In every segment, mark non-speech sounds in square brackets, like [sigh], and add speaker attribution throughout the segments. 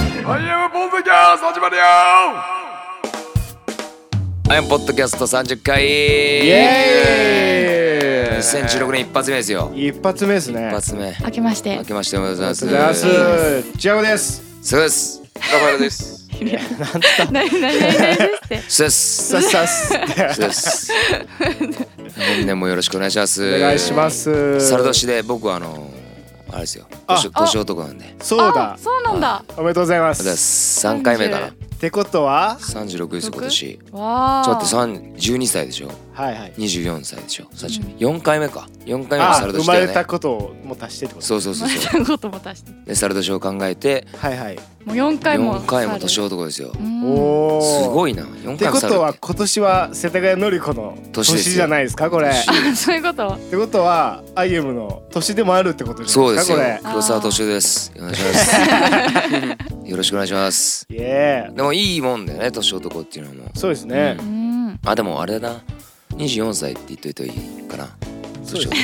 Speaker 1: ムポッドキャスト始まるよアイムポッドキャスト30回イ
Speaker 2: イエーイ
Speaker 1: 2016年一発目ですよ
Speaker 2: 一発目ですね
Speaker 1: 一発目
Speaker 3: 明けまして
Speaker 1: 明けましておめでとうございます
Speaker 2: ありがとうございますチアゴです
Speaker 1: そうですラファエルです
Speaker 3: 何 [laughs] 何何何ですって
Speaker 1: そうです
Speaker 2: さっさっすって
Speaker 1: そうです本年もよろしくお願いします
Speaker 2: お願いします
Speaker 1: 猿年で僕はあのあれですよ
Speaker 2: あ
Speaker 1: 年年男なんでありがとう
Speaker 2: そうだ
Speaker 3: あそうなんだ
Speaker 2: おめでとうございま
Speaker 1: ございますす3回目かな
Speaker 2: ってことは
Speaker 1: 36です今年
Speaker 3: わあ
Speaker 1: ちょっと3 12歳でしょ
Speaker 2: はいはい
Speaker 1: 24歳でしょ最初4回目か4回目の
Speaker 2: あ
Speaker 1: 猿
Speaker 2: 生
Speaker 1: 年
Speaker 2: ま
Speaker 1: だよ
Speaker 2: れ
Speaker 1: ね
Speaker 2: たことをもう足してってこと
Speaker 1: そうそうそうそう
Speaker 3: たことも足して
Speaker 1: で猿年を考えて
Speaker 2: はいはい
Speaker 3: もう四回も
Speaker 1: 4回も年男ですよ
Speaker 3: お
Speaker 2: おお
Speaker 1: す
Speaker 2: い
Speaker 1: ごいな4
Speaker 2: って
Speaker 1: 回も
Speaker 2: ことは
Speaker 1: 猿
Speaker 2: 今年は世田谷のり子の
Speaker 1: 年ですよ
Speaker 2: 年じゃないですかこれ
Speaker 1: 年
Speaker 2: っ
Speaker 3: [laughs] そういうこと
Speaker 2: てことはアイエムの年でもあるってことじゃ
Speaker 1: そ
Speaker 2: な
Speaker 1: うで
Speaker 2: いです
Speaker 1: すよ
Speaker 2: かこれ
Speaker 3: あー
Speaker 1: 黒沢敏夫ですよろしくお願いしますよろしくお願
Speaker 2: [laughs]
Speaker 1: いします
Speaker 2: イエーイ
Speaker 1: でもいいもんだよね年男っていうのも
Speaker 2: そうですね
Speaker 3: うん
Speaker 1: あでもあれだな24歳って言っといていいかな
Speaker 2: そうです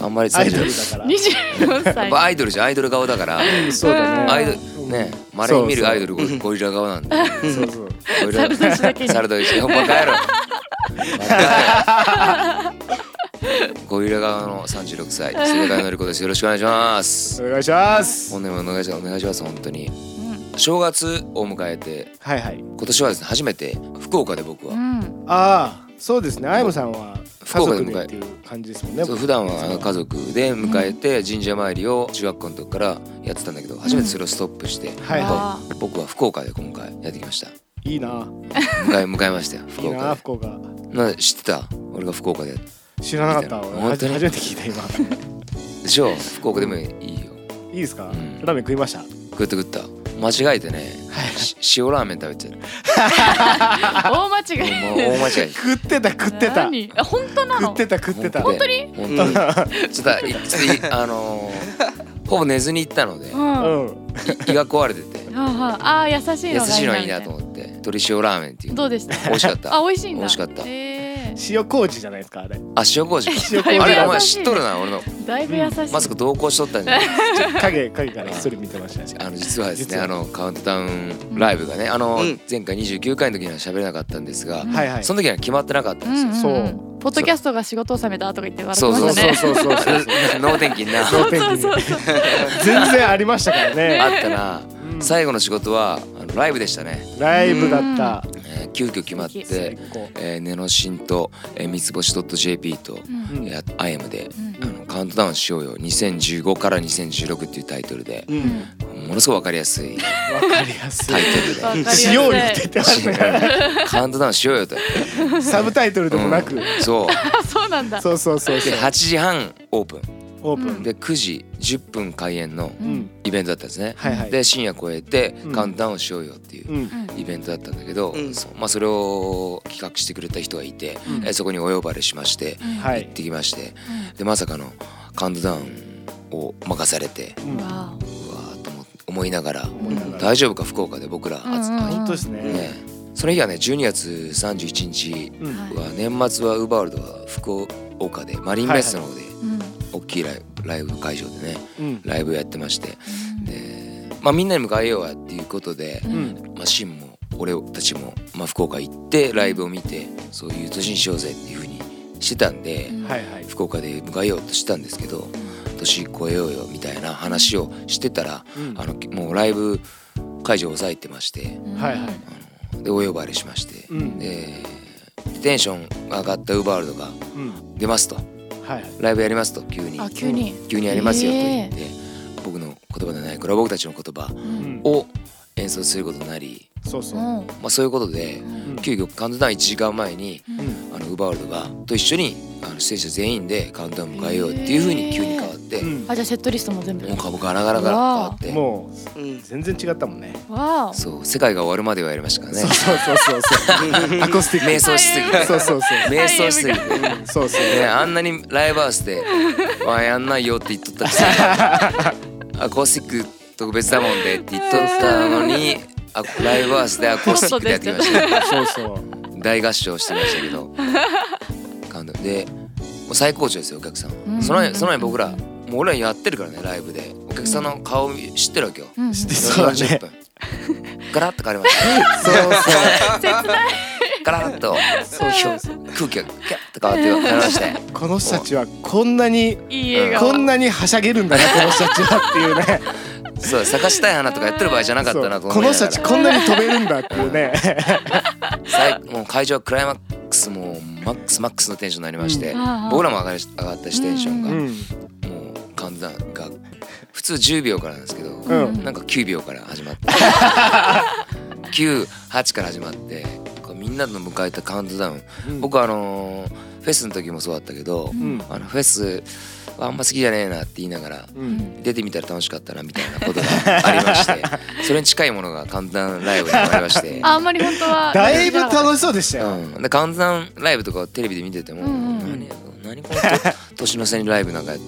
Speaker 1: あんまり
Speaker 2: アイドル
Speaker 1: 30
Speaker 2: だから
Speaker 3: 二十四
Speaker 1: やっ
Speaker 3: 歳
Speaker 1: ぱアイドルじゃんアイドル顔だから
Speaker 2: そうだね
Speaker 1: アイドルねまれに見るアイドルゴ
Speaker 2: そうそう
Speaker 1: ゴリラ顔なん
Speaker 2: [laughs]
Speaker 1: で
Speaker 2: そうそう
Speaker 1: ゴリ
Speaker 3: 猿
Speaker 1: ラ
Speaker 3: 年だけに
Speaker 1: サルドイチ、バカ野
Speaker 2: [laughs]
Speaker 1: 郎。バカ野郎ゴリラ側の三十六歳、世界のりこです。よろしくお願いします。
Speaker 2: お願いします
Speaker 1: 本年もお願いします。お願いします。本当に。
Speaker 3: うん
Speaker 1: 正月を迎えて、
Speaker 2: はいはい
Speaker 1: 今年はですね、初めて福岡で僕
Speaker 3: う
Speaker 1: は。
Speaker 3: ん
Speaker 2: ああそうですねあやむさんは家
Speaker 1: 福岡で
Speaker 2: 族
Speaker 1: 迎
Speaker 2: で
Speaker 1: え
Speaker 2: っていう感じですもんね
Speaker 1: そう普段は家族で迎えて神社参りを中学校の時からやってたんだけど初めてそれをストップして
Speaker 2: はい
Speaker 1: 僕
Speaker 3: わ
Speaker 1: は僕は福岡で今回やってきました
Speaker 2: いいない
Speaker 1: 迎え迎えましたよ
Speaker 2: い
Speaker 1: 福
Speaker 2: な
Speaker 1: 岡
Speaker 2: 福岡
Speaker 1: でなんで知ってた俺が福岡で
Speaker 2: 知らなかった
Speaker 1: みたいな
Speaker 2: 俺
Speaker 1: 本
Speaker 2: 初
Speaker 1: 当に
Speaker 2: 初めて聞いた今
Speaker 1: でしょ福岡でもいいよ [laughs]
Speaker 2: いいですかラ
Speaker 1: ん
Speaker 2: ーメン食いました
Speaker 1: 食った食った間違えてね、し塩ラーメン食べちゃっ
Speaker 3: あ大間違
Speaker 1: た
Speaker 3: い
Speaker 1: [laughs] もう大間違い
Speaker 2: 食ってた食ってた
Speaker 3: 何え本当な
Speaker 2: 食
Speaker 3: の
Speaker 2: ってた食ってた
Speaker 1: 本当
Speaker 3: に
Speaker 1: 本当にちょっといちょっといあのーほぼ寝ずに行ったので
Speaker 3: うんは
Speaker 2: うん
Speaker 1: 胃が壊れてて
Speaker 3: あはああー優しい
Speaker 1: 優
Speaker 3: のが
Speaker 1: しいの
Speaker 3: ない
Speaker 1: いなと思って鶏塩ラーメンっていう
Speaker 3: どう
Speaker 1: [laughs]
Speaker 3: でした
Speaker 1: 美味しかった
Speaker 3: あ美味しいんだ
Speaker 1: 美味しかった
Speaker 3: え
Speaker 2: 塩麹じゃないですかあれ
Speaker 1: あ塩麹か
Speaker 2: 塩
Speaker 3: だいぶ
Speaker 1: あれお
Speaker 3: 優
Speaker 1: 前
Speaker 3: しい
Speaker 1: 知っとるな俺の
Speaker 3: だいぶ優しい
Speaker 1: マスク同行しとったんじゃない [laughs]
Speaker 2: 影影から一人見てましたね
Speaker 1: あの実はです
Speaker 2: 実
Speaker 1: ね
Speaker 2: は
Speaker 1: あのカウントダウンライブがねあの
Speaker 4: うん
Speaker 1: 前回29回の時には喋れなかったんですが
Speaker 3: うん
Speaker 2: はいはい
Speaker 1: そ
Speaker 2: そう
Speaker 1: の時は決まってなかったんですよ
Speaker 2: そうん
Speaker 3: んポッドキャストが仕事納めだとか言って笑って
Speaker 1: そ
Speaker 3: ま
Speaker 1: うそ
Speaker 3: した
Speaker 1: う
Speaker 3: ね
Speaker 1: そう
Speaker 2: そうそうそう
Speaker 1: 能天気にな
Speaker 2: 能
Speaker 3: [laughs]
Speaker 2: 天気に全然ありましたから
Speaker 1: あ
Speaker 2: ね
Speaker 1: ったな
Speaker 2: うん
Speaker 1: 最後の仕事はあのライブでしたね、
Speaker 2: ライブだった
Speaker 1: えー急遽決まっ
Speaker 3: 素
Speaker 1: て
Speaker 2: 最、高
Speaker 1: えー、ネノシンと、えー、三つ星 .jp と、
Speaker 3: うん
Speaker 2: うん
Speaker 1: えーあ IM で、
Speaker 3: うん
Speaker 1: あのカウントダウンしようよ2015から2016っていうタイトルで
Speaker 4: う
Speaker 3: うんん
Speaker 1: ものすごくわかりやすい
Speaker 2: わかりやすい
Speaker 1: タイ
Speaker 2: [laughs]
Speaker 1: トル
Speaker 3: わ
Speaker 1: で
Speaker 3: かりやすい
Speaker 2: 塩よりって言っ
Speaker 1: [laughs]
Speaker 2: てましたね
Speaker 1: カウントダウンしようよと、
Speaker 2: サブタイトルでもなく
Speaker 1: うんそう
Speaker 3: あそうなんだ
Speaker 2: そうそうそうそう
Speaker 1: で8時半オープ
Speaker 2: オープ
Speaker 1: ン
Speaker 2: ン
Speaker 1: で9時10分開演の
Speaker 3: う
Speaker 2: うんん
Speaker 1: イベントだったんですね、
Speaker 2: はいはい
Speaker 1: で深夜超えて
Speaker 2: うん
Speaker 1: カウントダウンしようよっていう
Speaker 2: う、ん
Speaker 3: うん
Speaker 1: イベントだったんだけど、
Speaker 4: うん
Speaker 1: そまあ、それを企画してくれた人がいて、
Speaker 2: うん
Speaker 1: えーそこにお呼ばれしまして
Speaker 2: は
Speaker 1: 行
Speaker 2: い
Speaker 1: ってきまして、でまさかのカウントダウンを任されて
Speaker 2: う
Speaker 3: うんんわ
Speaker 1: うわーと思思いながら
Speaker 2: 思いながら
Speaker 1: 大丈夫か福岡で僕ら、
Speaker 3: うんうん
Speaker 1: あつ
Speaker 3: うん
Speaker 2: 本当です
Speaker 1: あ
Speaker 2: ね
Speaker 1: ねその日はね12月31日
Speaker 2: うん
Speaker 3: はい
Speaker 1: は年末はウーバーワールドは福岡でマリンメッセの方で
Speaker 3: おうん
Speaker 1: 大きいライブライブ会場でね
Speaker 2: うん
Speaker 1: ライブやってましてで、まあ、みんなに迎えようやっていうことで、
Speaker 3: うん
Speaker 2: うん
Speaker 1: まあ、シンも俺たちも、まあ、福岡行ってライブを見てそういう年にしようぜっていうふうにしてたんで。
Speaker 3: うん
Speaker 2: はいはい
Speaker 1: 福岡で迎えようとしてたんですけど年越えようよみたいな話をしてたら、
Speaker 2: うん
Speaker 1: あのもうライブ会場を抑えてまして
Speaker 2: はいはい
Speaker 1: でお呼ばれしまして、
Speaker 2: うん
Speaker 1: でテンションが上がったウーバーワールドが
Speaker 2: うん
Speaker 1: 出ますと
Speaker 2: はいはい
Speaker 1: ライブやりますと急に
Speaker 3: あ急に
Speaker 1: 急にやりますよと言
Speaker 3: え
Speaker 1: って、僕の言葉ではないこれは僕たちの言葉
Speaker 3: う
Speaker 2: うんん
Speaker 1: を演奏することになり、
Speaker 2: そうそううん
Speaker 1: まあ、そういうことで
Speaker 2: うん
Speaker 1: 急遽カウントダウン1時間前に
Speaker 3: う
Speaker 2: うんん
Speaker 1: あのウーバーワールドがと一緒にあの出演者全員でカウントダウン迎えようっていうふうに急に変わって。
Speaker 2: うん
Speaker 3: あじゃあセットリストも全部
Speaker 1: もう株ガラガラガラ変わっ
Speaker 2: もう
Speaker 4: うん
Speaker 2: 全然違ったもんね
Speaker 3: わ
Speaker 1: てそう世界が終わるまではやりましたからね
Speaker 2: そうそうそうそう
Speaker 1: [laughs]
Speaker 2: そうアコースティ
Speaker 1: 瞑
Speaker 2: ッ
Speaker 1: 想しすぎ
Speaker 2: ク
Speaker 1: て
Speaker 2: そうそうそう
Speaker 1: 瞑想しすぎて
Speaker 2: うんそうそう
Speaker 1: ねあんなにライブハウスで「わあやんないよ」って言っとったくせに
Speaker 2: [laughs]
Speaker 1: 「アコースティック特別だもんで」って言っとったのにあライブハウスでアコースティックでやってきました
Speaker 2: そうそう
Speaker 1: 大合唱してましたけ
Speaker 2: [laughs]
Speaker 1: ど感動でもう最高潮ですよお客さん
Speaker 3: うん
Speaker 1: はその前その前僕らもう俺らやってるからねライブでお客さんの顔知ってるわけよ
Speaker 3: うん
Speaker 2: してそうだね
Speaker 1: 40分ガラッと変わりま
Speaker 2: [laughs]
Speaker 1: した
Speaker 2: そうそう
Speaker 3: 切ない
Speaker 1: ガラッと
Speaker 2: そうそうそう
Speaker 1: 空気がギャッと変わって変わりまして
Speaker 2: この人たちはこんなに
Speaker 3: いい笑顔
Speaker 2: こんなにはしゃげるんだなこの人たちはっていうね
Speaker 1: そう探したい花とかやってる場合じゃなかったな
Speaker 2: そ
Speaker 1: と
Speaker 2: う
Speaker 1: 思
Speaker 2: こ
Speaker 1: いなが
Speaker 2: の人
Speaker 1: ら
Speaker 2: たちこんなに飛べるんだっていうね
Speaker 1: 最もう会場はクライマックスもマックスマックスのテンションになりまして、
Speaker 3: うん
Speaker 1: 僕らも上がり上がったしテンション
Speaker 2: う
Speaker 1: が、
Speaker 2: ん
Speaker 1: もう簡単が普通10秒からなんですけど、
Speaker 2: うん
Speaker 3: うん
Speaker 1: なんか9秒から始まって
Speaker 3: [laughs]
Speaker 1: 98から始まってこうみんなの迎えたカウントダウン、僕はあのーフェスの時もそうだったけど、
Speaker 2: うん
Speaker 1: あのフェスはあんま好きじゃねえなって言いながら
Speaker 2: うん
Speaker 1: 出てみたら楽しかったなみたいなことがありまして
Speaker 3: [laughs]
Speaker 1: それに近いものがカウントダウンライブになりまして。
Speaker 3: ああんまり本当は
Speaker 2: だいぶ楽しそうでしたよ
Speaker 1: うん、でカウントダウンライブとかをテレビで見てても、
Speaker 3: うんうん
Speaker 1: 何何この人年の瀬にライブなんかやっ
Speaker 3: [laughs]
Speaker 1: て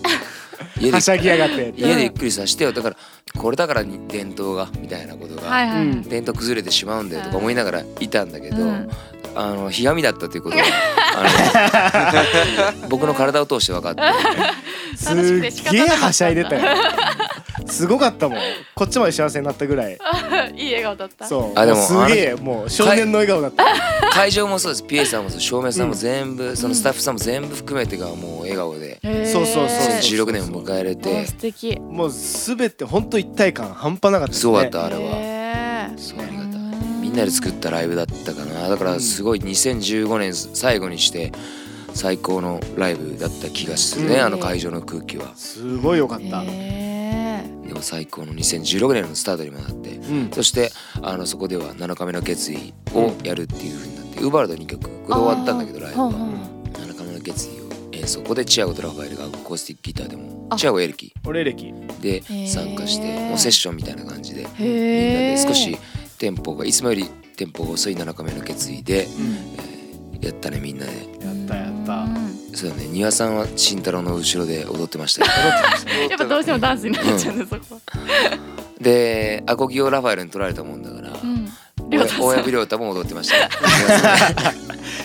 Speaker 1: 家で
Speaker 2: はしゃぎやがって
Speaker 1: 家でゆっくりさせてよだからこれだからに伝統がみたいなことが、
Speaker 3: はいはい、
Speaker 2: うん
Speaker 1: 伝統崩れてしまうんだよとか思いながらいたんだけど、
Speaker 3: うん
Speaker 1: あのひがみだったということがあ [laughs] の僕の体を通して分かって
Speaker 2: すっ
Speaker 3: 楽しくて仕方
Speaker 2: げえ
Speaker 3: なかったんだ
Speaker 2: はしゃいでたよすごかったもんこっちまで幸せになったぐらい
Speaker 3: いい笑顔だった
Speaker 2: そう
Speaker 1: あでも
Speaker 2: うすげえもう少年の笑顔だった
Speaker 1: 会場もそうです PA さんもそう照明さんも全部、そのスタッフさんも全部含めてがもう笑顔で、
Speaker 3: へー
Speaker 2: そうそうそう
Speaker 1: そう16年を迎えれ
Speaker 3: あ
Speaker 1: て
Speaker 3: 素敵
Speaker 2: もうすべて本当一体感半端なかった
Speaker 1: すごかった
Speaker 2: ね
Speaker 1: あれは。
Speaker 3: へー
Speaker 1: そうありがたいみんなで作ったライブだったかなだからすごい2015年最後にして最高のライブだった気がするね、
Speaker 2: うん
Speaker 1: あの会場の空気は
Speaker 2: すごい良かった
Speaker 3: へ
Speaker 1: でも最高の2016年のスタートにもなって
Speaker 2: うん
Speaker 1: そしてあのそこでは7日目の決意をやるっていうふうになって、ウーバルド2曲これ終わったんだけどライブ
Speaker 3: は
Speaker 1: は7日目の決意を演奏ここでチアゴとラファエルがアコースティックギターでも
Speaker 3: あ
Speaker 1: チアゴエルキ
Speaker 2: 俺歴
Speaker 1: で
Speaker 3: ー
Speaker 1: 参加してもうセッションみたいな感じで
Speaker 3: みん
Speaker 1: みんなで少しテンポがいつもよりテンポが遅い7日目の決意でやったねみんなで
Speaker 2: やったやった
Speaker 1: そうだね丹羽さんは慎太郎の後ろで踊ってましたよ
Speaker 3: やっぱどうしてもダンスになっちゃうねそこは
Speaker 1: でアコギをラファエルに取られたもんだから、
Speaker 3: うん
Speaker 1: 大
Speaker 3: 亮太さん
Speaker 1: 大藪亮太も踊ってま
Speaker 3: [laughs]
Speaker 1: したね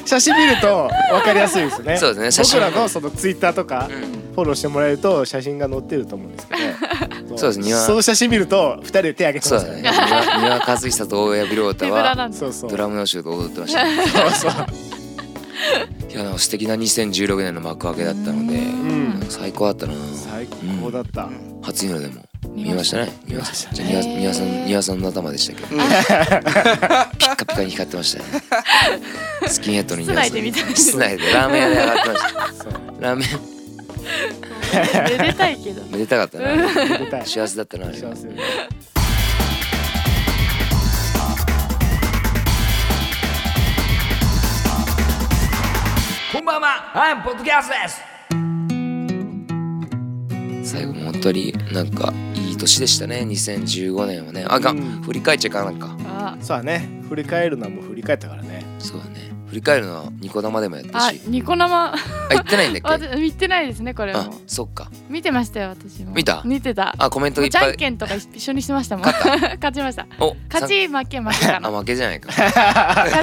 Speaker 2: 写真見ると分かりやすいですね
Speaker 1: そうですね写真
Speaker 2: 僕らのそのツイッターとか
Speaker 1: うん
Speaker 2: フォローしてもらえると写真が載ってると思うんですけ
Speaker 1: [laughs]
Speaker 2: ど
Speaker 1: そうですね
Speaker 2: その写真見ると二人で手挙げて
Speaker 1: そ
Speaker 2: ま
Speaker 1: う
Speaker 2: すか
Speaker 1: だね
Speaker 2: らね
Speaker 1: 丹羽丹羽和久と大藪亮
Speaker 3: 手
Speaker 1: 太
Speaker 3: ぶらな
Speaker 1: は
Speaker 3: んだ
Speaker 2: そうそ
Speaker 1: ド
Speaker 2: うそう
Speaker 1: ラムの後ろで踊ってました、ね、
Speaker 2: そう
Speaker 1: いやなんか素敵な2016年の幕開けだったので
Speaker 3: うん
Speaker 1: 最高だったな
Speaker 2: 最高だった
Speaker 1: 初日の出も見ましたね
Speaker 2: 見ました
Speaker 1: じ
Speaker 2: ね
Speaker 1: ゃあ丹羽
Speaker 3: へー
Speaker 1: 丹羽さん丹羽さんの頭でしたけど [laughs] ピッカピカに光ってましたねスキンヘッドの丹羽さん
Speaker 3: 室内で見たい
Speaker 1: 室内でラーメン屋で上がってました
Speaker 2: そう
Speaker 1: ラーメン
Speaker 3: めでたい
Speaker 2: [laughs]
Speaker 3: けど
Speaker 1: めでたかったな
Speaker 2: めでたい幸
Speaker 1: 幸せだったなあれは
Speaker 2: せ
Speaker 4: こんばんは、アイムポッドキャストです。
Speaker 1: 最後も本当になんかいい年でしたね2015年はねあかん
Speaker 2: うん
Speaker 1: 振り返っちゃいかなんか
Speaker 3: あ
Speaker 2: そうだね振り返るのはもう振り返ったからね
Speaker 1: そうだね振り返るのはニコ生でもやった
Speaker 3: あ
Speaker 1: し
Speaker 3: ニコ生
Speaker 1: あ言ってないんだっけ
Speaker 3: 私見てないですねこれ
Speaker 1: あ
Speaker 3: も
Speaker 1: そっか
Speaker 3: 見てましたよ私も
Speaker 1: 見た
Speaker 3: 見てた
Speaker 1: あコメント
Speaker 3: も
Speaker 1: いうっ
Speaker 3: じゃ
Speaker 1: ぱ
Speaker 3: ん
Speaker 1: い
Speaker 3: けんとか一緒にしてましたもん
Speaker 1: 勝
Speaker 3: [laughs] 勝ちました
Speaker 1: お
Speaker 3: 勝
Speaker 1: さ
Speaker 3: ち負け負けか
Speaker 1: んあ
Speaker 3: な
Speaker 1: 負けじゃないか
Speaker 3: 勝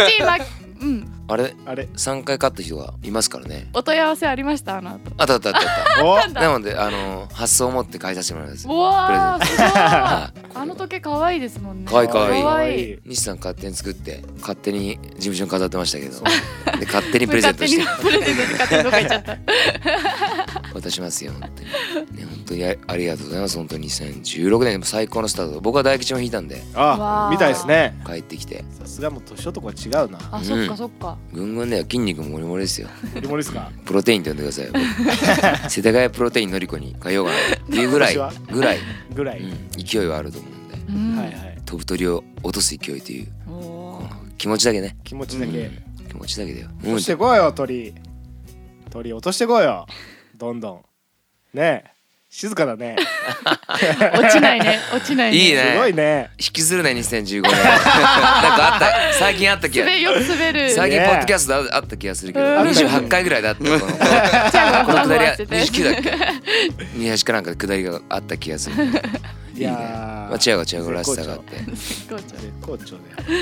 Speaker 3: ち負けうん
Speaker 1: あれ
Speaker 2: あ [laughs] れ
Speaker 1: 3回勝った人がいますからね
Speaker 3: お問い合わせありましたあの [laughs] 後
Speaker 1: あったあったあったあ
Speaker 2: お
Speaker 1: ったなのであの発想を持って返させてもらいます
Speaker 3: うわーす [laughs] ごい
Speaker 1: は
Speaker 3: あの時計可愛いですもんね
Speaker 1: 可愛い可愛い
Speaker 3: 可愛
Speaker 2: い
Speaker 1: い西さん勝手に作って勝手に事務所に飾ってましたけどで勝手にプレゼン
Speaker 3: 勝
Speaker 1: ト
Speaker 3: 手
Speaker 1: して
Speaker 3: にプレゼントで勝手にどっか行っちゃった
Speaker 1: 渡しますよ本当にね本当にあありがとうございます本当に2016年も最高のスタート僕は大吉も引いたんで
Speaker 3: わ
Speaker 2: あ
Speaker 3: ー
Speaker 2: みたいですね
Speaker 1: 帰ってきて
Speaker 2: さすがもう年男は違うな
Speaker 3: あそっかそっか
Speaker 1: ぐんぐんでは筋肉もりもりですよ
Speaker 2: リモリスか
Speaker 1: プロテインって呼んでください
Speaker 2: [laughs]
Speaker 1: 僕世田谷プロテインのりこに変えようかなっていうぐらい
Speaker 2: 私は
Speaker 1: ぐらい、
Speaker 2: ぐら
Speaker 1: う
Speaker 2: い
Speaker 1: ん、勢いはあると思うんで
Speaker 3: うん
Speaker 2: はいはい
Speaker 1: 飛ぶ鳥を落とす勢いという
Speaker 3: おー
Speaker 1: 気持ちだけね、
Speaker 2: 気持ち
Speaker 1: う
Speaker 2: だ
Speaker 1: ん
Speaker 2: け
Speaker 1: 気持ちだけだよ、
Speaker 2: 落
Speaker 1: う
Speaker 2: と
Speaker 1: ん
Speaker 2: してこいよ鳥鳥落としてこいよどんどんねえ静かだね
Speaker 3: 落ちないね落ちないね
Speaker 1: いいね
Speaker 2: すごいね
Speaker 1: 引きずるね2015年
Speaker 2: [laughs]
Speaker 1: なんかあった最近あった気が
Speaker 3: 滑よく滑る
Speaker 1: 最近
Speaker 2: ね
Speaker 1: ポッドキャストであった気がするけど
Speaker 3: うん
Speaker 1: 28回ぐらいだったこのこの
Speaker 3: ちゃん
Speaker 1: 下
Speaker 3: がふわふ
Speaker 1: り
Speaker 3: わ
Speaker 1: は
Speaker 3: してて
Speaker 1: 29だっけ宮橋かなんかで下りがあった気がする
Speaker 2: いや
Speaker 1: まあ、チアゴチアゴらしさがあって
Speaker 3: こうちゃん
Speaker 2: 絶好調だよ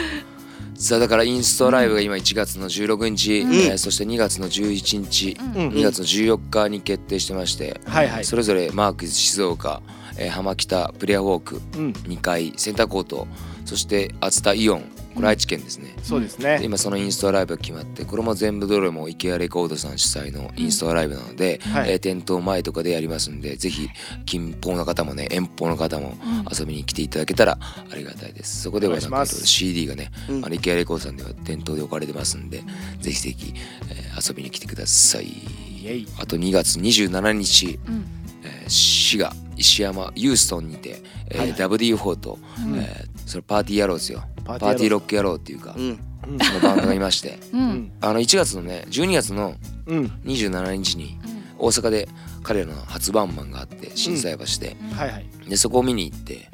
Speaker 1: さあだからインストライブが今1月の16日、えーそして2月の11日、
Speaker 2: うん
Speaker 1: 2月の14日に決定してまして、
Speaker 2: はいはい
Speaker 1: それぞれマークイズ静岡、えー浜北プレアウォーク
Speaker 2: うん
Speaker 1: 2階センターコートそして熱田イオンこれ愛知県ですね、
Speaker 2: そうです
Speaker 1: で
Speaker 2: ね
Speaker 1: 今そのインストアライブが決まってこれも全部どれもイケアレコードさん主催のインストアライブなので、
Speaker 2: はい
Speaker 1: えー店頭前とかでやりますんでぜひ近方の方もね遠方の方も
Speaker 3: うん
Speaker 1: 遊びに来ていただけたらありがたいですそこではなん
Speaker 2: お願
Speaker 1: か
Speaker 2: いします
Speaker 1: CD がね、
Speaker 5: うん
Speaker 1: あのイケアレコードさんでは店頭で置かれてますんでぜひぜひ、えー遊びに来てください
Speaker 2: イエイ
Speaker 1: あと2月27日、
Speaker 3: うん
Speaker 1: えー滋賀石山ユーストンにて、えー
Speaker 2: はい
Speaker 1: WD4 と、えーそれパーティー野郎ですよ
Speaker 2: パ
Speaker 1: パー
Speaker 2: ーティー野郎
Speaker 1: ティーロック野郎っていうか、
Speaker 5: うん
Speaker 2: うん
Speaker 1: そのバンドがいまして [laughs]
Speaker 3: う
Speaker 2: うんん
Speaker 1: あの1月のね12月の
Speaker 2: うん
Speaker 1: 27日に
Speaker 3: うん
Speaker 1: 大阪で彼らの初バンマンがあって震災橋で,、
Speaker 2: はいはい
Speaker 1: でそこを見に行って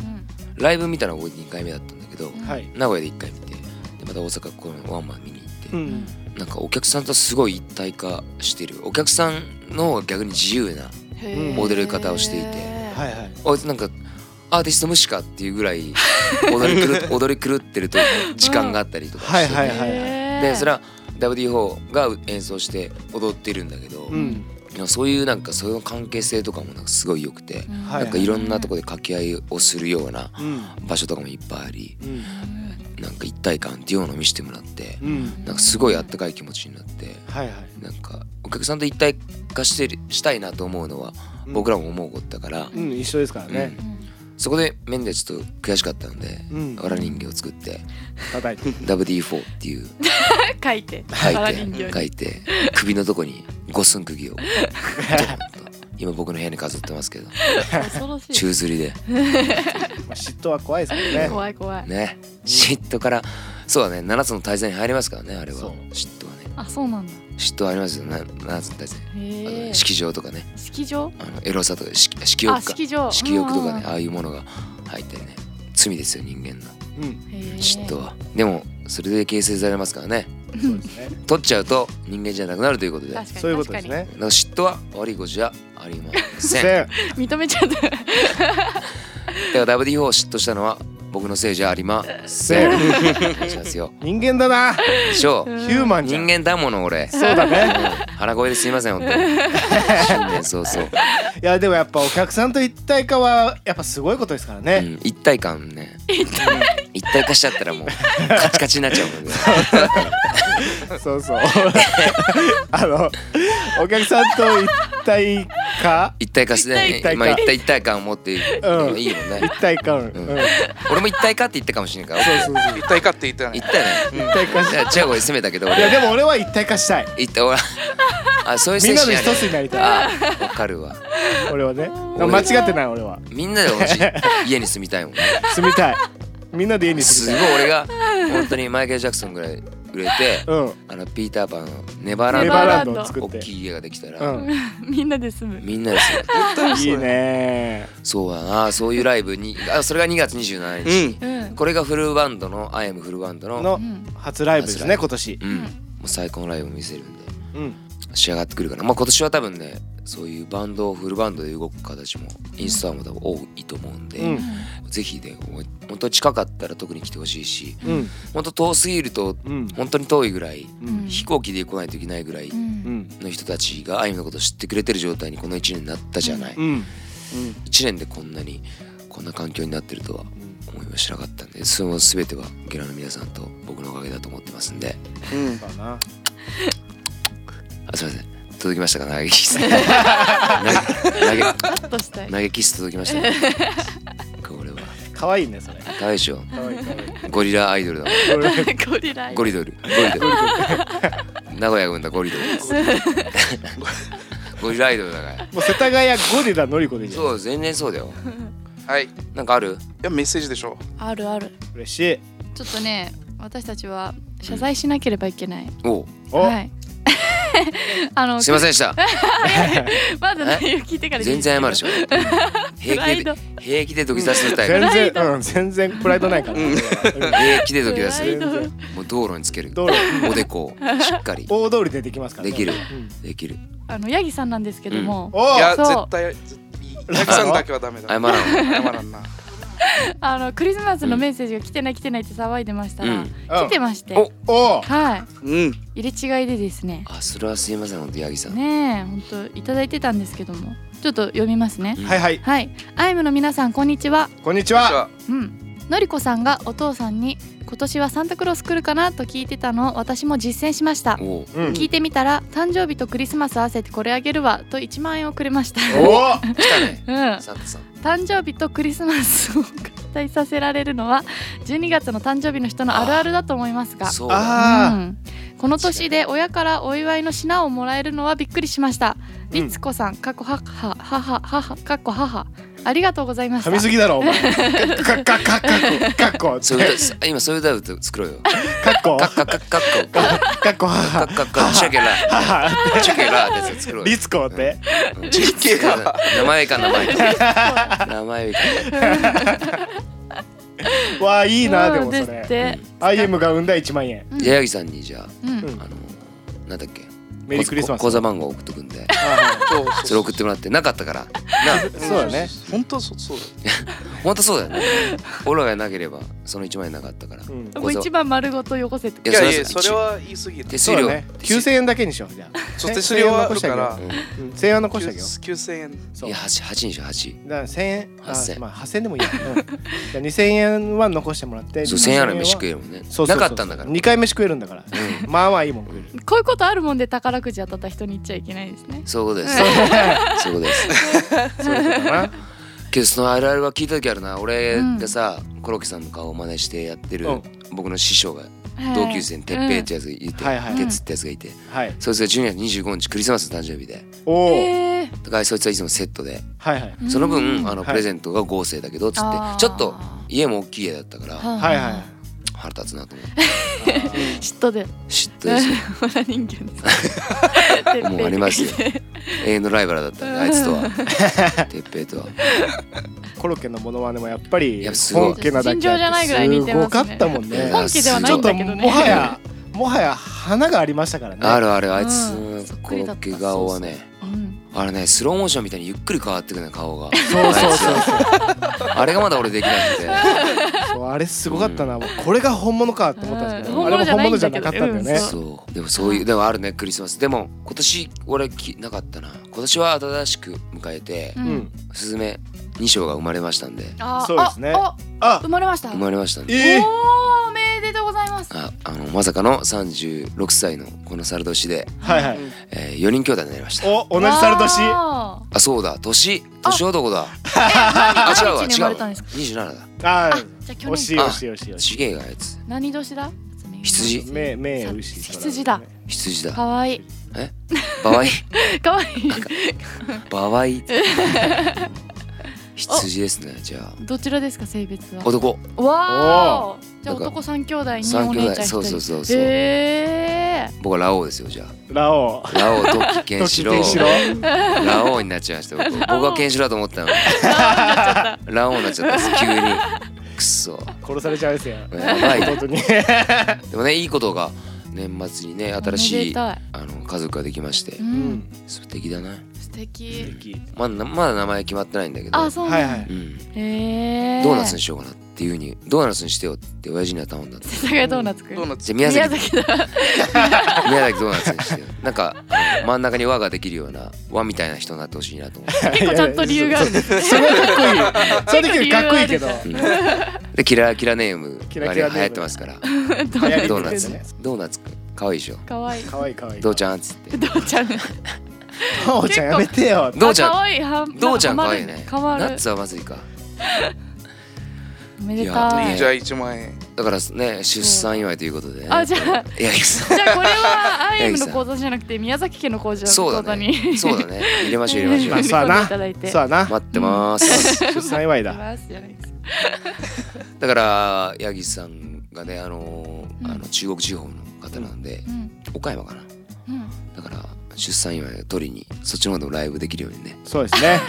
Speaker 3: う
Speaker 1: ライブ見たのが2回目だったんだけど
Speaker 2: はい
Speaker 1: 名古屋で1回見てでまた大阪このワンマン見に行って、
Speaker 2: うん
Speaker 1: なんかお客さんとすごい一体化してるお客さんの方が逆に自由なん
Speaker 3: へー
Speaker 1: 踊る方をしていて
Speaker 2: はいはい
Speaker 1: あいつなんかアーティスト無視かっていうぐらい踊
Speaker 2: [laughs]
Speaker 1: り狂っ踊り狂ってると時間があったりとかして、
Speaker 2: はいはいはい
Speaker 3: へー
Speaker 1: でそれは WD4 が演奏して踊ってるんだけど、
Speaker 2: うん
Speaker 1: でもそういうなんかその関係性とかもなんかすごい良くて、
Speaker 3: うん
Speaker 2: はい
Speaker 1: なんかいろんなとこで掛け合いをするような
Speaker 2: うん
Speaker 1: 場所とかもいっぱいあり
Speaker 2: うん
Speaker 1: なんか一体感っていうのを見せてもらって
Speaker 2: うん
Speaker 1: なんかすごいあったかい気持ちになって
Speaker 2: はいはい
Speaker 1: なんかお客さんと一体化してるしたいなと思うのは
Speaker 2: うん
Speaker 1: 僕らも思うことだから、
Speaker 2: うん一緒ですからね
Speaker 1: そこでメンデはちょっと悔しかったので、
Speaker 2: うん
Speaker 1: わら人形を作って
Speaker 2: 叩い [laughs] て
Speaker 1: WD4 っていう
Speaker 3: 書いて
Speaker 1: 書い
Speaker 3: わら人形
Speaker 1: て
Speaker 3: に
Speaker 1: 書いて首のとこに五寸釘をドーンと今僕の部屋に飾ってますけど
Speaker 3: 恐ろしい
Speaker 1: 宙吊りで
Speaker 2: まあ嫉妬は怖いですからね
Speaker 3: 怖い怖い
Speaker 1: ね嫉妬からそうだね7つの大罪に入りますからねあれは
Speaker 2: そう
Speaker 1: 嫉妬はね
Speaker 3: あそうなんだ
Speaker 1: 嫉妬はありますよな7つの大罪あの
Speaker 3: へ
Speaker 1: ね
Speaker 3: え
Speaker 1: 色情とかね
Speaker 3: 式場
Speaker 1: あのエロさとか色色
Speaker 3: あ
Speaker 1: 欲か
Speaker 3: 式場
Speaker 1: 色欲とかね
Speaker 3: うん
Speaker 1: ああいうものが入ってね罪ですよ人間の
Speaker 2: うん
Speaker 3: へー
Speaker 1: 嫉妬はでもそれで形成されますからね
Speaker 2: そうですね
Speaker 1: 取っちゃうと人間じゃなくなるということでだか
Speaker 3: 確かに
Speaker 2: そういうことです
Speaker 3: 確か
Speaker 2: ね
Speaker 1: ら嫉妬は悪いことじゃありません
Speaker 2: せん
Speaker 3: に認めちゃった
Speaker 1: だから WD4 を嫉妬したのは僕のせいじゃありません。違いますよ。
Speaker 2: 人間だな
Speaker 1: でしょう。
Speaker 2: ヒューマンじゃ
Speaker 1: 人
Speaker 2: ん
Speaker 1: 間だもの俺。
Speaker 2: そうだね [laughs]
Speaker 1: 腹声ですいません本当に。新年早々。
Speaker 2: いやでもやっぱお客さんと一体化はやっぱすごいことですから
Speaker 1: う
Speaker 2: ね。
Speaker 1: ん一体感ね。一体化しちゃったらもうカチカチになっちゃうもんね。
Speaker 2: そうそう。 [laughs] あのお客さんと一体化
Speaker 1: 一体化してね
Speaker 2: 一体感
Speaker 1: 今言った一体感を持っていいよ
Speaker 2: うん
Speaker 1: ね。
Speaker 2: 一体感。うん。
Speaker 1: うん俺も一体化って言ったかもしれないから。
Speaker 2: そうそうそう。
Speaker 5: 一体化って言ったね
Speaker 1: 言ったよね。
Speaker 2: 一体化し
Speaker 1: いや違う声攻めたけど
Speaker 2: いや
Speaker 1: 俺。
Speaker 2: でも俺は一体化したい。
Speaker 1: 言った俺。あそういう
Speaker 2: み
Speaker 1: 精
Speaker 2: んな
Speaker 1: 神
Speaker 2: で
Speaker 1: や
Speaker 2: 一
Speaker 1: ね
Speaker 2: つになりたい。
Speaker 1: あわかるわ。
Speaker 2: 俺はね。間違ってない俺は。
Speaker 1: みんなで同じ家に住みたいもんね。
Speaker 2: 住みたい。みんなで家に
Speaker 1: す
Speaker 2: 住
Speaker 1: ご
Speaker 2: み
Speaker 1: い
Speaker 2: たい。
Speaker 1: 俺が本当にマイケル・ジャクソンぐらい売れて、
Speaker 2: うん。
Speaker 1: あのピーター・パンのネバーラ
Speaker 2: ネ
Speaker 1: ンド
Speaker 2: バー
Speaker 1: の
Speaker 2: ランドを作っ
Speaker 1: 大
Speaker 2: て。
Speaker 1: きい家ができた
Speaker 2: う
Speaker 1: ら、
Speaker 2: ん。
Speaker 3: みんなで住む
Speaker 1: みんなですよ
Speaker 2: いいね。
Speaker 1: そうだなそういうライブにあそれが2月27
Speaker 5: う
Speaker 1: 日、
Speaker 5: ん
Speaker 3: うん
Speaker 1: これがフルバンドの「I am フルバンドの」
Speaker 2: の
Speaker 3: うん
Speaker 2: 初ライブですね今年。
Speaker 1: うん、もう最高のライブを見せるんで
Speaker 2: うん。
Speaker 1: 仕上がってくるかなまあ今年は多分ねそういうバンドをフルバンドで動く形もインスタも多分多いと思うんで、
Speaker 2: うん
Speaker 1: ぜひねほん本当近かったら特に来てほしいし
Speaker 2: うん
Speaker 1: 本当遠すぎると
Speaker 2: うん
Speaker 1: 本当に遠いぐらい、
Speaker 2: うん
Speaker 1: 飛行機で来ないといけないぐらい、
Speaker 3: うん
Speaker 2: うん
Speaker 1: の人たちがあゆみのことを知ってくれてる状態にこの1年になったじゃない、
Speaker 2: うん。
Speaker 1: 1年でこんなにこんな環境になってるとは思いもしなかったんでその全てはゲラの皆さんと僕のおかげだと思ってますんで
Speaker 5: うん
Speaker 2: そうだな。
Speaker 1: あすいません届きましたか投げキス投げ投
Speaker 3: ちょっとしたい
Speaker 1: げ投げキス届きましたかこれは
Speaker 2: 可愛いねそれ。
Speaker 1: 大将
Speaker 2: 可愛い可愛い。
Speaker 1: ゴリラアイドルだもん
Speaker 2: 俺
Speaker 3: [laughs] ゴリラ
Speaker 1: ゴ
Speaker 3: リ
Speaker 1: リドルゴリドル名古屋軍だゴリドルゴリラアイドルだから
Speaker 2: [laughs] もう世田谷ゴリラのりこでいいじゃん
Speaker 1: そう全然そうだよ
Speaker 5: はいい
Speaker 1: なんかある
Speaker 5: やメッセージでしょ
Speaker 3: あるある
Speaker 2: 嬉しい
Speaker 3: ちょっとね私たちは謝罪しなければいけない、
Speaker 1: おう
Speaker 2: お、
Speaker 3: はい [laughs] あの
Speaker 1: すいませんでした
Speaker 3: まず内容聞いてからでいい
Speaker 1: 全然謝
Speaker 3: ですけ
Speaker 1: るでしょ平
Speaker 3: プラ
Speaker 1: 気
Speaker 3: イド
Speaker 1: で平気で土下座するタイ
Speaker 2: 全
Speaker 1: プ
Speaker 3: プライド
Speaker 2: 然うん全然プライドないから、うん
Speaker 1: 平気で土下座す
Speaker 3: プライ
Speaker 1: る
Speaker 3: ド
Speaker 2: 全
Speaker 1: もう道路につける
Speaker 2: 道路
Speaker 1: おでこをしっかり
Speaker 2: 大通りでできますから、ね、
Speaker 1: できる
Speaker 2: うん
Speaker 1: できる
Speaker 3: あのヤギさんなんですけども、
Speaker 2: お
Speaker 5: いや
Speaker 3: そう
Speaker 5: 絶対絶対たくさんだけはダメだ
Speaker 1: 謝らんわ
Speaker 5: 謝らんな
Speaker 3: あのクリスマスのメッセージが来てない来てないって騒いでましたら、
Speaker 1: うん
Speaker 3: 来てまして、
Speaker 1: お
Speaker 2: お
Speaker 3: はい
Speaker 5: うん
Speaker 3: 入れ違いでですね
Speaker 1: あそれはすいません本当ヤギさん
Speaker 3: ねえ本当いただいてたんですけどもちょっと読みますね。
Speaker 2: はいはい
Speaker 3: はい、アイムの皆さんこんにちは。
Speaker 2: こんにち
Speaker 5: じゃ
Speaker 2: は
Speaker 5: あ
Speaker 3: うん、のりこさんがお父さんに今年はサンタクロース来るかなと聞いてたのを私も実践しました。
Speaker 1: おう
Speaker 2: うん
Speaker 3: 聞いてみたら誕生日とクリスマス合わせてこれあげるわと1万円をくれました。
Speaker 2: おお
Speaker 1: 来たね
Speaker 3: うん、
Speaker 1: サンタさん
Speaker 3: 誕生日とクリスマスを合体させられるのは12月の誕生日の人のあるあるだと思いますが
Speaker 1: そうだ
Speaker 3: う
Speaker 2: あ
Speaker 3: んこの年で親からお祝いの品をもらえるのはびっくりしました
Speaker 2: うん
Speaker 3: 律子さんかっこ母母母かっこ母ありがとうございま
Speaker 2: あ
Speaker 3: した
Speaker 2: 噛みすぎだ [laughs] ろお前カッカッカッカッカッカッコって
Speaker 1: そういう歌今そういう歌歌作ろうよ
Speaker 2: カッコ
Speaker 1: カッカッカッカッコ
Speaker 2: カッコ
Speaker 1: カ
Speaker 2: は
Speaker 1: ッカッカッチャケラ
Speaker 2: は
Speaker 1: チャケラってやつ作ろうよ
Speaker 2: リツコって
Speaker 1: うん名前か名前か名前か
Speaker 2: わあいいなでも
Speaker 3: うん
Speaker 2: そ
Speaker 3: すっ
Speaker 2: れ
Speaker 3: て
Speaker 2: IM が生んだ1万円
Speaker 3: うん
Speaker 1: じゃあ八木さんにじゃあ
Speaker 3: うん
Speaker 2: うん
Speaker 1: あのなんだっけ
Speaker 2: メリークリスマス
Speaker 1: 口座番号送っとくんで
Speaker 2: あ
Speaker 5: そうそう
Speaker 1: それ送ってもらってなかったからな
Speaker 2: そうだね
Speaker 5: 本当そうそうだよ
Speaker 1: 本当そうだよね俺らがなければその1万円なかったから
Speaker 2: ーうん
Speaker 3: もう一番丸ごとよこせって
Speaker 5: い
Speaker 1: いや
Speaker 5: やいやそ
Speaker 1: それ
Speaker 5: れは言い過ぎだ
Speaker 1: 手数
Speaker 2: そう
Speaker 1: 料
Speaker 2: だね9000円だけにしようじゃあ
Speaker 5: ちょっと手数料はあるから
Speaker 1: う
Speaker 2: うん1000円は残してあげよ
Speaker 5: 9000円
Speaker 2: う
Speaker 1: ん
Speaker 2: そう
Speaker 1: いや
Speaker 2: だか
Speaker 1: 8 8にしよう8
Speaker 2: ら1000円あ
Speaker 1: 8000
Speaker 2: まあ8000円でもいいやうんじゃあ2000円は残してもらって
Speaker 1: そう1000円あれば飯食
Speaker 2: え
Speaker 1: えるもんね
Speaker 2: そうそ
Speaker 1: な
Speaker 2: うそう
Speaker 1: かったんだから
Speaker 2: 2回飯食えるんだからまあまあいいもん食える
Speaker 3: [laughs] こういうことあるもんで宝くじ当たった人に言っちゃいけないですね
Speaker 1: そうです
Speaker 3: う
Speaker 1: そういうことです
Speaker 2: そういうことかな
Speaker 1: けどそのあるあるは聞いた時あるな俺
Speaker 3: うん
Speaker 1: がさ、コロッケさんの顔を真似してやってる、
Speaker 2: うん
Speaker 1: 僕の師匠が同級生に鉄平ってやつがいて、
Speaker 2: はいはい
Speaker 1: 鉄ってやつがいて、
Speaker 2: はい
Speaker 1: そいつが12月25日クリスマスの誕生日で
Speaker 2: お
Speaker 3: うん
Speaker 2: お
Speaker 3: へー
Speaker 1: だからそいつはいつもセットで
Speaker 2: はいはい
Speaker 1: その分、
Speaker 3: うん
Speaker 1: あの
Speaker 2: はい
Speaker 1: プレゼントが豪勢だけどっつって、
Speaker 3: あー
Speaker 1: ちょっと家も大きい家だったから、
Speaker 2: はいは
Speaker 1: 腹立つなと思って
Speaker 2: い
Speaker 3: 嫉妬で
Speaker 1: 嫉妬ですよ
Speaker 3: [laughs] ほら人間です
Speaker 1: [laughs] もうありますよ永遠のライバルだったんであいつとは鉄平とは
Speaker 2: コロッケのモノマネもやっぱり
Speaker 1: やすごい
Speaker 2: 本家なだけあって
Speaker 3: 尋常じゃないぐらい似てますね
Speaker 2: ごかったもんね
Speaker 1: 本
Speaker 3: 家ではないんだけどね
Speaker 2: ちょっともはやもはや花がありましたからね
Speaker 1: あるあるあいつ
Speaker 3: うんそ
Speaker 1: の
Speaker 3: っく
Speaker 1: コ
Speaker 3: り
Speaker 1: ロ
Speaker 3: だ
Speaker 1: ッ
Speaker 3: った
Speaker 1: ケ顔はね
Speaker 3: うん
Speaker 1: あれねスローモーションみたいにゆっくり変わってくるね顔が
Speaker 2: そうそうそう
Speaker 1: あれがまだ俺できないんで
Speaker 2: そうあれすごかったな、もうこれが本物かって思ったんですけど、
Speaker 1: うん
Speaker 2: あれも本
Speaker 3: 本
Speaker 2: 物
Speaker 3: 物
Speaker 2: じ
Speaker 3: じ
Speaker 2: ゃな
Speaker 3: ゃな
Speaker 2: かっ
Speaker 3: いんだけ
Speaker 2: た
Speaker 3: ど
Speaker 2: んだよね、 [laughs]
Speaker 3: うん
Speaker 1: そうでもそういうでもあるねクリスマスでも今年俺きなかったな今年は新しく迎えて
Speaker 3: う
Speaker 2: うんん、スズメ
Speaker 1: 2章が生まれましたんで
Speaker 3: あー
Speaker 2: そうですね
Speaker 3: ああ
Speaker 2: あ
Speaker 3: 生まれました
Speaker 1: 生まれましたんで
Speaker 2: えー、
Speaker 3: おーおめでとうございます
Speaker 1: ああのまさかの36歳のこの猿年で、
Speaker 2: はいはい
Speaker 1: え4人兄弟になりました
Speaker 2: お同じ猿年
Speaker 3: わー
Speaker 1: あそうだ年年男だあ
Speaker 3: 何
Speaker 1: 違うわ
Speaker 3: 何日に生ま
Speaker 1: 違
Speaker 3: れ
Speaker 1: う
Speaker 3: たん
Speaker 1: わ
Speaker 3: ですか
Speaker 1: 27だ
Speaker 2: あ
Speaker 3: あ
Speaker 2: ー
Speaker 3: じゃあ去
Speaker 2: 惜し
Speaker 3: 年
Speaker 2: い
Speaker 1: あ
Speaker 2: 惜しい惜しい惜し
Speaker 1: ちげえがやつ
Speaker 3: 何年だ
Speaker 1: 羊
Speaker 2: い目目牛
Speaker 3: 羊だ
Speaker 1: 羊だ
Speaker 3: 可愛い
Speaker 1: 場合
Speaker 3: 可愛い
Speaker 1: 場合
Speaker 3: [laughs]
Speaker 1: 羊ですねじゃあ
Speaker 3: どちらですか性別は
Speaker 1: 男
Speaker 3: わーじゃ
Speaker 1: な
Speaker 3: あ
Speaker 1: んか
Speaker 3: 男三兄弟に
Speaker 1: 三
Speaker 3: お
Speaker 1: 兄
Speaker 3: 姉
Speaker 1: 弟
Speaker 3: ちゃん
Speaker 1: そ
Speaker 3: 一人
Speaker 1: うそうそうそう、
Speaker 3: へ
Speaker 1: 僕はラオウですよじゃ
Speaker 2: ラオウ
Speaker 1: あラオウとケンシロ
Speaker 2: 時計しろ
Speaker 1: ウラオウになっちゃいました僕僕はケンシロウだと思ったのにラオウになっちゃったんです急にくっそ
Speaker 3: [laughs]
Speaker 2: 殺されちゃうですよ
Speaker 1: やばい
Speaker 2: 本当に
Speaker 1: でもねいいことが年末にね
Speaker 3: ー
Speaker 1: 新し
Speaker 3: おめで
Speaker 1: い
Speaker 3: たい
Speaker 1: あの家族ができまして
Speaker 3: う
Speaker 2: うんん
Speaker 1: 素敵だな
Speaker 3: 素敵
Speaker 1: まだまだ名前決まってないんだけど
Speaker 3: あそう
Speaker 2: はい
Speaker 3: な
Speaker 2: は
Speaker 3: んだ
Speaker 2: い
Speaker 1: うん、
Speaker 3: へー
Speaker 1: ドーナツにしようかなっていうふうにドーナツにしてよって親父には頼んだんだ
Speaker 3: 世田谷ドーナツくん
Speaker 5: ドーナツ
Speaker 1: じゃあ宮崎
Speaker 3: 宮崎だ
Speaker 1: 宮崎ドーナツにしてよなんかあの真ん中に輪ができるような輪みたいな人になってほしいなと思って、
Speaker 3: 結構ちゃんと理由があるんです
Speaker 2: それはかっ [laughs] こいいそれだけでかっこいいけど
Speaker 1: う
Speaker 3: 結
Speaker 1: んでキラキラネーム
Speaker 2: キラ
Speaker 1: が
Speaker 2: キ
Speaker 1: 流
Speaker 2: ラネーム
Speaker 1: 行ってますから
Speaker 3: ド
Speaker 2: 流行り
Speaker 1: ドー
Speaker 2: ド
Speaker 1: ナ
Speaker 2: ーナ
Speaker 1: ツ
Speaker 2: ツね
Speaker 1: ドーナツくんかわいいでしょ
Speaker 3: かわいい
Speaker 2: かわいいかわいい
Speaker 1: どうちゃんっつって
Speaker 3: どうちゃん
Speaker 2: どうちゃんやめてよ
Speaker 1: どうち
Speaker 3: か
Speaker 1: ゃ
Speaker 3: わいいは
Speaker 1: んどうちゃんか
Speaker 3: な
Speaker 1: わ
Speaker 3: か
Speaker 1: いいね
Speaker 3: 変わる
Speaker 1: ナッツはまずいか
Speaker 3: おめで
Speaker 1: い
Speaker 3: た
Speaker 1: や
Speaker 3: い
Speaker 5: じゃあ1万円
Speaker 1: だからね出産祝いということで、ね、
Speaker 3: あじゃあ
Speaker 1: いやいやそ
Speaker 3: じゃあこれはアイ
Speaker 1: 八
Speaker 3: ム
Speaker 1: 木さ
Speaker 3: の
Speaker 1: ん
Speaker 3: 講座じゃなくて宮崎家の講座
Speaker 1: そう
Speaker 3: 講
Speaker 1: だ
Speaker 3: 座
Speaker 1: ね
Speaker 3: に [laughs]
Speaker 1: そうだね入れましょう入れましょ
Speaker 2: まあ
Speaker 1: う
Speaker 2: そうだな
Speaker 3: 組み込んでいただい
Speaker 2: そ
Speaker 3: て
Speaker 2: うだな
Speaker 1: 待ってます
Speaker 2: 出産祝い
Speaker 3: い
Speaker 2: だ
Speaker 3: ますじゃないですか
Speaker 1: だから八木さんがねあのー
Speaker 3: うん
Speaker 1: あの中国地方の方なんで、
Speaker 3: うん
Speaker 1: 岡山かな
Speaker 3: うん
Speaker 1: だから出産祝いを取りにそっちの方でもライブできるようにね
Speaker 2: そうです
Speaker 3: [laughs]
Speaker 2: ね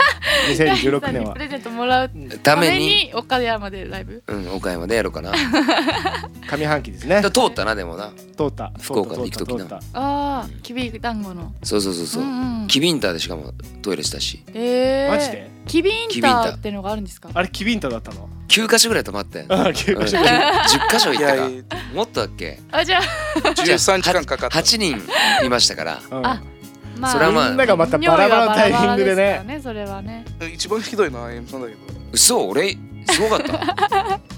Speaker 2: 2016
Speaker 3: 第
Speaker 2: 年
Speaker 3: 三に
Speaker 2: は
Speaker 3: プレゼントもらう
Speaker 1: た
Speaker 3: た
Speaker 1: め
Speaker 3: め
Speaker 1: に
Speaker 3: に岡山でライブ
Speaker 1: うん、岡山でやろう
Speaker 3: [laughs]
Speaker 1: かな
Speaker 2: 上半期ですね
Speaker 1: だ通ったなでもな
Speaker 2: 通った
Speaker 1: 福岡に行く時な
Speaker 2: 通った通った
Speaker 3: ああきび団子の
Speaker 1: そうそうそうそう、
Speaker 3: んうん
Speaker 1: キビンターでしかもトイレしたし
Speaker 3: えー
Speaker 2: マジで
Speaker 3: きびんたーってのがあるんですか
Speaker 2: あれキビンタだったの
Speaker 1: 9箇所ぐらい泊まったよ、ね、
Speaker 2: あキビンタ
Speaker 1: 10箇所行っ
Speaker 5: い
Speaker 1: た
Speaker 5: や
Speaker 1: か
Speaker 5: いや
Speaker 1: もっとだっけ
Speaker 3: あじゃあ
Speaker 5: 13時間かかった
Speaker 1: 8人いましたから
Speaker 2: うん
Speaker 3: あまあ
Speaker 1: それはまあ
Speaker 2: みんながまたバラバラのタイミングで
Speaker 3: 匂い
Speaker 2: ね
Speaker 3: はバラバラすからねそれはね
Speaker 5: 一番ひどいのは AM さんだけど
Speaker 1: 嘘俺すご
Speaker 5: [laughs]
Speaker 1: かった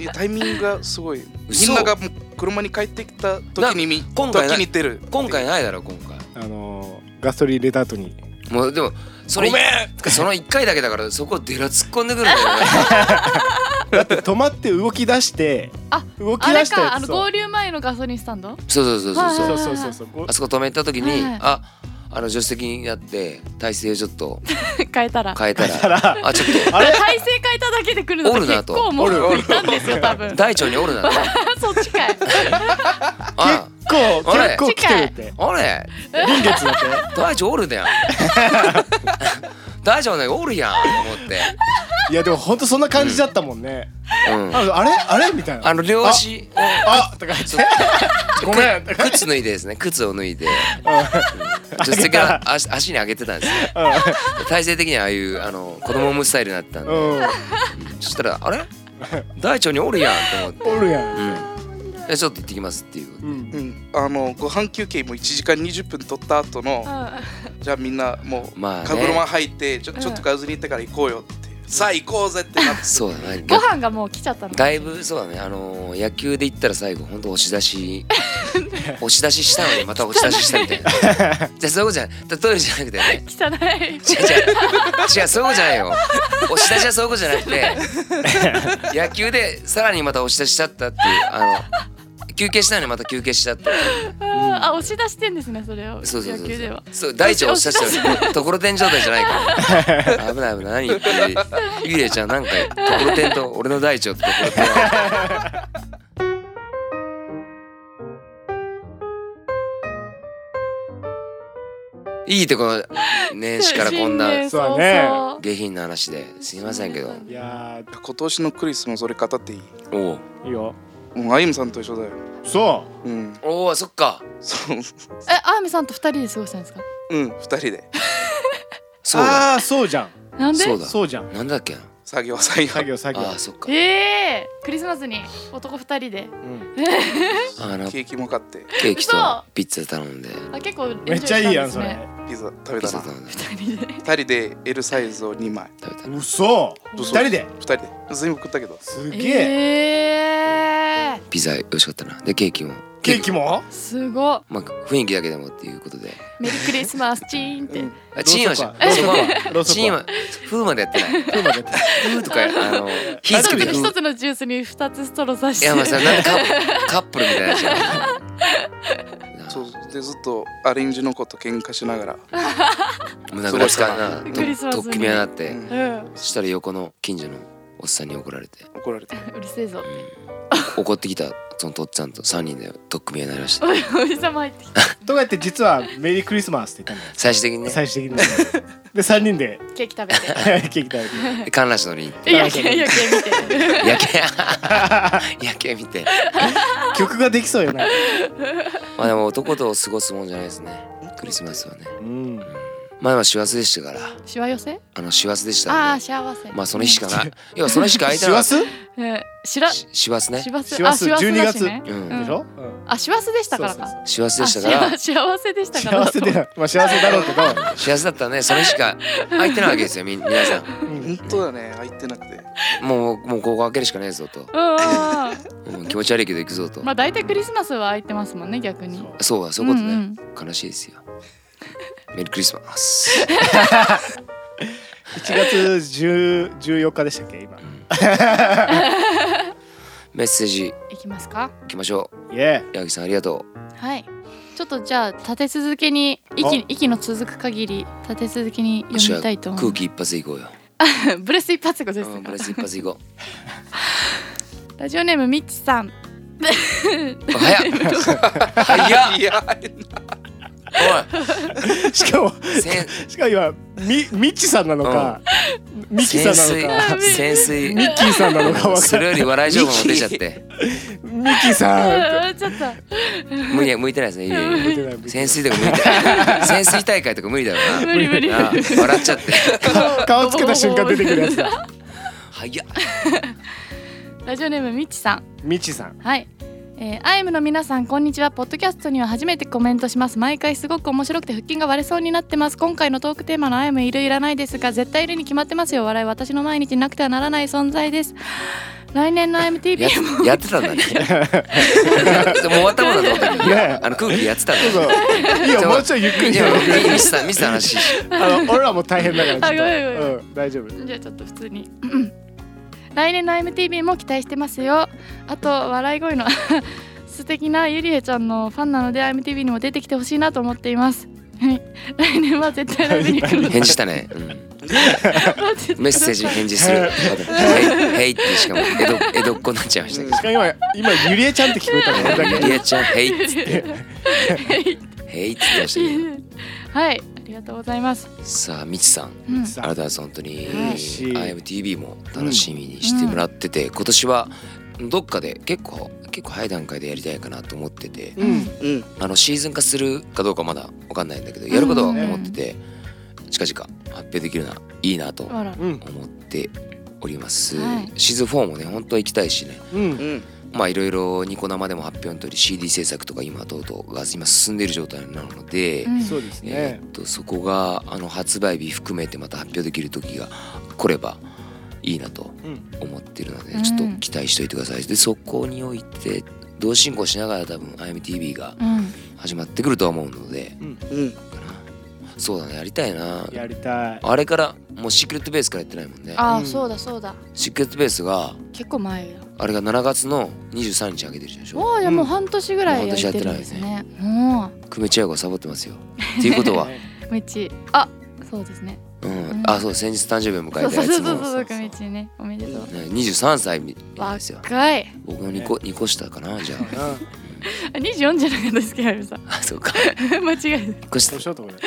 Speaker 5: いやタイミングがすごいみ
Speaker 1: 嘘
Speaker 5: んながもう車に帰ってきた時にみ
Speaker 1: 今回な
Speaker 5: 時に出る
Speaker 1: 今回ないだろ今回
Speaker 2: あのーガソリン入れた後に
Speaker 1: もうでもそれ
Speaker 5: ごめ
Speaker 1: その1回だけだからそこデラ突っ込んでく
Speaker 5: [laughs]
Speaker 1: るんだよね
Speaker 2: だって止まって動き出して
Speaker 3: あ
Speaker 2: 動き
Speaker 3: あれ
Speaker 2: 出した
Speaker 3: かあ
Speaker 2: や
Speaker 3: の
Speaker 2: つ
Speaker 3: 合
Speaker 2: を
Speaker 3: 流前のガソリンスタンド [laughs]
Speaker 1: そうそうそうそうそう
Speaker 2: そうそうそうそうご
Speaker 1: あそこ止めた時に、
Speaker 3: はい
Speaker 1: ああの助手席になって体勢をちょっと
Speaker 3: 変えたら
Speaker 1: 変えたらあちょっ
Speaker 2: あれ
Speaker 3: 体勢変えただけで来るの
Speaker 1: お
Speaker 3: って
Speaker 1: るな
Speaker 3: 結
Speaker 1: と
Speaker 3: 構も
Speaker 2: おるお
Speaker 3: う
Speaker 2: る
Speaker 3: いたんですよ多
Speaker 1: [laughs]
Speaker 3: 分
Speaker 1: と大腸におるなと
Speaker 3: [laughs] そっちかい
Speaker 1: あ
Speaker 2: 結構
Speaker 1: あれ
Speaker 2: 結構来てるって
Speaker 1: あれ
Speaker 2: 臨月だって
Speaker 1: 大腸おるだよ大腸ねおるやんと思って
Speaker 2: いやでも本当そんな感じだったもんね、
Speaker 1: うん
Speaker 2: あのあれあれみたいな
Speaker 1: あの両足を
Speaker 2: あとか言ってごめん
Speaker 1: く靴脱いでですね靴を脱いで助手席
Speaker 2: 上げ
Speaker 1: が足足に上げてたんですよ体勢的にはああいうあの子供むスタイルになってたんで、
Speaker 2: うん、うん、
Speaker 1: そしたら「あれ大腸におるやん」と思って
Speaker 2: おるやん
Speaker 1: 「うん、ちょっと行ってきます」っていう
Speaker 2: うん
Speaker 5: うん、あのご飯休憩も1時間20分取った後のじゃあみんなもう
Speaker 1: まあね
Speaker 5: カグロマ入ってちょちょっ
Speaker 3: う
Speaker 5: と
Speaker 3: ん
Speaker 5: ガズに行ってから行こうよっていうさあ行こうぜってなって
Speaker 1: そうだね
Speaker 3: ご飯がもう来ちゃったの
Speaker 1: だいぶそうだねあのー野球で言ったら最後ほんと押し出し押し出ししたのにまた押し出ししたみたいなじゃあそういうことじゃない例えばじゃなくてね
Speaker 3: 汚い
Speaker 1: 違う違う違うそういうことじゃないよ押し出しはそういうことじゃなくて野球でさらにまた押し出しちゃったっていうあの休憩したのにまた休憩しちゃった
Speaker 3: ああ押し出してんですねそれを
Speaker 1: そうそう
Speaker 3: 野
Speaker 1: そう
Speaker 3: 球では
Speaker 1: そうそう大地を押し出
Speaker 3: [laughs]
Speaker 1: してるところてん状態じゃないから危ない危ない何言ってるゆりえちゃんなんかところてんと俺の大地をところてん
Speaker 3: [laughs]
Speaker 1: いいとこの年始からこんな
Speaker 2: そうだね
Speaker 3: ね
Speaker 1: 下品な話ですいませんけど
Speaker 2: いや
Speaker 5: 今年のクリスもそれ語っていい
Speaker 1: おお
Speaker 2: ーいいよ
Speaker 5: もうあゆむさんと一緒だよ
Speaker 2: そ
Speaker 5: うん
Speaker 1: おおそっか
Speaker 5: そう
Speaker 3: えアーミさんと二人で過ごしたんですか
Speaker 5: うん2人で
Speaker 2: う
Speaker 1: そうだ
Speaker 2: ああーそうじゃん
Speaker 3: なんで
Speaker 1: そうだ
Speaker 2: そうじゃん
Speaker 1: なんだっけな
Speaker 5: 作業作業
Speaker 2: 作業作業
Speaker 1: ああそっか
Speaker 3: ええクリスマスに男二人で
Speaker 2: うん
Speaker 1: あの
Speaker 5: ケーキも買って
Speaker 1: ケーキと
Speaker 3: 嘘
Speaker 1: ピッツァ頼んで
Speaker 3: あ結構エンジョ
Speaker 2: めっ
Speaker 3: イし
Speaker 2: ちゃ
Speaker 3: た
Speaker 2: いいやん
Speaker 3: です
Speaker 2: それ
Speaker 3: ね
Speaker 5: ピザ食べ
Speaker 1: ピッ
Speaker 5: た
Speaker 1: ツ
Speaker 5: な
Speaker 1: ァ頼んで
Speaker 3: 二人で
Speaker 5: 2人で L サイズを2枚
Speaker 1: 食べた
Speaker 2: 嘘
Speaker 5: 嘘
Speaker 2: 二人で
Speaker 5: 2人で全部食ったけど
Speaker 2: すげえ
Speaker 3: ええ
Speaker 1: ピザ美味しかったなでケーキも
Speaker 2: ケーキも
Speaker 3: すごい
Speaker 1: まあ雰囲気だけでもっていうことで
Speaker 3: メリークリスマスチーンって
Speaker 5: うん
Speaker 1: あチーンはし
Speaker 2: ロウソ
Speaker 1: そこはチ
Speaker 2: クはロウソクは
Speaker 1: ーンはフーまでやってない
Speaker 2: 今だって
Speaker 1: フー
Speaker 2: [laughs]
Speaker 1: とかあの火つけてフ
Speaker 3: 一
Speaker 1: ー
Speaker 3: つのジュースに二つストローさし
Speaker 1: い
Speaker 3: て
Speaker 1: やまあさなんかカップカップルみたいなやつじゃん
Speaker 5: そうでずっとアレンジの子と喧嘩しながら、
Speaker 1: 胸ぐらつかんな
Speaker 5: そう
Speaker 3: クリスマス
Speaker 1: と
Speaker 3: に
Speaker 1: とっきめやなっ
Speaker 5: う
Speaker 1: て
Speaker 5: ん
Speaker 3: うん
Speaker 1: そしたら横の近所のおっさんに怒られて
Speaker 5: 怒られて
Speaker 3: うるせえぞ
Speaker 1: 怒ってきたそのとっちゃんと3人でとっくみになりました
Speaker 3: おいおじさま入ってきた
Speaker 2: とか言って実はメリークリスマスって言ったんだよ
Speaker 1: 最終的にね
Speaker 2: 最終的にねで三人で
Speaker 3: ケーキ食べ
Speaker 1: [laughs]
Speaker 3: て
Speaker 2: ケーキ食べて
Speaker 1: 観覧車乗りに行って
Speaker 3: いやいやいや見て
Speaker 1: 夜景夜景見て
Speaker 2: 曲ができそうよな
Speaker 1: まあでも男と過ごすもんじゃないですねクリスマスはね
Speaker 2: うん
Speaker 1: 前は師走でしたから
Speaker 3: しわ寄せ
Speaker 1: あの師走でした
Speaker 3: あ
Speaker 1: ん
Speaker 3: あ
Speaker 1: で
Speaker 3: 幸せ
Speaker 1: まあその日しかない要はその日しか空いて
Speaker 2: 師
Speaker 1: なかっ
Speaker 2: 走
Speaker 3: うん
Speaker 1: た
Speaker 3: しらし
Speaker 1: し師走ね
Speaker 3: わす
Speaker 2: 師走
Speaker 3: あ師走だし
Speaker 2: 12
Speaker 3: ね
Speaker 1: う
Speaker 3: うんん
Speaker 2: でしょ
Speaker 3: あしわすでしたから
Speaker 2: そうそう
Speaker 3: か
Speaker 1: 師走で
Speaker 3: あ
Speaker 1: したから
Speaker 3: 幸幸せでしたから
Speaker 2: 幸せでなまあ幸せだろうけど
Speaker 1: 幸せだったらねそれしか空いてないわけですよみ皆さん
Speaker 2: [laughs]
Speaker 5: 本当だね入ってなくて
Speaker 1: もうもうここ開けるしかねえぞと
Speaker 3: う
Speaker 1: も
Speaker 3: んうん
Speaker 1: う気持ち悪いけど行くぞと
Speaker 3: うんまあ大体クリスマスは空いてますもんね逆に
Speaker 1: そうだそういうことね、
Speaker 3: うん
Speaker 1: 悲しいですよメリークリスマス
Speaker 2: 1月10 14日でしたっけ今
Speaker 1: メッセージ
Speaker 3: いきますか
Speaker 1: いきましょ
Speaker 2: イエ
Speaker 1: う矢作さんありがとう
Speaker 3: はいちょっとじゃあ立て続けに息息の続く限り立て続けに読みたいと思い
Speaker 1: 空
Speaker 3: ま
Speaker 1: 気一発いこうよ、
Speaker 3: すブレス一発語です
Speaker 1: うん、
Speaker 3: か
Speaker 1: プレス一発いこ
Speaker 3: ラジオネームみっちさん
Speaker 1: う早っ早
Speaker 3: [laughs]
Speaker 1: っ
Speaker 5: いや
Speaker 2: ーしかも
Speaker 1: おいせん
Speaker 2: しかも今みみちさんなのかみきさ
Speaker 1: 潜水
Speaker 2: んなのか
Speaker 1: 潜水
Speaker 2: ミッキーさんなのか分
Speaker 1: そ
Speaker 2: か
Speaker 1: れ
Speaker 2: る
Speaker 1: より笑い情報も出ちゃって
Speaker 2: ミッキーさんって
Speaker 3: ちょっと
Speaker 1: 向いて向いてないですねいえい
Speaker 2: 見てな
Speaker 1: え
Speaker 2: い見てな
Speaker 1: 潜水とか向いてない潜水大会とか無理だろうな
Speaker 3: 無理無理 [laughs]
Speaker 1: なあ笑っちゃって
Speaker 2: い顔つけた瞬間出てくるやつだ
Speaker 1: 早っ
Speaker 3: ラジオネームみっちさん
Speaker 2: みちさん
Speaker 3: はい、ええーアイムの皆さんこんにちはポッドキャストには初めてコメントします毎回すごく面白くて腹筋が割れそうになってます今回のトークテーマのアイムいるいらないですが絶対いるに決まってますよ笑い私の毎日なくてはならない存在です来年の IMTP
Speaker 1: や
Speaker 3: も
Speaker 1: やってたんだねでも終わったことだと思ったけど
Speaker 2: ね
Speaker 1: あの空気やってたん
Speaker 2: そ
Speaker 1: だ
Speaker 2: う
Speaker 1: ね
Speaker 2: そういい
Speaker 1: ち
Speaker 2: よ
Speaker 1: ょ
Speaker 2: もうちょいゆっくり
Speaker 1: い
Speaker 2: して
Speaker 1: や
Speaker 2: も
Speaker 1: ミミスさんミスさんの話
Speaker 2: あの俺らも大変だからちょっと
Speaker 3: あごめんごめん
Speaker 2: うん大丈夫
Speaker 3: [laughs] じゃあちょっと普通にうん来年の IMTV も期待してますよあと笑い声の [laughs] 素敵なゆりえちゃんのファンなので IMTV にも出てきてほしいなと思っていますはい来年は絶対ライブに来る
Speaker 1: 返事したね、うんメッ
Speaker 3: [laughs]
Speaker 1: セージに返事する「はい」ヘイってしかも江戸江戸っ子になっちゃいましたけ
Speaker 2: しかも今今ゆりえちゃんって聞こえたの俺だ
Speaker 1: ど
Speaker 2: け
Speaker 1: リアちゃん「ヘイ」っつって「ヘイ」っつってましたけ
Speaker 3: [laughs] はいありがとうございます、
Speaker 1: どさあみちさん
Speaker 3: うん、
Speaker 1: あなたは本当に
Speaker 2: 嬉しい
Speaker 1: IMTV も楽しみにしてもらってて、今年はどっかで結構結構早い段階でやりたいかなと思ってて
Speaker 2: うん
Speaker 5: うん
Speaker 1: あのシーズン化するかどうかまだわかんないんだけどやることは思ってて、近々発表できるないいなと
Speaker 3: あら
Speaker 2: うん
Speaker 1: 思っております、
Speaker 3: はい
Speaker 1: シーズン4もね本当は行きたいしね
Speaker 2: うん
Speaker 5: うん
Speaker 1: まあいろいろニコ生でも発表の通り CD 制作とか今とうとうが今進んでいる状態なので、
Speaker 3: うん
Speaker 2: そうです
Speaker 1: え
Speaker 2: ね
Speaker 1: ーっとそこがあの発売日含めてまた発表できる時が来ればいいなと
Speaker 2: うん
Speaker 1: 思ってるので、
Speaker 3: うん
Speaker 1: ちょっと期待しておいてくださいでそこにおいて同進行しながら多分 IMTV が
Speaker 3: うん
Speaker 1: 始まってくるとは思うので
Speaker 5: うん
Speaker 1: かなそうだねやりたいな
Speaker 2: やりたい
Speaker 1: あれからもうシークレットベースからやってないもんね
Speaker 3: ああ、
Speaker 2: うん
Speaker 3: そうだそうだ
Speaker 1: シークレットベースが
Speaker 3: 結構前よ
Speaker 1: あれが7月の23日上げてるでしょ
Speaker 3: もうじゃあもう半年ぐらいやってるんです
Speaker 1: もう
Speaker 3: ねも
Speaker 1: 久米千代子がサボってますよっていうことは
Speaker 3: [laughs]
Speaker 2: ね
Speaker 3: う道あそうですね
Speaker 1: うん、あそう先日誕生日を迎
Speaker 3: そ
Speaker 1: え
Speaker 3: う
Speaker 1: た
Speaker 3: そう
Speaker 1: や
Speaker 3: そう
Speaker 1: つ
Speaker 3: そう
Speaker 1: も
Speaker 3: そうそう道ねおめでとう
Speaker 1: ね23歳みなんですよ
Speaker 3: 若い
Speaker 1: 僕の2個二個下かなじゃあ
Speaker 2: う
Speaker 3: あ24じゃなかったですけどさ
Speaker 1: あそうか
Speaker 3: [laughs] 間違え
Speaker 1: 2個
Speaker 2: ん
Speaker 1: 下
Speaker 2: 面白いと思うよ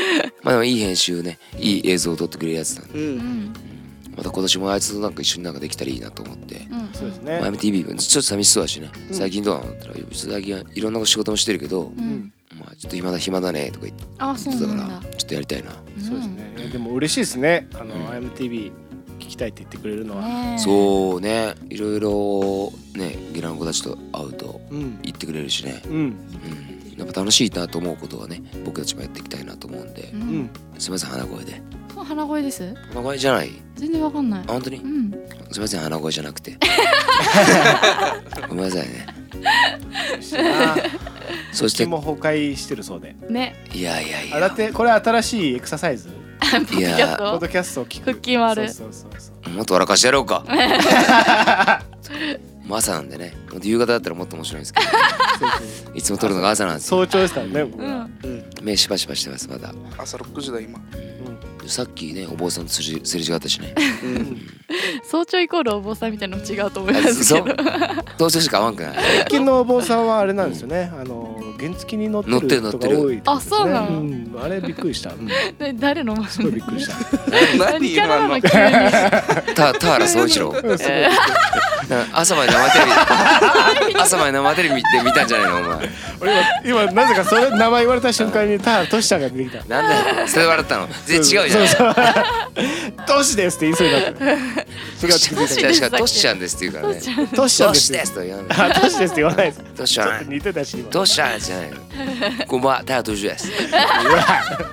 Speaker 1: まあでもいい編集ねいい映像を撮ってくれるやつなんで
Speaker 5: う
Speaker 3: たうんん
Speaker 1: また今年もあいつとなんか一緒になんかできたらいいなと思って
Speaker 3: うん
Speaker 2: そうです
Speaker 1: まあ
Speaker 2: ね
Speaker 1: MTV もちょっと寂しそうだしね
Speaker 2: うん
Speaker 1: 最近どうなのって言ったら最近はいろんな仕事もしてるけど
Speaker 2: う
Speaker 3: う
Speaker 2: んん
Speaker 1: まあちょっと暇だ暇だねとか言って
Speaker 3: あそう
Speaker 1: たか
Speaker 3: なん
Speaker 1: ら
Speaker 3: だ
Speaker 1: ちょっとやりたいな
Speaker 2: そうですねいやでも嬉しいですねあの
Speaker 1: うん
Speaker 2: IMTV 聞きたいって言ってくれるの
Speaker 3: うん
Speaker 2: は
Speaker 3: ねえ
Speaker 1: そうねいろいろねゲラの子たちと会うと
Speaker 2: うん
Speaker 1: 言ってくれるしね
Speaker 2: うん
Speaker 1: うんやっぱ楽しいなと思うことはね僕たちもやっていきたいなと思うんで
Speaker 3: う
Speaker 2: うんん
Speaker 1: すみません鼻声で
Speaker 3: そう鼻声です
Speaker 1: 鼻声じゃない
Speaker 3: 全然わかんない
Speaker 1: あ本当に
Speaker 3: うん
Speaker 1: すみません鼻声じゃなくてごめんなさいねそし
Speaker 2: 気
Speaker 1: て
Speaker 2: も崩壊してるそうで
Speaker 3: ね
Speaker 1: いやいやい
Speaker 2: あだ
Speaker 1: や
Speaker 2: ってこれ新しいエクササイズ
Speaker 3: ポッドキャス
Speaker 2: ポッ
Speaker 3: ト
Speaker 2: ドキャストを聞く
Speaker 3: 腹筋割る
Speaker 2: そうそうそうそう
Speaker 1: もっと笑かしてやろうかもう朝なんでねもっと夕方だったらもっと面白いんですけ
Speaker 2: そうそう
Speaker 1: どいつも撮るのが朝なんですよ
Speaker 2: 早朝ですからね僕
Speaker 3: う
Speaker 2: ら
Speaker 3: ん
Speaker 5: うん
Speaker 1: 目シパシパしてますまだ
Speaker 5: 朝6時だ今
Speaker 1: さっきねお坊さんとすれすれ違ったしね
Speaker 5: うん
Speaker 3: 早朝イコールお坊さんみたいなの違うと思いま
Speaker 1: あ
Speaker 3: すけ
Speaker 1: そ
Speaker 3: ど
Speaker 1: うどうせしか合わんくない
Speaker 2: 最近のお坊さんはあれなんですよねあの原付きに乗って
Speaker 1: 乗ってる
Speaker 2: る
Speaker 1: 乗
Speaker 2: 人
Speaker 1: って
Speaker 2: が
Speaker 1: る
Speaker 2: 多いってことですね
Speaker 3: あそうなの
Speaker 2: んあれびっくりしたうん
Speaker 3: ね [laughs] 誰の
Speaker 2: すごいびっくりした
Speaker 5: 何
Speaker 3: 何か
Speaker 5: 今
Speaker 3: ら
Speaker 5: の
Speaker 3: の急に
Speaker 1: た田原総一郎なんか
Speaker 2: うんすごいびっくりした
Speaker 1: 朝まで生テレビ [laughs] 朝まで生テレビで見たんじゃないのお前
Speaker 2: [laughs] 俺今今なぜかそれ名前言われた瞬間に田原トシちゃんが出てきた
Speaker 1: なんだよそれで笑ったの全然違うじゃん
Speaker 2: 「トシです」って言いそうになった
Speaker 1: 違う違う違うトシちゃんですって言うから [laughs] ね
Speaker 2: 「トシちゃん
Speaker 1: ト
Speaker 2: で
Speaker 1: シ
Speaker 2: す」
Speaker 1: ですとは言わない
Speaker 2: あトシですって言わないです
Speaker 1: トシ
Speaker 2: ち
Speaker 1: ち
Speaker 2: ょ
Speaker 1: ゃ
Speaker 2: っと
Speaker 1: ん
Speaker 2: 似てたし今
Speaker 1: トシちゃんじゃないのこんばんは田原俊二です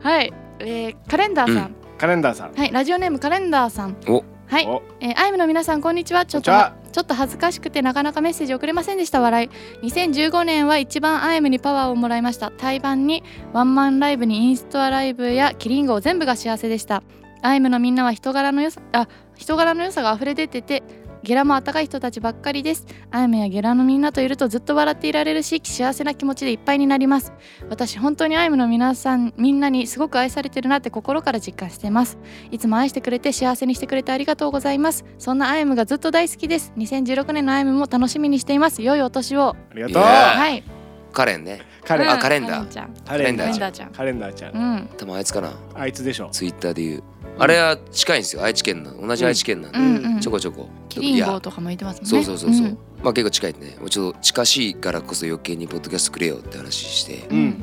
Speaker 3: はいえーカレンダーさん
Speaker 2: カレンダーさん
Speaker 3: はいラジオネームカレンダーさん
Speaker 1: お
Speaker 3: はい
Speaker 2: お
Speaker 3: えー、アイムの皆さんこんにちはちょっと
Speaker 2: こんにちは
Speaker 3: ちょっと恥ずかしくてなかなかメッセージ送れませんでした笑い2015年は一番アイムにパワーをもらいました対バンにワンマンライブにインストアライブやキリンゴ全部が幸せでしたアイムのみんなは人柄の良さあ人柄の良さが溢れ出ててゲラも温かい人たちばっかりですアイムやゲラのみんなといるとずっと笑っていられるし幸せな気持ちでいっぱいになります私本当にアイムの皆さんみんなにすごく愛されてるなって心から実感していますいつも愛してくれて幸せにしてくれてありがとうございますそんなアイムがずっと大好きです2016年のアイムも楽しみにしています良いお年を
Speaker 2: ありがとう
Speaker 1: いやー
Speaker 3: はい
Speaker 1: カレンね
Speaker 2: カレン
Speaker 1: あ
Speaker 3: うん
Speaker 1: カレンダー
Speaker 3: ちゃん
Speaker 2: カレンダ
Speaker 1: カレン
Speaker 2: ー
Speaker 3: ダ
Speaker 2: ち
Speaker 3: ーち
Speaker 2: ゃ
Speaker 3: ゃ
Speaker 2: ん
Speaker 3: ん
Speaker 2: カレンダーちゃ
Speaker 3: うんん
Speaker 1: 多分あいつかな
Speaker 2: あいつでしょ
Speaker 1: ツイッターで言うあれは近いんですよ愛知県の同じ愛知県なんで、
Speaker 3: うんうん
Speaker 1: ちょこちょこ
Speaker 3: キリン
Speaker 1: い
Speaker 3: ゴ
Speaker 1: や
Speaker 3: とかも言ってますもんね
Speaker 1: そうそうそうそう、
Speaker 3: ん
Speaker 1: まあ結構近いんでねもうちょっと近しいからこそ余計にポッドキャストくれよって話して
Speaker 2: うん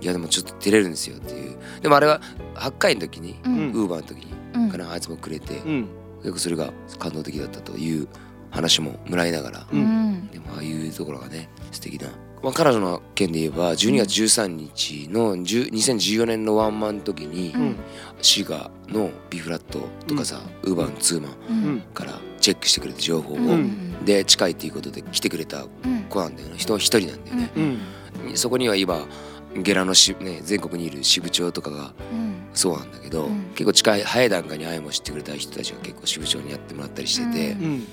Speaker 1: いやでもちょっと照れるんですよっていうでもあれは8回の時に、
Speaker 3: うん
Speaker 1: ウーバーの時に、
Speaker 3: うん
Speaker 1: からあいつもくれて、
Speaker 2: うん
Speaker 1: よくそれが感動的だったという話ももらいながら、
Speaker 2: うん
Speaker 3: うん
Speaker 1: でもああいうところがね素敵な、まあ、彼女の件で言えば12月13日の10 2014年のワンマンの時に、
Speaker 3: う
Speaker 2: うんん
Speaker 1: シガの B フラットとかさ、ウーバーのツーマン
Speaker 3: う
Speaker 2: うんん
Speaker 1: からチェックしてくれた情報を、
Speaker 3: うんうん
Speaker 1: で近いっていうことで来てくれた子なんだよね人は一人なんだよね、
Speaker 2: うん
Speaker 1: そこには今ゲラのし、ね、全国にいる支部長とかが
Speaker 3: うん
Speaker 1: そうなんだけど、
Speaker 3: うん
Speaker 1: 結構近い早い段階に愛も知ってくれた人たちが結構支部長にやってもらったりしてて、
Speaker 3: うん
Speaker 2: うん
Speaker 1: ね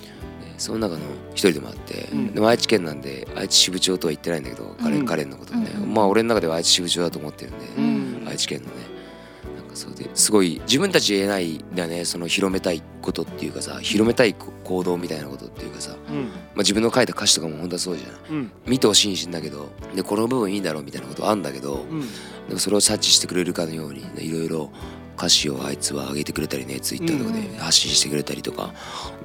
Speaker 1: その中の一人でもあって、
Speaker 2: うん
Speaker 1: でも愛知県なんで愛知支部長とは言ってないんだけど彼,、
Speaker 2: うん
Speaker 1: 彼のことね、
Speaker 3: うん
Speaker 1: まあ俺の中では愛知支部長だと思ってるんで、
Speaker 2: うん
Speaker 1: 愛知県のねなんかそうですごい自分たちで言えないんだよねその広めたいことっていうかさ広めたい行動みたいなことっていうかさ、ま
Speaker 2: うん
Speaker 1: あ、自分の書いた歌詞とかも本当はそうじゃない
Speaker 2: うん
Speaker 1: 見てほしいしんだけどでこの部分いいだろうみたいなことあんだけど、
Speaker 2: うん
Speaker 1: でもそれを察知してくれるかのようにねいろいろ歌詞をあいつは上げてくれたりねツイッターとかで
Speaker 3: うん
Speaker 1: 発信してくれたりとか、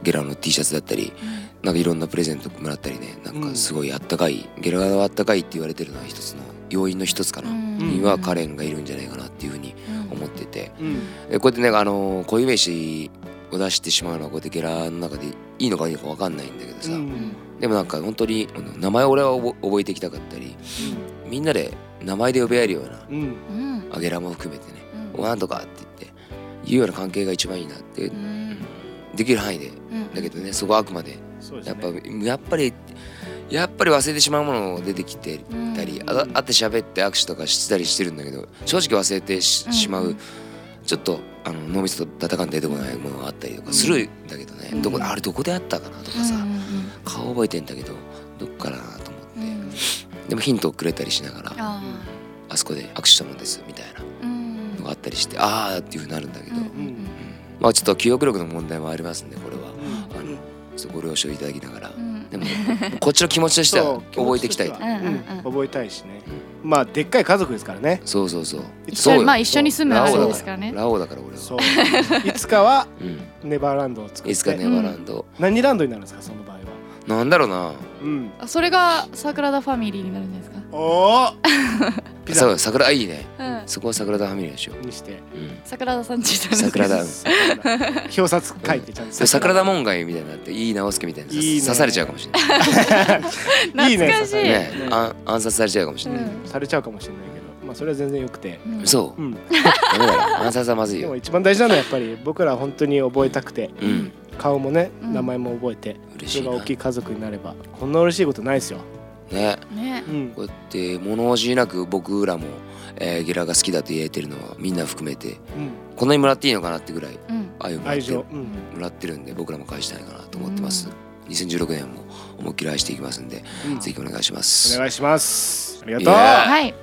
Speaker 1: ゲラの T シャツだったりなんかいろんなプレゼントもらったりねなんかすごいあったかい、ゲラがあったかいって言われてるのは一つの要因の一つかな、
Speaker 3: うん
Speaker 1: にはカレンがいるんじゃないかなっていうふうに
Speaker 3: うん
Speaker 1: 思ってて、
Speaker 2: うん
Speaker 1: でこうやってねあのー固有名詞を出してしまうのはこうやってゲラの中でいいのかいいのか分かんないんだけどさ、
Speaker 2: うん
Speaker 1: でもなんか本当にあの名前を俺は覚覚えていきたかったりみんなで名前で呼び合えるような
Speaker 2: うんうん
Speaker 3: うん
Speaker 1: あげらも含めてね
Speaker 3: うん
Speaker 1: 「なんとか」って言っていうような関係が一番いいなって
Speaker 3: うん
Speaker 1: できる範囲で
Speaker 3: うん
Speaker 1: だけどねそこはあくまで
Speaker 2: そうです
Speaker 1: やっ
Speaker 2: ね
Speaker 1: ぱやっぱりやっぱり忘れてしまうものが出てきてたり
Speaker 3: うん
Speaker 1: あ会って喋って握手とかしてたりしてるんだけど正直忘れてししま
Speaker 3: う
Speaker 1: うんちょっとあの脳みそと戦んで出てこないものがあったりとかするんだけど
Speaker 3: う
Speaker 1: ね
Speaker 3: ん
Speaker 1: どこであれどこであったかなとか
Speaker 3: う
Speaker 1: さ
Speaker 3: ん
Speaker 1: 顔覚えてんだけどどっからなと思
Speaker 3: うんうんうん
Speaker 1: ってでもヒントをくれたりしながら
Speaker 3: あ
Speaker 1: あそこで握手したもんですみたいな
Speaker 3: ーうん
Speaker 1: のがあったりしてああっていうふうになるんだけど
Speaker 3: うんうん
Speaker 1: まあちょっと記憶力の問題もありますんでこれは
Speaker 2: う
Speaker 1: あ
Speaker 2: ん
Speaker 1: のちょっとご了承いただきながら
Speaker 3: う。ん
Speaker 1: でもこっちの気持ちとしては
Speaker 2: そう
Speaker 1: 覚えていきたい
Speaker 2: 気持ちとしては
Speaker 3: うんうんうん
Speaker 2: 覚えたいしねまあでっかい家族ですからね
Speaker 1: そうそうそう
Speaker 2: 一緒
Speaker 1: そ
Speaker 2: に
Speaker 1: うよ
Speaker 3: まあ一緒に住む
Speaker 1: ラ
Speaker 3: あ
Speaker 1: オウ
Speaker 3: れ
Speaker 1: だ
Speaker 3: ですからね。
Speaker 1: ラオウだから俺
Speaker 2: そ
Speaker 3: [laughs]
Speaker 1: は
Speaker 2: ういつかは
Speaker 1: うん
Speaker 2: ネバーランドを作
Speaker 1: い
Speaker 2: っ
Speaker 1: つか
Speaker 2: て
Speaker 1: ネバーランド
Speaker 2: 何ランドになるんですかその場合は
Speaker 1: なんだろうな
Speaker 2: うん
Speaker 3: あそれが桜田ファミリーになるんじゃないです
Speaker 2: おおピザ
Speaker 1: そう桜あいいね
Speaker 3: か。
Speaker 1: そこは桜田ファミリーでしょ
Speaker 2: にして
Speaker 1: うん
Speaker 3: 桜田さんちだ
Speaker 1: 桜田
Speaker 2: [laughs] 表札書いてちゃんと
Speaker 1: 桜田門外みたいになっていい直輔みたいに刺
Speaker 2: いいね
Speaker 1: 刺されちゃうかもしれない
Speaker 2: いいね
Speaker 3: 懐かしい
Speaker 2: 笹 [laughs]
Speaker 1: ね
Speaker 2: ね
Speaker 1: あ暗殺されちゃうかもしれない
Speaker 3: うん
Speaker 2: されちゃうかもしれないけどまあそれは全然よくて
Speaker 3: うん
Speaker 1: そう
Speaker 2: うん
Speaker 1: ダメだよ暗殺はまずい
Speaker 2: で [laughs] も
Speaker 1: よ
Speaker 2: 一番大事なのはやっぱり僕らは本当に覚えたくて
Speaker 1: うん
Speaker 2: 顔もね
Speaker 3: うん
Speaker 2: 名前も覚えて
Speaker 1: 嬉
Speaker 2: そ
Speaker 1: しい
Speaker 2: れが大
Speaker 1: な
Speaker 2: きい家族になればこんな嬉しいことないですよ
Speaker 1: ね
Speaker 3: ね。
Speaker 2: うん
Speaker 1: こうやって物おじなく僕らもえーゲラが好きだと言えてるのはみんな含めて
Speaker 2: うん
Speaker 1: こんなにもらっていいのかなってぐらい
Speaker 3: うん
Speaker 1: 愛をもらっ
Speaker 2: 愛
Speaker 1: て
Speaker 2: 情
Speaker 1: る
Speaker 2: うん
Speaker 1: もらってるんで僕らも返したいかなと思ってます、2016年も思いっきり愛していきますんで、
Speaker 2: うん
Speaker 1: ぜひお願いしま
Speaker 2: お
Speaker 1: す
Speaker 2: 願いしますあり
Speaker 1: い
Speaker 2: が
Speaker 1: や
Speaker 3: はい。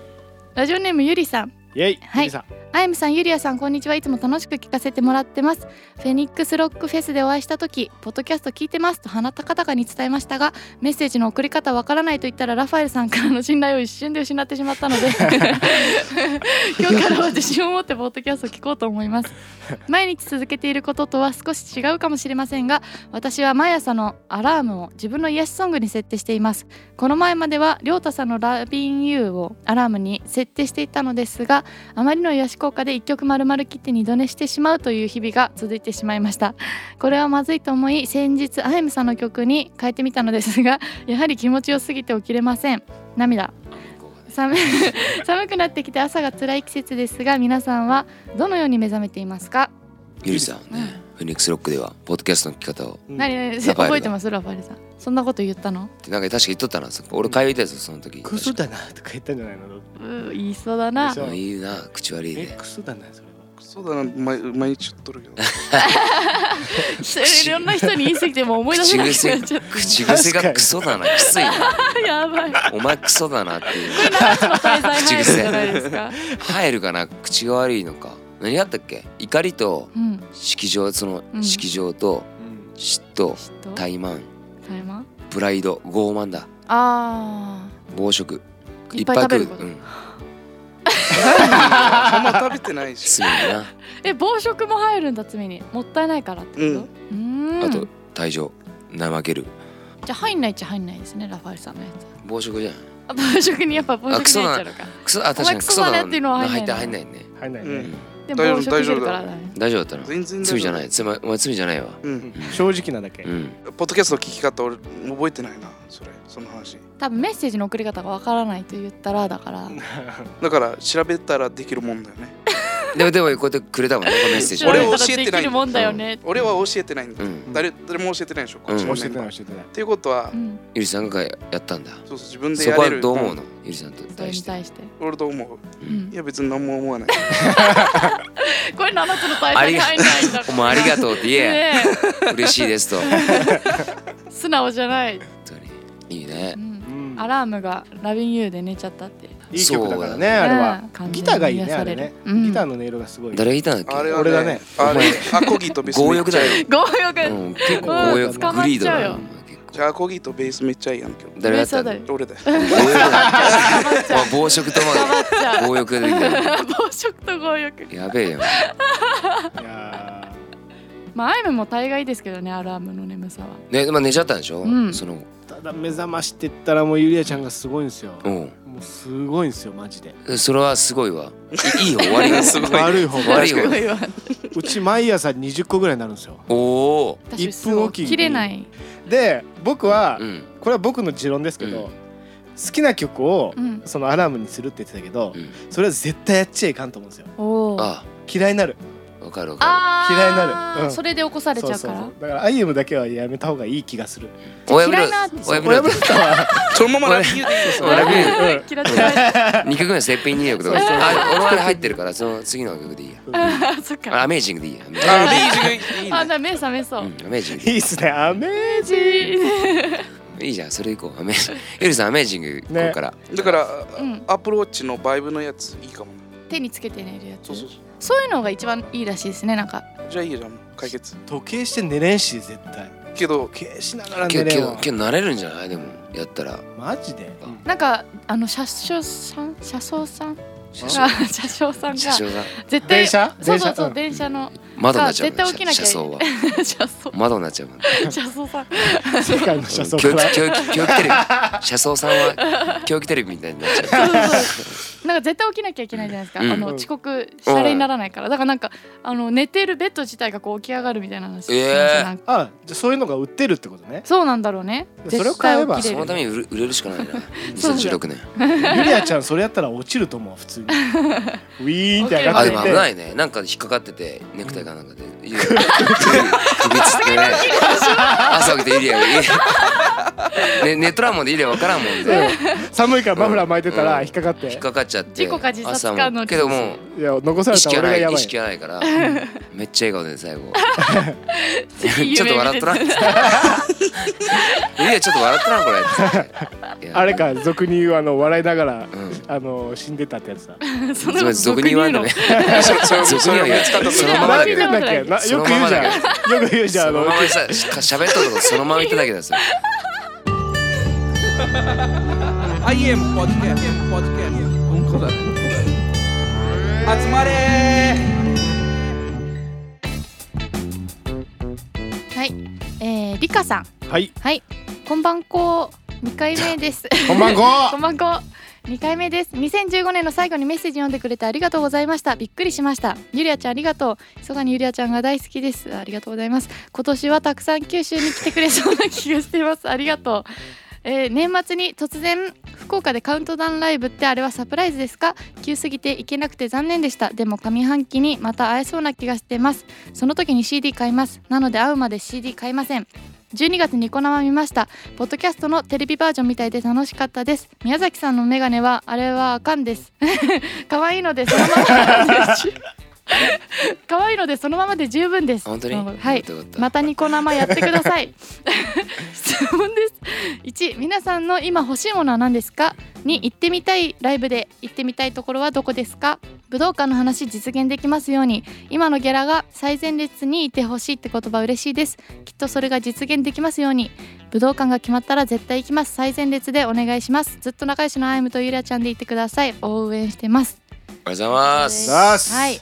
Speaker 3: ラジオネームゆりさん、
Speaker 2: とうイエイ
Speaker 3: はい
Speaker 2: ゆりさん
Speaker 3: あやむさん、ゆりやさん、こんにちは。いつも楽しく聞かせてもらってます。フェニックスロックフェスでお会いした時、ポッドキャスト聞いてますと鼻高々に伝えましたが、メッセージの送り方わからないと言ったらラファエルさんからの信頼を一瞬で失ってしまったので、今日からは自信を持ってポッドキャストを聞こうと思います。毎日続けていることとは少し違うかもしれませんが、私は毎朝のアラームを自分の癒しソングに設定しています。この前までは亮太さんのラビンユーをアラームに設定していたのですが、あまりの癒し効果で一曲丸々切って二度寝してしまうという日々が続いてしまいましたこれはまずいと思い先日あやむさんの曲に変えてみたのですがやはり気持ちよすぎて起きれません涙寒 [laughs] 寒くなってきて朝が辛い季節ですが皆さんはどのように目覚めていますか、
Speaker 1: ゆりさんね、フェニックスロックではポッドキャストの聞き方をっ
Speaker 2: うん
Speaker 3: 何何
Speaker 1: ラファエルだ
Speaker 3: 覚えてますラファエルさんそんなこと言ったの
Speaker 1: てなんか確か言っとったなそこ俺通いたやつその時
Speaker 2: クソだなとか言ったんじゃないの
Speaker 3: うー言いそうだな
Speaker 2: でしょ
Speaker 1: 確かいいな口悪い
Speaker 2: え
Speaker 1: ね
Speaker 2: クソだなそれは
Speaker 5: そうだな毎毎日言っとるけど
Speaker 3: [laughs] いろんな人に言い過ぎてもう思い出せ
Speaker 1: 口
Speaker 3: なくな
Speaker 1: 癖
Speaker 3: っちゃっ
Speaker 1: 口癖
Speaker 2: 確か
Speaker 1: が
Speaker 2: に
Speaker 1: クソだなきついな
Speaker 3: た [laughs] やばい
Speaker 1: お前クソだなっていう
Speaker 3: ちょっと滞在入る [laughs] じゃないですか、
Speaker 1: 入るかな口が悪いのか何だったっけ怒りと
Speaker 3: うん、
Speaker 1: 色情その
Speaker 3: うん
Speaker 1: 色情と
Speaker 2: うん
Speaker 1: 嫉妬
Speaker 3: 嫉妬
Speaker 1: 怠慢
Speaker 3: タイマン
Speaker 1: プライド傲慢だ
Speaker 3: あ
Speaker 1: 暴食
Speaker 3: いっぱい食べること
Speaker 1: うん
Speaker 5: あんま食べてないし
Speaker 1: 罪だな
Speaker 3: ーえ暴食も入るんだ罪にもったいないからってことう
Speaker 5: うん
Speaker 3: ーん
Speaker 1: あと退場怠ける
Speaker 3: じゃあ入んないっちゃ入んないですねラファエルさんのやつ
Speaker 1: 暴食じゃん
Speaker 3: あ暴食にやっぱ暴
Speaker 1: あク
Speaker 3: 食
Speaker 1: ソ
Speaker 3: に
Speaker 1: だ
Speaker 3: な
Speaker 1: な
Speaker 3: っちゃうのか
Speaker 1: クソあ確かに
Speaker 3: お前クソだね
Speaker 1: な
Speaker 3: っていうのは入んない
Speaker 1: 入って入んないね
Speaker 2: 入んない
Speaker 5: うん
Speaker 2: ね
Speaker 1: うん
Speaker 3: でも暴食
Speaker 5: 大
Speaker 3: して
Speaker 5: 丈夫
Speaker 3: るから
Speaker 5: 大丈夫
Speaker 3: ダメ
Speaker 1: 大丈夫だったの
Speaker 5: 全然
Speaker 1: 罪じゃ
Speaker 5: い、
Speaker 1: ない罪お前罪じゃないわ
Speaker 5: うん、
Speaker 2: 正直なだけ
Speaker 1: うん
Speaker 5: ポッドキャストの聞き方俺覚えてないなそれその話
Speaker 3: 多分メッセージの送り方がわからないと言ったらだから
Speaker 5: だから調べたらできるもんだよね
Speaker 1: でもでもこうやってくれたもんねこのメッセージ
Speaker 5: うん俺を
Speaker 3: 調べたらできるもんだよね
Speaker 5: 俺は教えてないんだ、
Speaker 1: うん
Speaker 5: 誰誰も教えてないでしょこっち
Speaker 1: う
Speaker 5: の
Speaker 2: 教
Speaker 1: ん
Speaker 2: えて
Speaker 5: メンバ
Speaker 2: な
Speaker 5: ー
Speaker 2: い教えてない
Speaker 5: っていうことは、
Speaker 3: うん
Speaker 1: ゆりさんがやったんだ
Speaker 5: そうそう自分で
Speaker 1: そ
Speaker 5: や
Speaker 1: こ
Speaker 5: れ
Speaker 1: は
Speaker 5: る
Speaker 1: どう思うの
Speaker 5: ん
Speaker 1: ゆりさんと
Speaker 3: それ
Speaker 1: 対
Speaker 3: に
Speaker 1: して
Speaker 3: 対して
Speaker 5: 俺どう思う
Speaker 3: うん
Speaker 5: いや別に何も思わない
Speaker 3: これ7つの大会入んないんだ
Speaker 1: お前ありがとうって言え
Speaker 3: ね
Speaker 1: 嬉しいですと本
Speaker 3: え素直じゃない、
Speaker 1: 当にいいね
Speaker 3: うん
Speaker 2: うん
Speaker 3: アラームが「ラビンユーで寝ちゃったって
Speaker 2: いい曲だか
Speaker 1: そう
Speaker 2: らねあれ
Speaker 3: ね
Speaker 2: はギターがいいねあれね
Speaker 3: うん
Speaker 2: ギターの音色がすごい
Speaker 1: 誰がいたんだっ
Speaker 5: あれは、ね、
Speaker 2: 俺だね
Speaker 5: あれアコギとベース
Speaker 1: 強
Speaker 5: めっ
Speaker 1: 欲
Speaker 5: ちゃ
Speaker 1: だ
Speaker 5: いい
Speaker 1: よ
Speaker 3: 強欲
Speaker 1: け、うん、結構強欲
Speaker 2: 捕
Speaker 1: グ
Speaker 3: まっ
Speaker 1: リード
Speaker 3: ちゃう
Speaker 1: だ
Speaker 3: よ
Speaker 1: よお前結構
Speaker 5: じゃあアコギとベースめっちゃいいやん今日
Speaker 1: 誰がやったんだ
Speaker 3: ベースは
Speaker 5: 俺だよ
Speaker 1: 強欲
Speaker 3: [laughs]
Speaker 1: だよ [laughs] お前暴食とも
Speaker 3: 捕まっちゃう
Speaker 1: 強欲が出てき
Speaker 3: 暴食と強欲
Speaker 1: たやべえよ
Speaker 2: いや
Speaker 3: まあアイムも大概ですけどねアラームの眠さは
Speaker 1: ねまあ寝ちゃったんでしょ、
Speaker 3: うん
Speaker 1: その
Speaker 2: ーただ目覚ましてったらもうゆりあちゃんがすごいんですよ
Speaker 1: うん
Speaker 2: もうすごいんですよマジで
Speaker 1: それはすごいわいいいよ終わり
Speaker 2: [laughs]
Speaker 1: がす
Speaker 2: 悪い方
Speaker 1: 悪い
Speaker 3: すご
Speaker 1: よ
Speaker 3: いわ
Speaker 2: うち毎朝20個ぐらいになるんですよ
Speaker 1: おお
Speaker 3: 私
Speaker 2: 一分おきに
Speaker 3: 切れない
Speaker 2: で僕は
Speaker 1: うん
Speaker 2: これは僕の持論ですけ
Speaker 1: うん
Speaker 2: ど好きな曲を
Speaker 3: うん
Speaker 2: そのアラームにするって言ってたけど
Speaker 1: うん
Speaker 2: それは絶対やっちゃいかんと思うんですよ
Speaker 3: おお
Speaker 1: あ
Speaker 2: 嫌いになる
Speaker 1: わかるわか
Speaker 3: あー
Speaker 2: 嫌いになるうん
Speaker 3: それで起こされちゃうから
Speaker 2: そうそうそうだからアイエムだけはやめた方がいい気がする
Speaker 1: るおやめろ
Speaker 3: 嫌いな
Speaker 1: おやめ
Speaker 2: 親
Speaker 1: ろ
Speaker 2: 分らは
Speaker 5: そのままラビューでいいです
Speaker 1: そうラビュー
Speaker 2: うん
Speaker 3: 嫌っちゃう
Speaker 1: 二曲目は「セッピン入力」とか
Speaker 2: そうそう
Speaker 1: あ俺のあれ入ってるからその次の曲でいいや
Speaker 3: あー [laughs] そっ
Speaker 1: あ
Speaker 3: か
Speaker 1: アメージングでいいや
Speaker 5: あーいいねいい
Speaker 3: あ
Speaker 5: ね
Speaker 3: な目覚めそう
Speaker 1: うんアメージング
Speaker 2: い [laughs] いっすねアメージ
Speaker 1: いいじゃんそれいこうアメージゆりさんアメージング
Speaker 2: ね
Speaker 1: ここから
Speaker 5: だから、
Speaker 3: ん
Speaker 5: アップルウォッチのバイブのやついいかも
Speaker 3: 手につけて寝るやつ
Speaker 5: そうそうそ
Speaker 3: そういうのが一番いいらしいですねなんか
Speaker 5: うじゃあいいじゃんもう解決
Speaker 2: 時計して寝れんし絶対
Speaker 5: けど
Speaker 2: 時計しながら
Speaker 1: け
Speaker 2: 寝
Speaker 1: ど
Speaker 2: れ
Speaker 1: け
Speaker 2: ん
Speaker 1: ど
Speaker 2: わ
Speaker 1: けど慣れるんじゃないでもやったら
Speaker 2: マジで
Speaker 1: うん
Speaker 3: なんかあの車掌さん車掌さん
Speaker 1: 車
Speaker 3: あ車掌さん
Speaker 1: 車
Speaker 3: が
Speaker 1: 掌が
Speaker 3: 絶対
Speaker 2: 電車
Speaker 3: そうそうそう
Speaker 2: 電車
Speaker 3: 電車の
Speaker 1: 窓になっちゃうもんね
Speaker 3: 絶対起きなきゃい
Speaker 1: 車窓は
Speaker 3: 車
Speaker 1: [laughs]
Speaker 3: 窓
Speaker 1: 窓になっちゃうもんね
Speaker 3: 車窓さん
Speaker 2: うん世界の車
Speaker 1: 教
Speaker 2: 窓
Speaker 1: 育
Speaker 2: か
Speaker 1: 教
Speaker 2: ら
Speaker 1: 育教育テレビ車窓さんは教育テレビみたいになっちゃう
Speaker 3: なんか絶対起きなきゃいけないじゃないですか、
Speaker 1: うん
Speaker 3: あの遅刻したれにならないからだからなんかあの寝てるベッド自体がこう起き上がるみたいな話、
Speaker 1: えー
Speaker 3: なんか
Speaker 2: あじゃあそういうのが売ってるってことね
Speaker 3: そうなんだろうね
Speaker 2: それを
Speaker 3: 絶
Speaker 2: 買え
Speaker 3: 対
Speaker 2: ば
Speaker 3: 起き
Speaker 1: そ
Speaker 3: れ
Speaker 1: のた
Speaker 3: る
Speaker 1: めに売る売れるしかないな
Speaker 3: そうだよ
Speaker 1: 2016年
Speaker 2: ゆりあちゃんそれやったら落ちると思う普通
Speaker 1: [laughs]
Speaker 2: にウィーンって上が
Speaker 1: あ
Speaker 2: っ
Speaker 1: で
Speaker 2: て
Speaker 1: も
Speaker 2: っ
Speaker 1: 危
Speaker 2: て
Speaker 1: ないねなんか引っかかっててネクタイかなんかでゆりや首つってね朝起きてゆりやがねネットラーもんでゆりやわからんもんで
Speaker 2: うん寒いからマフラー巻いてた
Speaker 1: う
Speaker 2: ら
Speaker 1: ん
Speaker 2: 引っかかって
Speaker 1: 引っかかっちゃって
Speaker 3: 事故か自殺か
Speaker 1: 朝も
Speaker 3: の
Speaker 1: うけども
Speaker 2: いや残さ
Speaker 1: 意
Speaker 2: れた
Speaker 1: 識
Speaker 2: ら
Speaker 1: は
Speaker 2: 俺
Speaker 1: な
Speaker 2: が
Speaker 1: い
Speaker 2: やば
Speaker 1: 意
Speaker 2: い
Speaker 1: 識はないからめっちゃ笑顔で最後
Speaker 3: [laughs] いい夢
Speaker 1: ちょっと笑ったな
Speaker 3: 見
Speaker 1: ゆりやちょっと笑ったなこれっていや
Speaker 2: あれか俗に言うあの笑いながら
Speaker 1: うん
Speaker 2: あの死んでたってやつだ
Speaker 3: [laughs]
Speaker 1: つ
Speaker 3: そん
Speaker 1: ま
Speaker 3: なこ
Speaker 1: り
Speaker 3: と
Speaker 1: 俗に言わんだね俗には言わん
Speaker 5: それは
Speaker 1: [laughs] そ
Speaker 5: そ
Speaker 1: の
Speaker 5: の
Speaker 1: ままだけ
Speaker 2: なん
Speaker 1: ど
Speaker 2: だっけな
Speaker 1: そ
Speaker 2: よ
Speaker 1: の
Speaker 2: く
Speaker 1: ま
Speaker 2: 言う
Speaker 1: ま
Speaker 2: じゃ
Speaker 1: だ
Speaker 2: ん
Speaker 1: け
Speaker 2: よく言うじゃん
Speaker 1: そ
Speaker 2: あ
Speaker 1: の
Speaker 2: の
Speaker 1: ままさしか喋ったとこそのまま言っただけなんです [laughs] よ
Speaker 6: I am podcast. I am podcast. 本当だ。集まれ
Speaker 3: はいえー、リカさん
Speaker 2: はい
Speaker 3: はいこんばんこ2回目です
Speaker 2: こんばんこ
Speaker 3: こんばんこ2回目です2015年の最後にメッセージ読んでくれてありがとうございましたびっくりしましたゆりあちゃんありがとうそがにゆりあちゃんが大好きですありがとうございます今年はたくさん九州に来てくれそうな気がしていますありがとうえー年末に突然福岡でカウントダウンライブってあれはサプライズですか急すぎて行けなくて残念でしたでも上半期にまた会えそうな気がしてますその時に CD 買いますなので会うまで CD 買いません12月ニコ生見ましたポッドキャストのテレビバージョンみたいで楽しかったです宮崎さんのメガネはあれはあかんです [laughs] 可愛いのでそのままで可愛いのでそのままで十分です
Speaker 1: 本当に
Speaker 3: はい
Speaker 1: よかった
Speaker 3: またニコ生やってください質問です1皆さんの今欲しいものは何ですか2行ってみたいライブで行ってみたいところはどこですか武道館の話実現できますように今のギャラが最前列にいてほしいって言葉嬉しいですきっとそれが実現できますように武道館が決まったら絶対行きます最前列でお願いしますずっと仲良しのアイムとゆりあちゃんでいてください応援してます
Speaker 1: おはようございます
Speaker 2: ざっす
Speaker 3: はい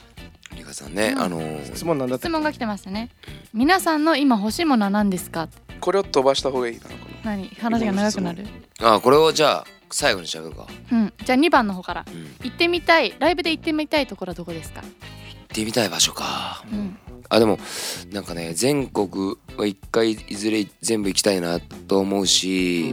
Speaker 1: リカさんね
Speaker 3: うん
Speaker 1: あのー
Speaker 2: 質問なんだって
Speaker 3: 質問が来てましたね皆さんの今欲しいものは何ですか
Speaker 5: これを飛ばした方がいいなこの
Speaker 3: 何話が長くなる
Speaker 1: あこれをじゃあ最後にしゃべるか
Speaker 3: うんじゃあ2番の方から
Speaker 1: うん
Speaker 3: 行ってみたいライブで行ってみたいところはどこですか
Speaker 1: ってみたい場所か
Speaker 3: うん
Speaker 1: あでもなんかね全国は一回いずれ全部行きたいなと思うし、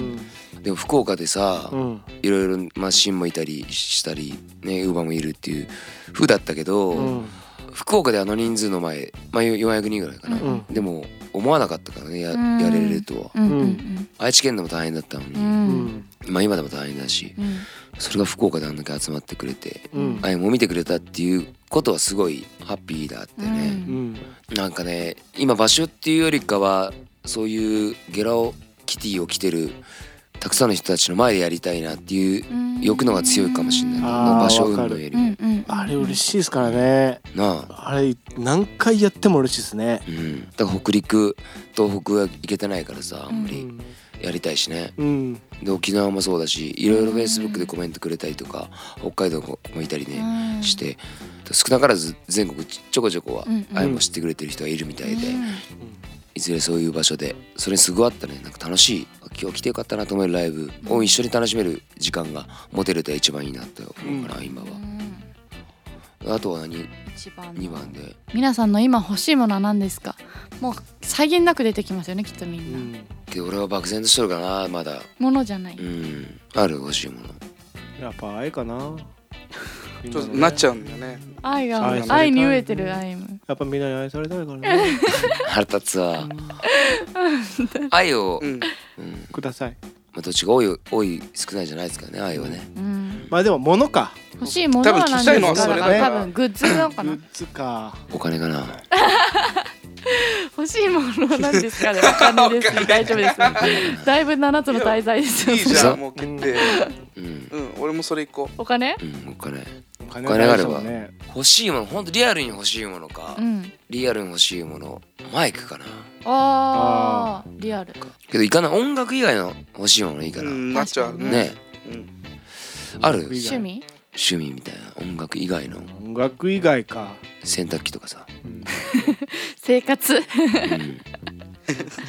Speaker 1: でも福岡でさ、
Speaker 2: うん
Speaker 1: いろいろまあシンもいたりしたりねウーバーもいるっていう風だったけど、
Speaker 2: うん
Speaker 1: 福岡であの人数の前、まあ、400人ぐらいかな、
Speaker 2: うん
Speaker 1: でも思わなかったからねや
Speaker 3: うん
Speaker 1: やれるとは、
Speaker 3: うんうん
Speaker 1: 愛知県でも大変だったのに、
Speaker 3: うん
Speaker 2: う
Speaker 3: うん
Speaker 2: ん
Speaker 1: まあ今でも大変だし
Speaker 3: うん
Speaker 1: それが福岡であんだけ集まってくれて、
Speaker 2: うん
Speaker 1: あいも見てくれたっていうことはすごいハッピーだって
Speaker 3: う
Speaker 1: ね、
Speaker 2: うんん
Speaker 1: なんかね今場所っていうよりかはそういうゲラをキティを着てるたくさんの人たちの前でやりたいなっていう
Speaker 3: うん
Speaker 1: 欲のが強いかもしれない
Speaker 2: あー
Speaker 1: 場所運動より
Speaker 3: う
Speaker 1: も
Speaker 3: んうん
Speaker 2: あれ嬉しいですからね
Speaker 1: なあ、
Speaker 2: あれ何回やっても嬉しいですね
Speaker 1: うん、だから北陸東北は行けてないからさあんま
Speaker 2: う
Speaker 1: り
Speaker 2: ん
Speaker 1: やりたいしね
Speaker 2: うん
Speaker 1: で沖縄もそうだしいろいろフェイスブックでコメントくれたりとか北海道もいたりね
Speaker 3: うん
Speaker 1: して少なからず全国ちょこちょこは
Speaker 3: うんうん
Speaker 1: 愛も知ってくれてる人がいるみたいで
Speaker 3: うん
Speaker 1: いずれそういう場所でそれにすごいあったねなんか楽しい今日来てよかったなと思えるライブを一緒に楽しめる時間が持てると一番いいなって思うかな今
Speaker 3: う
Speaker 1: は。
Speaker 3: ん
Speaker 1: あとは何
Speaker 3: 一番
Speaker 1: 2番で
Speaker 3: 皆さんの今欲しいものは何ですかもう際限なく出てきますよねきっとみんな、
Speaker 1: けど俺は漠然としとるかなまだ
Speaker 3: ものじゃない、
Speaker 1: うんある欲しいもの
Speaker 2: やっぱ愛
Speaker 1: [laughs]
Speaker 2: かな
Speaker 5: ちょっとなっちゃうんだよね
Speaker 3: 愛が
Speaker 2: 愛されたい
Speaker 3: 愛に飢えてるアイム
Speaker 2: やっぱみんなに愛されたいからね [laughs]
Speaker 1: 腹立つわ愛を、
Speaker 5: うん
Speaker 1: うんま
Speaker 2: ください
Speaker 1: あ、どっちが多い多い少ないじゃないですからね愛はね
Speaker 3: うん、
Speaker 2: まあでも物か
Speaker 3: 欲しいものは何で
Speaker 5: 多分聞きたい
Speaker 3: す
Speaker 5: の
Speaker 3: か
Speaker 5: はそ
Speaker 3: だか
Speaker 5: れだ
Speaker 3: ら
Speaker 5: よ
Speaker 3: 多分グッズなのか
Speaker 2: グ
Speaker 3: な
Speaker 2: ッズか
Speaker 1: お金かな
Speaker 3: 欲しいものは何ですかでお金ですね大丈夫ですねだいぶ7つの滞在です
Speaker 5: [laughs]
Speaker 3: よ
Speaker 5: いいじゃんもう決定
Speaker 1: うん
Speaker 5: うん俺もそれ行こ
Speaker 3: お金
Speaker 1: うんお金
Speaker 2: お金
Speaker 1: お金があれば
Speaker 2: 大事だもんね
Speaker 1: 欲しいものほんとリアルに欲しいものか、
Speaker 3: うん
Speaker 1: リアルに欲しいものマイクかな
Speaker 3: あーリアル
Speaker 1: けどいかない音楽以外の欲しいものいいうか
Speaker 5: う
Speaker 1: な、
Speaker 5: んなっちゃう
Speaker 3: うん
Speaker 1: ね
Speaker 5: うん
Speaker 1: ある
Speaker 2: 音楽以
Speaker 1: 趣
Speaker 2: 外
Speaker 3: 趣味
Speaker 1: 味みたいな音楽以外の
Speaker 2: 音楽以外か
Speaker 1: 洗濯機とかさ、
Speaker 2: うん
Speaker 3: 生活
Speaker 1: うん、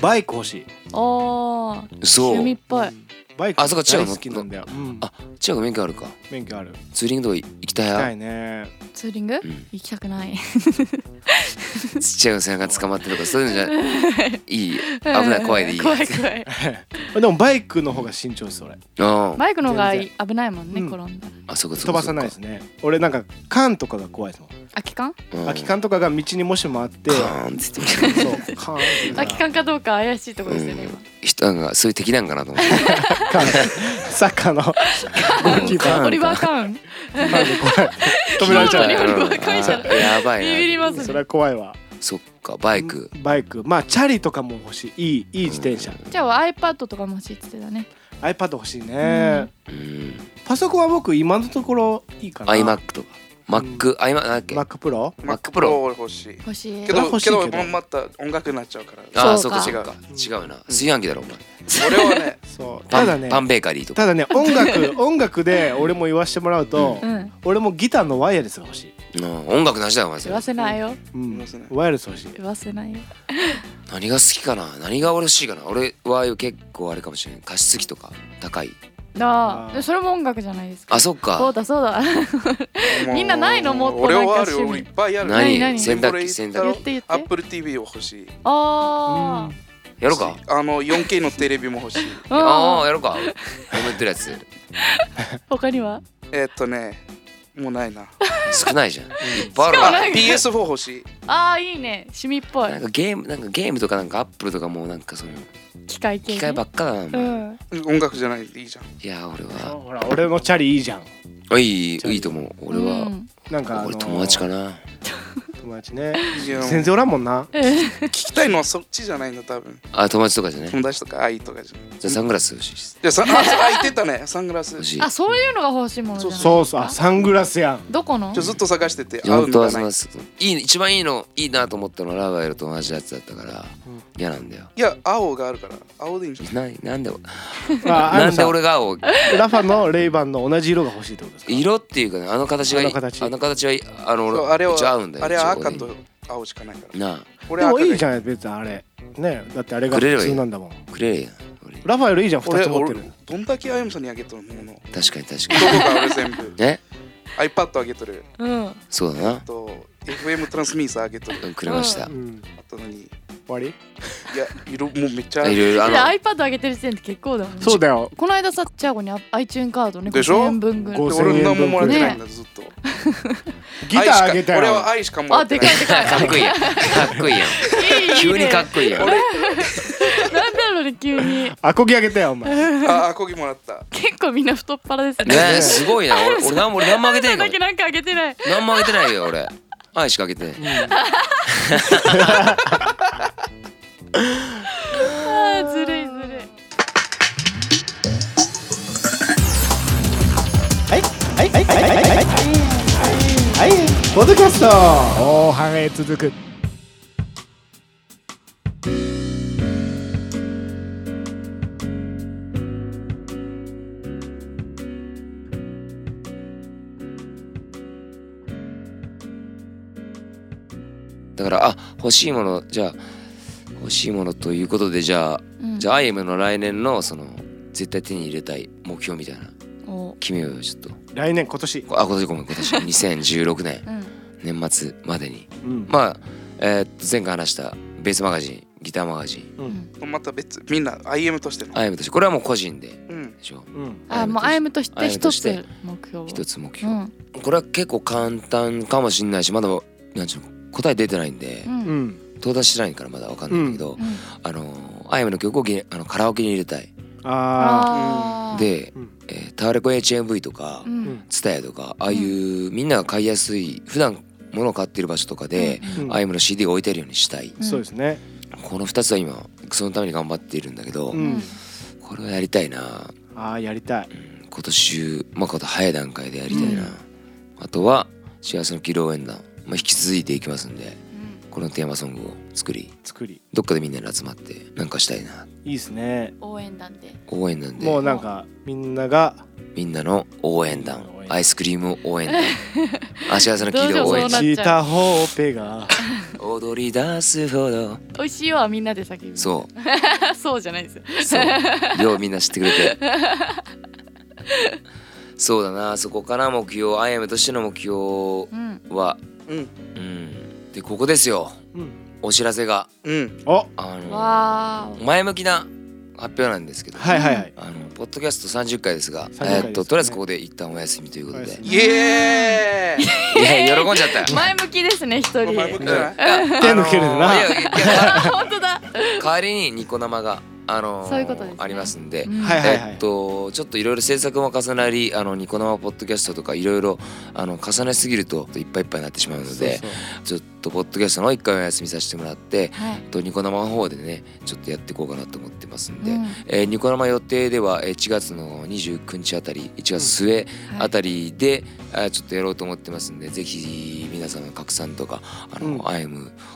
Speaker 2: バイク欲しい
Speaker 3: [laughs] おー
Speaker 1: そ
Speaker 3: 趣味
Speaker 1: う
Speaker 3: っぽい
Speaker 2: バイク
Speaker 1: あそうか違う
Speaker 2: 大好きなんだようん
Speaker 1: あ違う免許あるか
Speaker 2: 免許ある
Speaker 1: ツーリングとか行きたい
Speaker 2: 行
Speaker 1: や
Speaker 2: きたいね
Speaker 3: ツーリング
Speaker 1: うん
Speaker 3: 行きたくない
Speaker 1: ちっちゃいお魚捕まってとかそういうのじゃいい危ない怖いでいい
Speaker 3: [laughs] 怖い怖い
Speaker 2: でもバイクの方が慎重です俺
Speaker 1: あ
Speaker 3: バイクの方がい
Speaker 2: 全
Speaker 3: 危ないもんね
Speaker 2: うん
Speaker 3: 転んだら
Speaker 1: あそこそ
Speaker 2: 飛
Speaker 1: こ
Speaker 2: ばさないですね俺なんか缶とかが怖いですもん
Speaker 3: 空き缶
Speaker 1: 空
Speaker 2: 空き缶とかが道にもし回って
Speaker 1: カ
Speaker 2: そう
Speaker 1: ーンって言って
Speaker 2: 缶っていうのが
Speaker 3: 空き缶かどうか怪しいところですよね今
Speaker 1: 人なんかそういう敵なんかなと思って
Speaker 2: 缶サッカーのゴールキーパ
Speaker 1: 缶
Speaker 2: ー
Speaker 3: オリバーカウン
Speaker 2: 缶で怖い止められちゃう
Speaker 3: リ
Speaker 2: ね
Speaker 3: バーカーンじゃない
Speaker 1: やば
Speaker 3: ビ
Speaker 1: い
Speaker 3: ビり
Speaker 1: な
Speaker 3: ます
Speaker 2: そ
Speaker 3: ね
Speaker 2: れは怖いわ
Speaker 1: そっかバイク
Speaker 2: バイクまあチャリとかも欲しいいいいい自転車
Speaker 3: じゃあ iPad とかも欲しいって言ってたね
Speaker 2: iPad 欲しい
Speaker 3: うん
Speaker 2: ね
Speaker 1: うん
Speaker 2: パソコンは僕今のところいいかな
Speaker 1: iMac とか Mac iMac なんだっけ
Speaker 2: Mac Pro
Speaker 1: Mac
Speaker 5: Mac Pro
Speaker 1: Pro
Speaker 5: 俺欲しい
Speaker 3: 欲しい
Speaker 5: け
Speaker 2: それは
Speaker 5: ど
Speaker 2: 欲しい
Speaker 5: け
Speaker 2: けど
Speaker 5: どまた音楽になっちゃうから
Speaker 1: あー
Speaker 3: そ
Speaker 1: そうう
Speaker 3: か
Speaker 1: か違うか違うな炊飯器だろお前
Speaker 5: 俺はね
Speaker 2: そう
Speaker 1: パ
Speaker 2: た
Speaker 1: ン
Speaker 2: だね
Speaker 1: パンベーカリーとか
Speaker 2: ただね音楽 [laughs] 音楽で俺も言わしてもらうと
Speaker 3: うん
Speaker 2: 俺もギターのワイヤレスが欲しい
Speaker 1: うん音楽なしだよお前そ
Speaker 3: 言
Speaker 1: れ
Speaker 3: わせないよ
Speaker 2: うん
Speaker 5: そうですね
Speaker 2: ワイヤレス欲しい
Speaker 3: 言わせないよ
Speaker 1: 何が好きかな何が俺欲しいかな俺は結構あれかもしれない加湿器とか高い
Speaker 3: あ
Speaker 2: あ
Speaker 3: あ
Speaker 2: ー
Speaker 3: でそれも音楽じゃないですか
Speaker 1: あそっ
Speaker 3: そ
Speaker 1: か
Speaker 3: うだそうだ
Speaker 5: もう
Speaker 3: みんなないのもっと
Speaker 5: 俺はあ
Speaker 3: なん
Speaker 5: る
Speaker 3: か趣味
Speaker 5: よいっぱいある
Speaker 3: 何何
Speaker 1: 何洗濯機洗
Speaker 5: 言
Speaker 1: 濯
Speaker 3: 言
Speaker 1: 機
Speaker 3: って言って
Speaker 5: Apple TV を欲しい
Speaker 3: あ
Speaker 1: やろうか
Speaker 5: あの 4K のテレビも欲しい
Speaker 3: ー
Speaker 1: ああ
Speaker 3: あ
Speaker 1: やろうか俺も言ってるやつ
Speaker 3: 他には
Speaker 5: えーっとねもうないな
Speaker 1: 少ないじゃんいっぱいある
Speaker 3: しかも
Speaker 1: わ
Speaker 3: な
Speaker 5: あ
Speaker 3: い
Speaker 5: PS4 欲しい
Speaker 3: ああいいね趣味っぽい
Speaker 1: なんかゲームなんかゲームとかなんかアップルとかもうなんかその
Speaker 3: 機械系ね
Speaker 1: 機械ばっかだな、お
Speaker 3: う
Speaker 1: 前
Speaker 3: ん
Speaker 5: 音楽じゃないでいいじゃん
Speaker 1: いや俺
Speaker 2: あ
Speaker 1: は
Speaker 2: ほら俺のチャリいいじゃん
Speaker 1: あいいいいと思う俺は、
Speaker 3: うん
Speaker 2: なんかあの
Speaker 1: 俺友達かな
Speaker 2: 友達ね
Speaker 5: いやもう
Speaker 2: 全然おらんもんな
Speaker 5: 聞きたいのはそっちじゃないの多分
Speaker 1: あ友達とかじゃね
Speaker 5: 友達とか愛とかじゃない
Speaker 1: じゃあサングラス欲しいです
Speaker 5: じゃあ
Speaker 3: [laughs]
Speaker 5: さあそうあ言ってたねサングラス
Speaker 1: 欲
Speaker 5: ち
Speaker 1: しい
Speaker 3: あそういうのが欲しいものじゃない
Speaker 2: そうそうあサングラスやん
Speaker 3: どこの
Speaker 5: ょずっと探してて合う
Speaker 1: 本
Speaker 5: の
Speaker 1: 当は
Speaker 5: が
Speaker 1: そ
Speaker 5: ない
Speaker 1: のいい一番いいのいいなと思ったのはラバエルと同じやつだったから嫌なんだよ
Speaker 5: いや青があるから青でいいんじゃない
Speaker 1: ななんで
Speaker 2: あ
Speaker 1: な
Speaker 2: あの
Speaker 1: んで
Speaker 2: さ
Speaker 1: 俺が青
Speaker 2: ラファのレイバンの同じ色が欲しいってことですか
Speaker 1: 色っていうかねあの形がいい
Speaker 2: あの形
Speaker 1: あの形はいいあの
Speaker 5: そうあれ
Speaker 1: 俺
Speaker 5: は
Speaker 1: 一応合うんだよ
Speaker 5: あれは赤
Speaker 1: 一応
Speaker 5: と青しかないから
Speaker 1: な
Speaker 5: 俺
Speaker 2: で
Speaker 5: は
Speaker 2: も
Speaker 5: 赤が
Speaker 2: いいじゃない別にあれねだってあれが
Speaker 1: くれれ
Speaker 2: 普
Speaker 1: ばいい
Speaker 2: 通なんだもん
Speaker 1: あくれやん俺
Speaker 2: ラファエルいいじゃん2
Speaker 5: 俺
Speaker 2: つ持っ
Speaker 5: 俺
Speaker 2: てる
Speaker 5: どんだけあやむさんにあげとるものどこ
Speaker 1: 確かに確か [laughs]
Speaker 5: か俺全部
Speaker 1: にね
Speaker 5: iPad あげとる
Speaker 3: うん
Speaker 1: そうだな
Speaker 5: あと FM トランスミーサーあげとる
Speaker 1: くれました
Speaker 2: う。ん、
Speaker 5: あったのにい
Speaker 2: 終わり
Speaker 5: やいろもうめっちゃ
Speaker 1: いろいろあ
Speaker 3: で
Speaker 1: の
Speaker 3: iPad 上げてる時点で結構だもんね
Speaker 2: そうだよ
Speaker 3: この間さチャゴにあ iTune カードね
Speaker 5: でしょ
Speaker 3: 5000円分ぐらい
Speaker 2: ご
Speaker 5: で俺何ももらってないんだずっと
Speaker 2: ギターあ
Speaker 5: 愛し
Speaker 2: げた
Speaker 5: か俺
Speaker 2: よ
Speaker 5: は愛しかもら
Speaker 3: あ
Speaker 5: って
Speaker 3: で
Speaker 5: な
Speaker 3: か
Speaker 5: い
Speaker 3: いでか
Speaker 1: [laughs]
Speaker 3: い
Speaker 1: かっこいいやんかっこいいやん
Speaker 3: いいね
Speaker 1: 急にかっこいいやん
Speaker 3: なんだろうね急に
Speaker 2: アコギあげたよお前
Speaker 5: ああこぎもらった
Speaker 3: 結構みんな太っ腹ですね [laughs]
Speaker 1: ねすごいな俺俺何も俺何もあげてない
Speaker 3: だ
Speaker 1: か
Speaker 3: け
Speaker 1: も
Speaker 3: なんかあげてない
Speaker 1: 何もあげてないよ俺愛しかあげてない
Speaker 3: あーずるいずるい
Speaker 2: はいはいはいはいはいはいはいポッドキャスト後半へ続く
Speaker 1: だからあ欲しいものじゃあ欲しいものということでじゃあ
Speaker 3: うん
Speaker 1: じゃあ IM の来年のその絶対手に入れたい目標みたいな
Speaker 3: お
Speaker 1: 決めようよちょっと
Speaker 2: 来年今年
Speaker 1: あ今年ごめん今
Speaker 3: [laughs]
Speaker 1: 年2016年
Speaker 3: うん
Speaker 1: 年末までに
Speaker 2: うん
Speaker 1: まあえーっと前回話したベースマガジンギターマガジン
Speaker 5: また別みんな IM としての
Speaker 1: IM としてこれはもう個人で
Speaker 5: うん
Speaker 1: でしょ
Speaker 2: うん
Speaker 3: あもう
Speaker 1: IM
Speaker 3: IM とし
Speaker 1: アイ
Speaker 3: て
Speaker 1: ムと
Speaker 3: 一
Speaker 1: して
Speaker 3: つ目標を
Speaker 1: 一つ目
Speaker 3: う
Speaker 1: 標
Speaker 3: ん
Speaker 1: これは結構簡単かもしんないしまだなんちゅうの答え出てないんで
Speaker 3: うん
Speaker 2: う
Speaker 3: うん
Speaker 2: ん
Speaker 1: 到達してないからまだわかんないんだけどあのー IM の曲をげあのカラオケに入れたい
Speaker 2: あ
Speaker 3: あー
Speaker 1: で
Speaker 2: うん
Speaker 1: えータワレコ HMV とか
Speaker 3: うん
Speaker 2: うん
Speaker 1: ツタヤとかああいうみんなが買いやすい普段物を買ってる場所とかで
Speaker 2: うん
Speaker 1: IM の CD が置いてあるようにしたい
Speaker 3: うん
Speaker 2: そうですね
Speaker 1: この2つは今そのために頑張っているんだけど
Speaker 2: うん
Speaker 1: これはやりたいな
Speaker 2: ああやりたい
Speaker 1: うん今年まあこと早い段階でやりたいな、
Speaker 3: うん
Speaker 1: あとは幸せの祈祷演談、まあ、引き続いていきますんで
Speaker 3: うん
Speaker 1: このテーマソングを作り
Speaker 2: 作り
Speaker 1: どっかでみんなで集まってなんかしたいない
Speaker 2: いですね
Speaker 3: 応援団で
Speaker 1: 応援団で
Speaker 2: もうなんかみんなが
Speaker 1: みんなの応援団
Speaker 2: 応援団
Speaker 1: アイスクリーム応援団あ幸せの祈祷応援
Speaker 3: ど
Speaker 1: 団
Speaker 3: うぞそうなっちゃう
Speaker 2: チーターホーペが
Speaker 1: 踊り出すほど
Speaker 3: 美味しいよはみんなで叫ぶ
Speaker 1: そ
Speaker 3: [laughs] そうじゃないですよ
Speaker 1: うそうようみんな知ってくれてそうだなそこから目標アイアムとしての目標
Speaker 3: うん
Speaker 1: は
Speaker 5: うん
Speaker 1: うんでここですよ
Speaker 2: うん
Speaker 1: お知らせが
Speaker 5: うん
Speaker 2: お
Speaker 1: あの
Speaker 3: わー
Speaker 1: 前向きな発表なんですけど、
Speaker 2: はいはいはい
Speaker 1: あのポッドキャスト30回ですが、
Speaker 2: 30回
Speaker 1: え
Speaker 2: です
Speaker 1: ーっととりあえずここで一旦お休みということ
Speaker 2: お
Speaker 1: で
Speaker 2: 休、み
Speaker 5: イエーイ
Speaker 1: いや喜んじゃったよ。
Speaker 3: 前向きですね一人
Speaker 5: 前向きじゃない
Speaker 2: 手抜けるな
Speaker 1: あのーいやいや
Speaker 3: [laughs] 本当だ
Speaker 1: 代わりにニコ生があのー
Speaker 3: そういうことですね
Speaker 1: ありますんで、
Speaker 3: うん
Speaker 2: はいはいは
Speaker 1: えーっ
Speaker 2: い
Speaker 1: とちょっといろいろ制作も重なりあのニコ生ポッドキャストとかいろいろあの重ねすぎるといっぱいいっぱいになってしまうので
Speaker 2: そうそ
Speaker 1: ちょっとポッドキャストの方一回お休みさせてもらって、
Speaker 3: はい
Speaker 1: えっとニコ生の方でねちょっとやっていこうかなと思ってますんで、
Speaker 3: うん
Speaker 1: えーニコ生予定ではえー1月の29日あたり1月末あたりで、あーちょっとやろうと思ってますんでぜひ皆さんの拡散とかあの、
Speaker 2: うん
Speaker 1: IM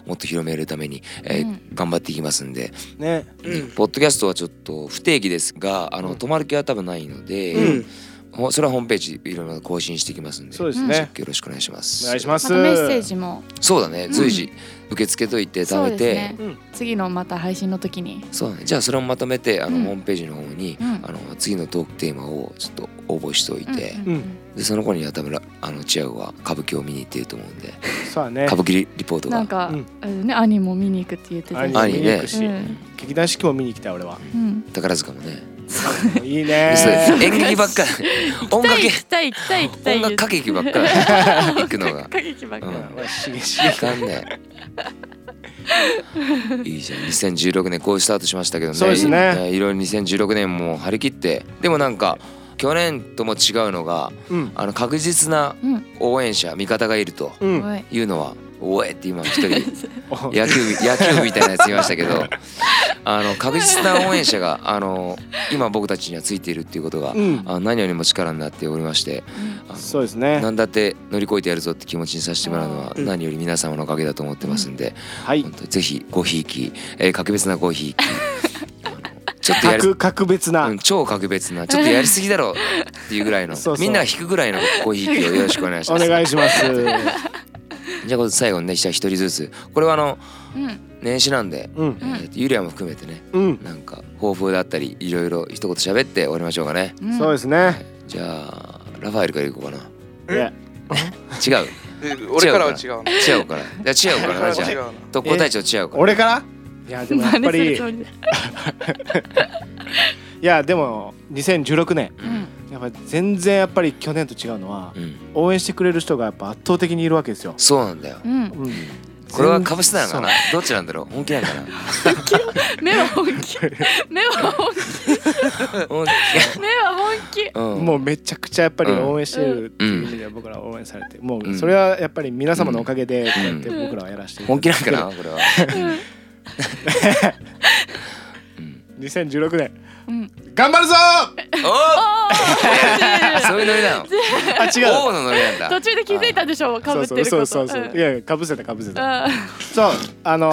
Speaker 1: もっと広めるために、えー
Speaker 3: うん
Speaker 1: 頑張っていきますんで、
Speaker 2: うね
Speaker 5: うん
Speaker 1: ポッドキャストはちょっと不定期ですがあの、
Speaker 2: うん
Speaker 1: 止まる気は多分ないので、
Speaker 5: うん
Speaker 1: ほそれはホームページいろいろ更新していきますんで
Speaker 2: そうですね
Speaker 1: よろしくお願いします。
Speaker 2: お願いしま
Speaker 3: ますたメッセージも
Speaker 1: そうだね、
Speaker 3: うん
Speaker 1: 随時受け付けといて
Speaker 3: そ
Speaker 1: 貯
Speaker 3: う
Speaker 1: め
Speaker 3: です
Speaker 1: て。
Speaker 3: ね
Speaker 2: うん
Speaker 3: 次のまた配信の時に
Speaker 1: そうだね、じゃあそれをまとめてあの、
Speaker 3: うん
Speaker 1: ホームページの方に、
Speaker 3: うん
Speaker 1: あの次のトークテーマをちょっと応募しておいて、
Speaker 3: うんうん
Speaker 1: でその子には多分らあのチアゴは歌舞伎を見に行ってると思うんで
Speaker 2: そうだね
Speaker 1: 歌舞伎リリポー
Speaker 3: う
Speaker 1: ト
Speaker 3: んな
Speaker 1: が
Speaker 3: んか
Speaker 2: うん
Speaker 3: あれね兄も見に行くって言ってたし
Speaker 1: 兄
Speaker 2: 見に行く
Speaker 3: う
Speaker 2: し
Speaker 3: ん
Speaker 2: 劇団四季も見に来たよ俺は
Speaker 3: うん
Speaker 1: 宝塚もね、
Speaker 2: いい
Speaker 1: そう
Speaker 2: ね
Speaker 1: 演劇ばっか
Speaker 3: [laughs]
Speaker 1: り音楽
Speaker 3: 行きたい行きたい行きたい
Speaker 1: 音
Speaker 3: 行
Speaker 1: 楽歌
Speaker 3: きたい
Speaker 1: 劇ばっか
Speaker 3: [laughs]
Speaker 1: り行くのが
Speaker 3: 歌劇ばっか
Speaker 1: うん
Speaker 2: 俺刺激
Speaker 1: いかんねいいじゃん2016年こうスタートしましたけどね
Speaker 2: そうですね
Speaker 1: いやいろいろ2016年も張り切ってでもなんか去年とも違うのが
Speaker 2: うん
Speaker 1: あの確実な
Speaker 3: うん
Speaker 1: 応援者味方がいると
Speaker 2: う
Speaker 3: す
Speaker 2: ん
Speaker 3: ごい
Speaker 1: いうのは「おえ」って今一人 [laughs]
Speaker 2: お
Speaker 1: 野球部野球部みたいなやついましたけどあの確実な応援者があの今僕たちにはついているっていうことが、
Speaker 2: うん
Speaker 1: あの何よりも力になっておりましてあの
Speaker 2: そうですね
Speaker 1: 何だって乗り越えてやるぞって気持ちにさせてもらうのは
Speaker 5: うん
Speaker 1: 何より皆様のおかげだと思ってますんで、
Speaker 2: はい
Speaker 1: 本当にぜひごひいき、えー格別なごひいきあ
Speaker 2: [laughs]
Speaker 1: のちょっとやり、
Speaker 2: 格格別な
Speaker 1: うん、超格別なちょっとやりすぎだろうっていうぐらいの
Speaker 2: [laughs] そうそう
Speaker 1: みんなが引くぐらいのごひいきをよろしくお願いし
Speaker 2: お
Speaker 1: ます。
Speaker 2: 願いします
Speaker 1: じゃあ最後にねじゃあ一人ずつこれはあの
Speaker 3: うん
Speaker 1: 年始なんで、
Speaker 2: うん
Speaker 1: えーユリアも含めてね
Speaker 2: うん
Speaker 1: なんか抱負だったりいろいろ一言喋って終わりましょうかね
Speaker 3: うん
Speaker 2: そうですね
Speaker 1: じゃあラファエルからいこうかな
Speaker 2: で
Speaker 1: 違う
Speaker 5: え俺からは違うの
Speaker 1: 違うからじゃあ違うからなじ
Speaker 5: 俺から
Speaker 1: ゃ
Speaker 2: [laughs]
Speaker 5: は
Speaker 1: あ
Speaker 5: 違うの
Speaker 1: 特攻隊長違うから
Speaker 2: 俺からいやでもやっぱりいやでも2016年
Speaker 1: うん
Speaker 2: やっぱ全然やっぱり去年と違うのは
Speaker 1: うん
Speaker 2: 応援してくれる人がやっぱ圧倒的にいるわけですよ、
Speaker 1: そうなんだよ
Speaker 3: うん
Speaker 2: うん、
Speaker 1: これはかぶせたのかな
Speaker 2: そ
Speaker 1: どっちなんだろう本気なのか
Speaker 3: 目は本気目は本
Speaker 1: な本
Speaker 3: 気目は本気
Speaker 1: 気うん
Speaker 2: もうめちゃくちゃやっぱり応援してるっていう意味では僕らは応援されてもうそれはやっぱり皆様のおかげでこうやって僕らはやらせていただ
Speaker 1: 本
Speaker 2: い
Speaker 1: 気
Speaker 2: て
Speaker 1: なんかなこれは
Speaker 2: 2016年
Speaker 3: うん
Speaker 2: 頑張るぞー
Speaker 1: お
Speaker 3: あ
Speaker 1: おそういうノリなの
Speaker 2: あ違
Speaker 1: 王
Speaker 2: う
Speaker 1: のノリなんだ
Speaker 3: ー途中で気づいたでしょかぶってるこ
Speaker 2: そ
Speaker 3: と
Speaker 2: うそうそうそう、
Speaker 3: ん
Speaker 2: いやいやかぶせたかぶせた
Speaker 3: あ
Speaker 2: そうあの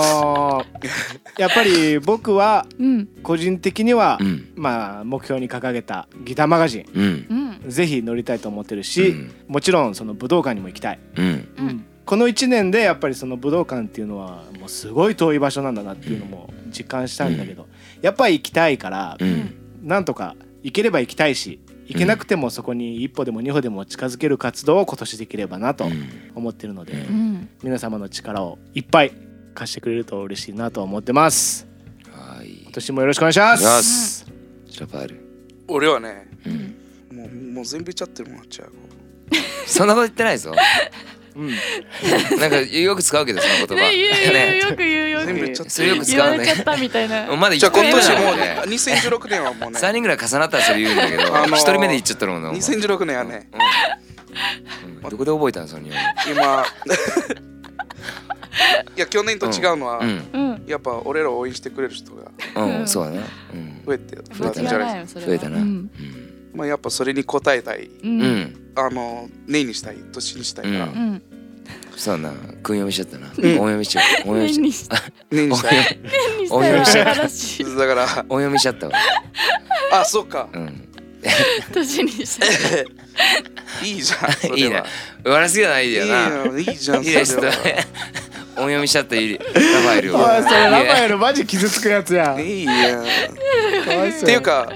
Speaker 2: ー、やっぱり僕は
Speaker 3: ーうん
Speaker 2: 個人的には、
Speaker 1: うん
Speaker 2: まあ目標に掲げたギターマガジン
Speaker 1: うん
Speaker 3: うん
Speaker 2: ぜひ乗りたいと思ってるし、
Speaker 1: うん
Speaker 2: もちろんその武道館にも行きたい、
Speaker 1: うん
Speaker 3: うん
Speaker 2: この1年でやっぱりその武道館っていうのはもうすごい遠い場所なんだなっていうのも実感したんだけど、やっぱり行きたいから、
Speaker 1: うん
Speaker 2: なんとか行ければ行きたいし行けなくてもそこに一歩でも二歩でも近づける活動を今年できればなと
Speaker 1: うん
Speaker 2: 思ってるので、
Speaker 3: うん
Speaker 2: 皆様の力をいっぱい貸してくれると嬉しいなと思ってます
Speaker 1: はい
Speaker 2: 今年もよろしくお願いします
Speaker 1: お願いしますラパール
Speaker 5: 俺はね
Speaker 1: うん
Speaker 5: もうもう全部言っちゃってるもんあっちゃう
Speaker 1: そんなこと言ってないぞ
Speaker 2: うん
Speaker 1: なんかよく使うけどその言葉
Speaker 3: ね言う言うよく言うよ
Speaker 5: 全部
Speaker 3: く
Speaker 5: 言っちゃっ
Speaker 1: それよ
Speaker 5: て
Speaker 1: く
Speaker 3: 言
Speaker 1: 使
Speaker 3: わ
Speaker 1: う
Speaker 3: れちゃ
Speaker 1: [laughs]
Speaker 3: っ
Speaker 1: ね
Speaker 3: たみたいな
Speaker 1: まだ
Speaker 5: じゃあ
Speaker 1: 一
Speaker 5: 今
Speaker 1: 回も
Speaker 5: 年
Speaker 1: ない
Speaker 5: も
Speaker 1: も
Speaker 5: うん
Speaker 1: ね
Speaker 5: 2016年はもうね
Speaker 1: 3人ぐらい重なったらそれ言うんだけど
Speaker 5: あのー
Speaker 1: 1人目で言っちゃったのもんなお前
Speaker 5: 2016年はね
Speaker 1: うんうんどこで覚えたのその日本
Speaker 5: 今 [laughs] いや去年と違うのは、
Speaker 1: うん
Speaker 3: うん
Speaker 5: やっぱ俺らを応援してくれる人が
Speaker 1: うん、
Speaker 3: うん
Speaker 1: そうだな、うん、
Speaker 5: 増えて増
Speaker 1: 増
Speaker 5: え
Speaker 1: えた
Speaker 5: た
Speaker 1: ね
Speaker 5: んじゃない
Speaker 3: よそれは
Speaker 1: 増えたな、
Speaker 3: う
Speaker 1: うんん
Speaker 5: まあやっぱそれに応えたい
Speaker 3: うん
Speaker 1: う
Speaker 3: うん
Speaker 1: ん、
Speaker 5: あの年にしたい年にしたいから、
Speaker 1: うん
Speaker 3: うん
Speaker 1: そうだな訓読みしちゃったな、
Speaker 5: ん
Speaker 1: 音読みしちゃ
Speaker 3: [laughs]
Speaker 1: った音読み
Speaker 3: 年
Speaker 1: しちゃっ
Speaker 3: に
Speaker 5: 年にし
Speaker 3: した
Speaker 5: たい
Speaker 3: 年にし
Speaker 1: お
Speaker 3: た
Speaker 1: 祝
Speaker 3: ら
Speaker 1: いしちゃった
Speaker 3: 話
Speaker 5: だから
Speaker 1: [laughs] た音読みしちゃったわ、
Speaker 5: あそうか
Speaker 1: うん、
Speaker 3: 年にした
Speaker 5: いい
Speaker 1: [laughs]
Speaker 5: じゃんそれはい
Speaker 1: いね笑いすぎないでよない
Speaker 5: いいいじゃん
Speaker 1: いいです
Speaker 5: そ
Speaker 1: と
Speaker 5: れは
Speaker 1: ね音読みしちゃったいいラファエルを
Speaker 2: おいそれラファエ
Speaker 1: ル
Speaker 2: ルマジ傷つくやつや
Speaker 5: いいやんっ
Speaker 2: かわいそう
Speaker 5: ていうか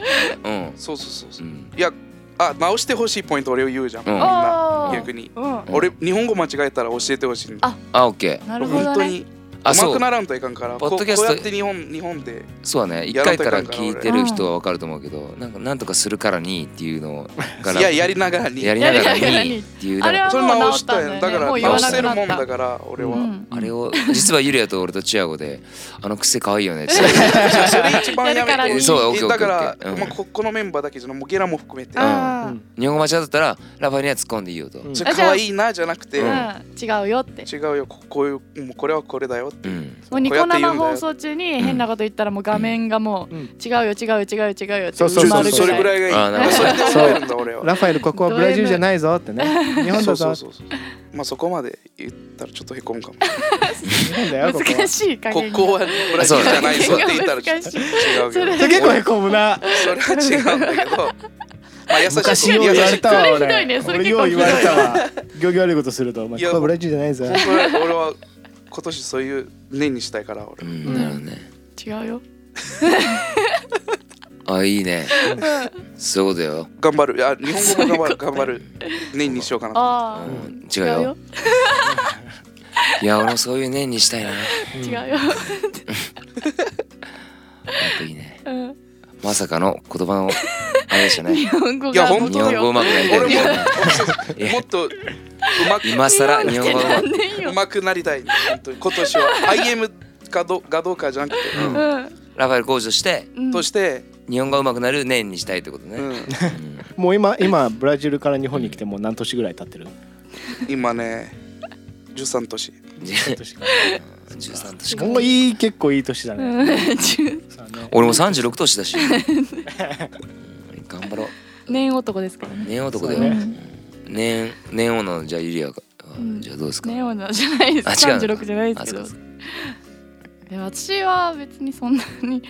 Speaker 1: うん
Speaker 5: そうそうそうそううんいやあ直してほしいポイント俺を言うじゃん、
Speaker 1: うん
Speaker 5: みんな
Speaker 3: おー
Speaker 5: 逆に
Speaker 3: [laughs] うん
Speaker 1: うん
Speaker 5: 俺日本語間違えたら教えてほしい
Speaker 3: あ
Speaker 1: あオッケー
Speaker 3: なるほ
Speaker 5: 本
Speaker 3: ど
Speaker 5: 当
Speaker 3: ね
Speaker 5: に
Speaker 1: あ
Speaker 5: 上手
Speaker 1: そう
Speaker 5: くならんといかんから
Speaker 1: ポッ
Speaker 5: こ
Speaker 1: ド
Speaker 5: う
Speaker 1: キャスト
Speaker 5: こうやって日本日本で
Speaker 1: そうだね一
Speaker 5: やら
Speaker 1: 回
Speaker 5: んとい
Speaker 1: か
Speaker 5: からんから
Speaker 1: 聞いてる人はわかると思うけどなんかなんとかするからにっていうのか
Speaker 5: い
Speaker 1: ら
Speaker 5: ややりながらに
Speaker 1: やりながら
Speaker 3: やりながら
Speaker 1: に
Speaker 3: に
Speaker 1: っていう
Speaker 3: あれは
Speaker 5: それ直したやんだか
Speaker 3: も
Speaker 5: ら
Speaker 3: う言
Speaker 5: 直
Speaker 3: わな
Speaker 5: せ
Speaker 3: く
Speaker 5: る
Speaker 3: な
Speaker 5: も
Speaker 3: っ
Speaker 5: んだ
Speaker 3: た
Speaker 5: から俺は、
Speaker 3: うん
Speaker 1: あれを実はユリアと俺とチアゴであの癖可愛いよねって
Speaker 5: それ一番や
Speaker 3: やるから
Speaker 5: め
Speaker 3: に
Speaker 5: て
Speaker 1: そうオッケーオッケ
Speaker 5: だ
Speaker 1: ー
Speaker 5: か
Speaker 1: オッケー
Speaker 5: ら、
Speaker 1: うん
Speaker 5: まあ、ここのメンバーだけじゃなくもうゲラも含めて、
Speaker 3: あ
Speaker 2: うん
Speaker 1: 日本語間違だったらラファエルには突っ込んでいいよと
Speaker 2: うん
Speaker 5: じゃあ可愛いなじゃなくて、
Speaker 1: うん
Speaker 3: あうん違うよって
Speaker 5: 違うよここういうもうこれはこれだよって、
Speaker 1: うん
Speaker 3: もうニコ生放送中に変なこと言ったらもう画面がもう
Speaker 2: うん
Speaker 3: 違うよ違うよ違うよ違うよって
Speaker 2: そうそう
Speaker 3: 埋まる
Speaker 5: それぐ
Speaker 3: い
Speaker 5: らいがいい
Speaker 1: あーなるほ
Speaker 5: そ
Speaker 1: ど
Speaker 5: れで覚えるんだ俺は
Speaker 2: ラファエルここはブラジルじゃないぞ
Speaker 3: [laughs]
Speaker 2: ってね日本
Speaker 5: そ
Speaker 2: だ
Speaker 5: うそう
Speaker 2: ぞ
Speaker 5: そうそうまあそこまで言ったらちょっとへこむかも
Speaker 2: 日本だよここは
Speaker 3: 難しい加
Speaker 5: こ
Speaker 3: 減が
Speaker 5: こはブラジルじゃないぞって言ったらちょっと
Speaker 3: 難し
Speaker 5: 違
Speaker 3: い
Speaker 5: うけど
Speaker 2: それ結構へこむな
Speaker 5: それは違うんだけどまあ優しい
Speaker 2: 昔よう
Speaker 5: 優
Speaker 2: 言われ
Speaker 5: しく
Speaker 2: たわ
Speaker 3: それひどいね
Speaker 2: 俺
Speaker 3: それ
Speaker 2: 俺
Speaker 3: 結
Speaker 2: よ
Speaker 3: 構
Speaker 2: う言
Speaker 3: ひどい
Speaker 2: われたわ行儀悪いことするとお前
Speaker 5: い
Speaker 2: こ
Speaker 5: や
Speaker 2: こはブラジルじゃないぞ
Speaker 5: 僕は俺は今年そういう年にしたいから
Speaker 1: う
Speaker 5: 俺
Speaker 1: んなるほどね
Speaker 3: 違うよ
Speaker 1: あいいねそうだよ
Speaker 5: 頑張るあ日本語も頑張る頑張る年にしようかな
Speaker 1: う
Speaker 3: ああ
Speaker 1: ん違
Speaker 3: 違
Speaker 1: う
Speaker 3: う
Speaker 1: よ
Speaker 3: よ
Speaker 1: いや俺もそういう年にしたいなやっ
Speaker 3: 違うよ
Speaker 1: ぱいいね
Speaker 3: うん
Speaker 1: まさかの言葉のあれでした
Speaker 3: 日
Speaker 1: ね
Speaker 3: [laughs] 本語
Speaker 5: いや
Speaker 3: が
Speaker 5: 本
Speaker 1: 日本語うまくなりたい
Speaker 5: 俺
Speaker 1: み
Speaker 5: も
Speaker 1: たいや
Speaker 5: もっとうまく
Speaker 1: 今更日本語うまく
Speaker 3: ねんよ
Speaker 5: うまくなりたい本当に今年は IM かどがどうかじゃなくて、
Speaker 3: うん
Speaker 1: ラファエル講師として
Speaker 3: うん
Speaker 5: として、
Speaker 1: 日本語うまくなる年にしたいってことね
Speaker 5: うん
Speaker 1: うん
Speaker 2: もう今今ブラジルから日本に来てもう何年ぐらい経ってる
Speaker 5: 今ね13年
Speaker 1: 13年か
Speaker 2: もういい結構いい年だね,、
Speaker 3: うん十
Speaker 2: そうね
Speaker 1: 俺も36年だしうん頑張ろう
Speaker 3: 年男ですからね
Speaker 1: 年男だよ
Speaker 2: そう
Speaker 3: ね
Speaker 1: 年年王のじゃあユリアがあ
Speaker 3: うん
Speaker 1: じゃあどうですか
Speaker 3: 年女じゃないです
Speaker 1: あ違うの
Speaker 3: 36じゃないですけ
Speaker 1: あ
Speaker 3: ど
Speaker 1: そう
Speaker 3: でも私は別にそんなに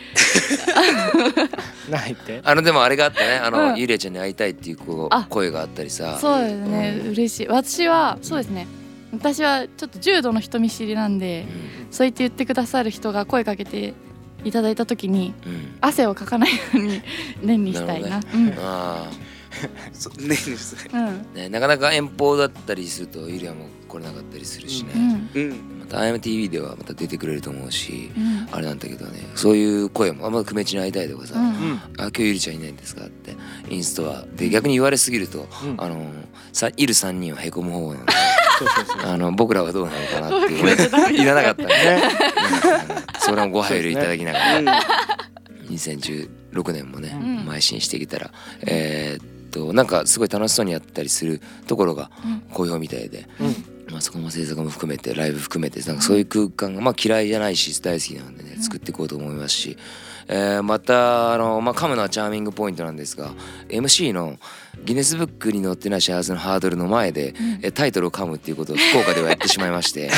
Speaker 2: ないって
Speaker 1: あのでもあれがあったねあ
Speaker 3: う
Speaker 1: の
Speaker 3: ん
Speaker 1: ユリアちゃんに会いたいっていうこ
Speaker 3: あ
Speaker 1: う声があったりさ
Speaker 3: そうですね
Speaker 1: う
Speaker 3: 嬉しい私はそうですね私はちょっと重度の人見知りなんで
Speaker 1: うん
Speaker 3: そう言って言ってくださる人が声かけていただいた時に
Speaker 1: うん
Speaker 3: 汗をかかないように年にしたいな
Speaker 1: なああ
Speaker 5: そねえですね
Speaker 3: うん
Speaker 1: ね、なかなか遠方だったりするとユリアも来れなかったりするし
Speaker 3: う
Speaker 1: ね、
Speaker 3: ん
Speaker 5: うん
Speaker 1: また IMTV ではまた出てくれると思うし
Speaker 3: うん
Speaker 1: あれなんだけどねそういう声もあんま久米地に会いたいとかさ、
Speaker 3: う
Speaker 1: あ
Speaker 3: ん
Speaker 2: うん
Speaker 1: 今日ゆりちゃんいないんですかってインストはで逆に言われすぎると、
Speaker 2: うん
Speaker 1: あのさいる3人はへこむ方なんで
Speaker 2: そうそうそう
Speaker 1: あの僕らはどうなのかなっていういらなかったね
Speaker 2: ね
Speaker 1: うんそれもご配慮いただきながら、
Speaker 5: うん
Speaker 1: 2016年もね、
Speaker 3: うん
Speaker 1: 邁進していけたらえーっとなんかすごい楽しそうにやったりするところが
Speaker 3: うん
Speaker 1: 好評みたいで、
Speaker 2: うん
Speaker 1: まあ、そこも制作も含めてライブ含めてなんかそういう空間が、まあ、嫌いじゃないし大好きなんでね作っていこうと思いますし、えーまたあの、まあ、噛むのはチャーミングポイントなんですが MC のギネスブックに載ってない幸せのハードルの前で、えタイトルを噛むっていうことを福岡ではやってしまいまして。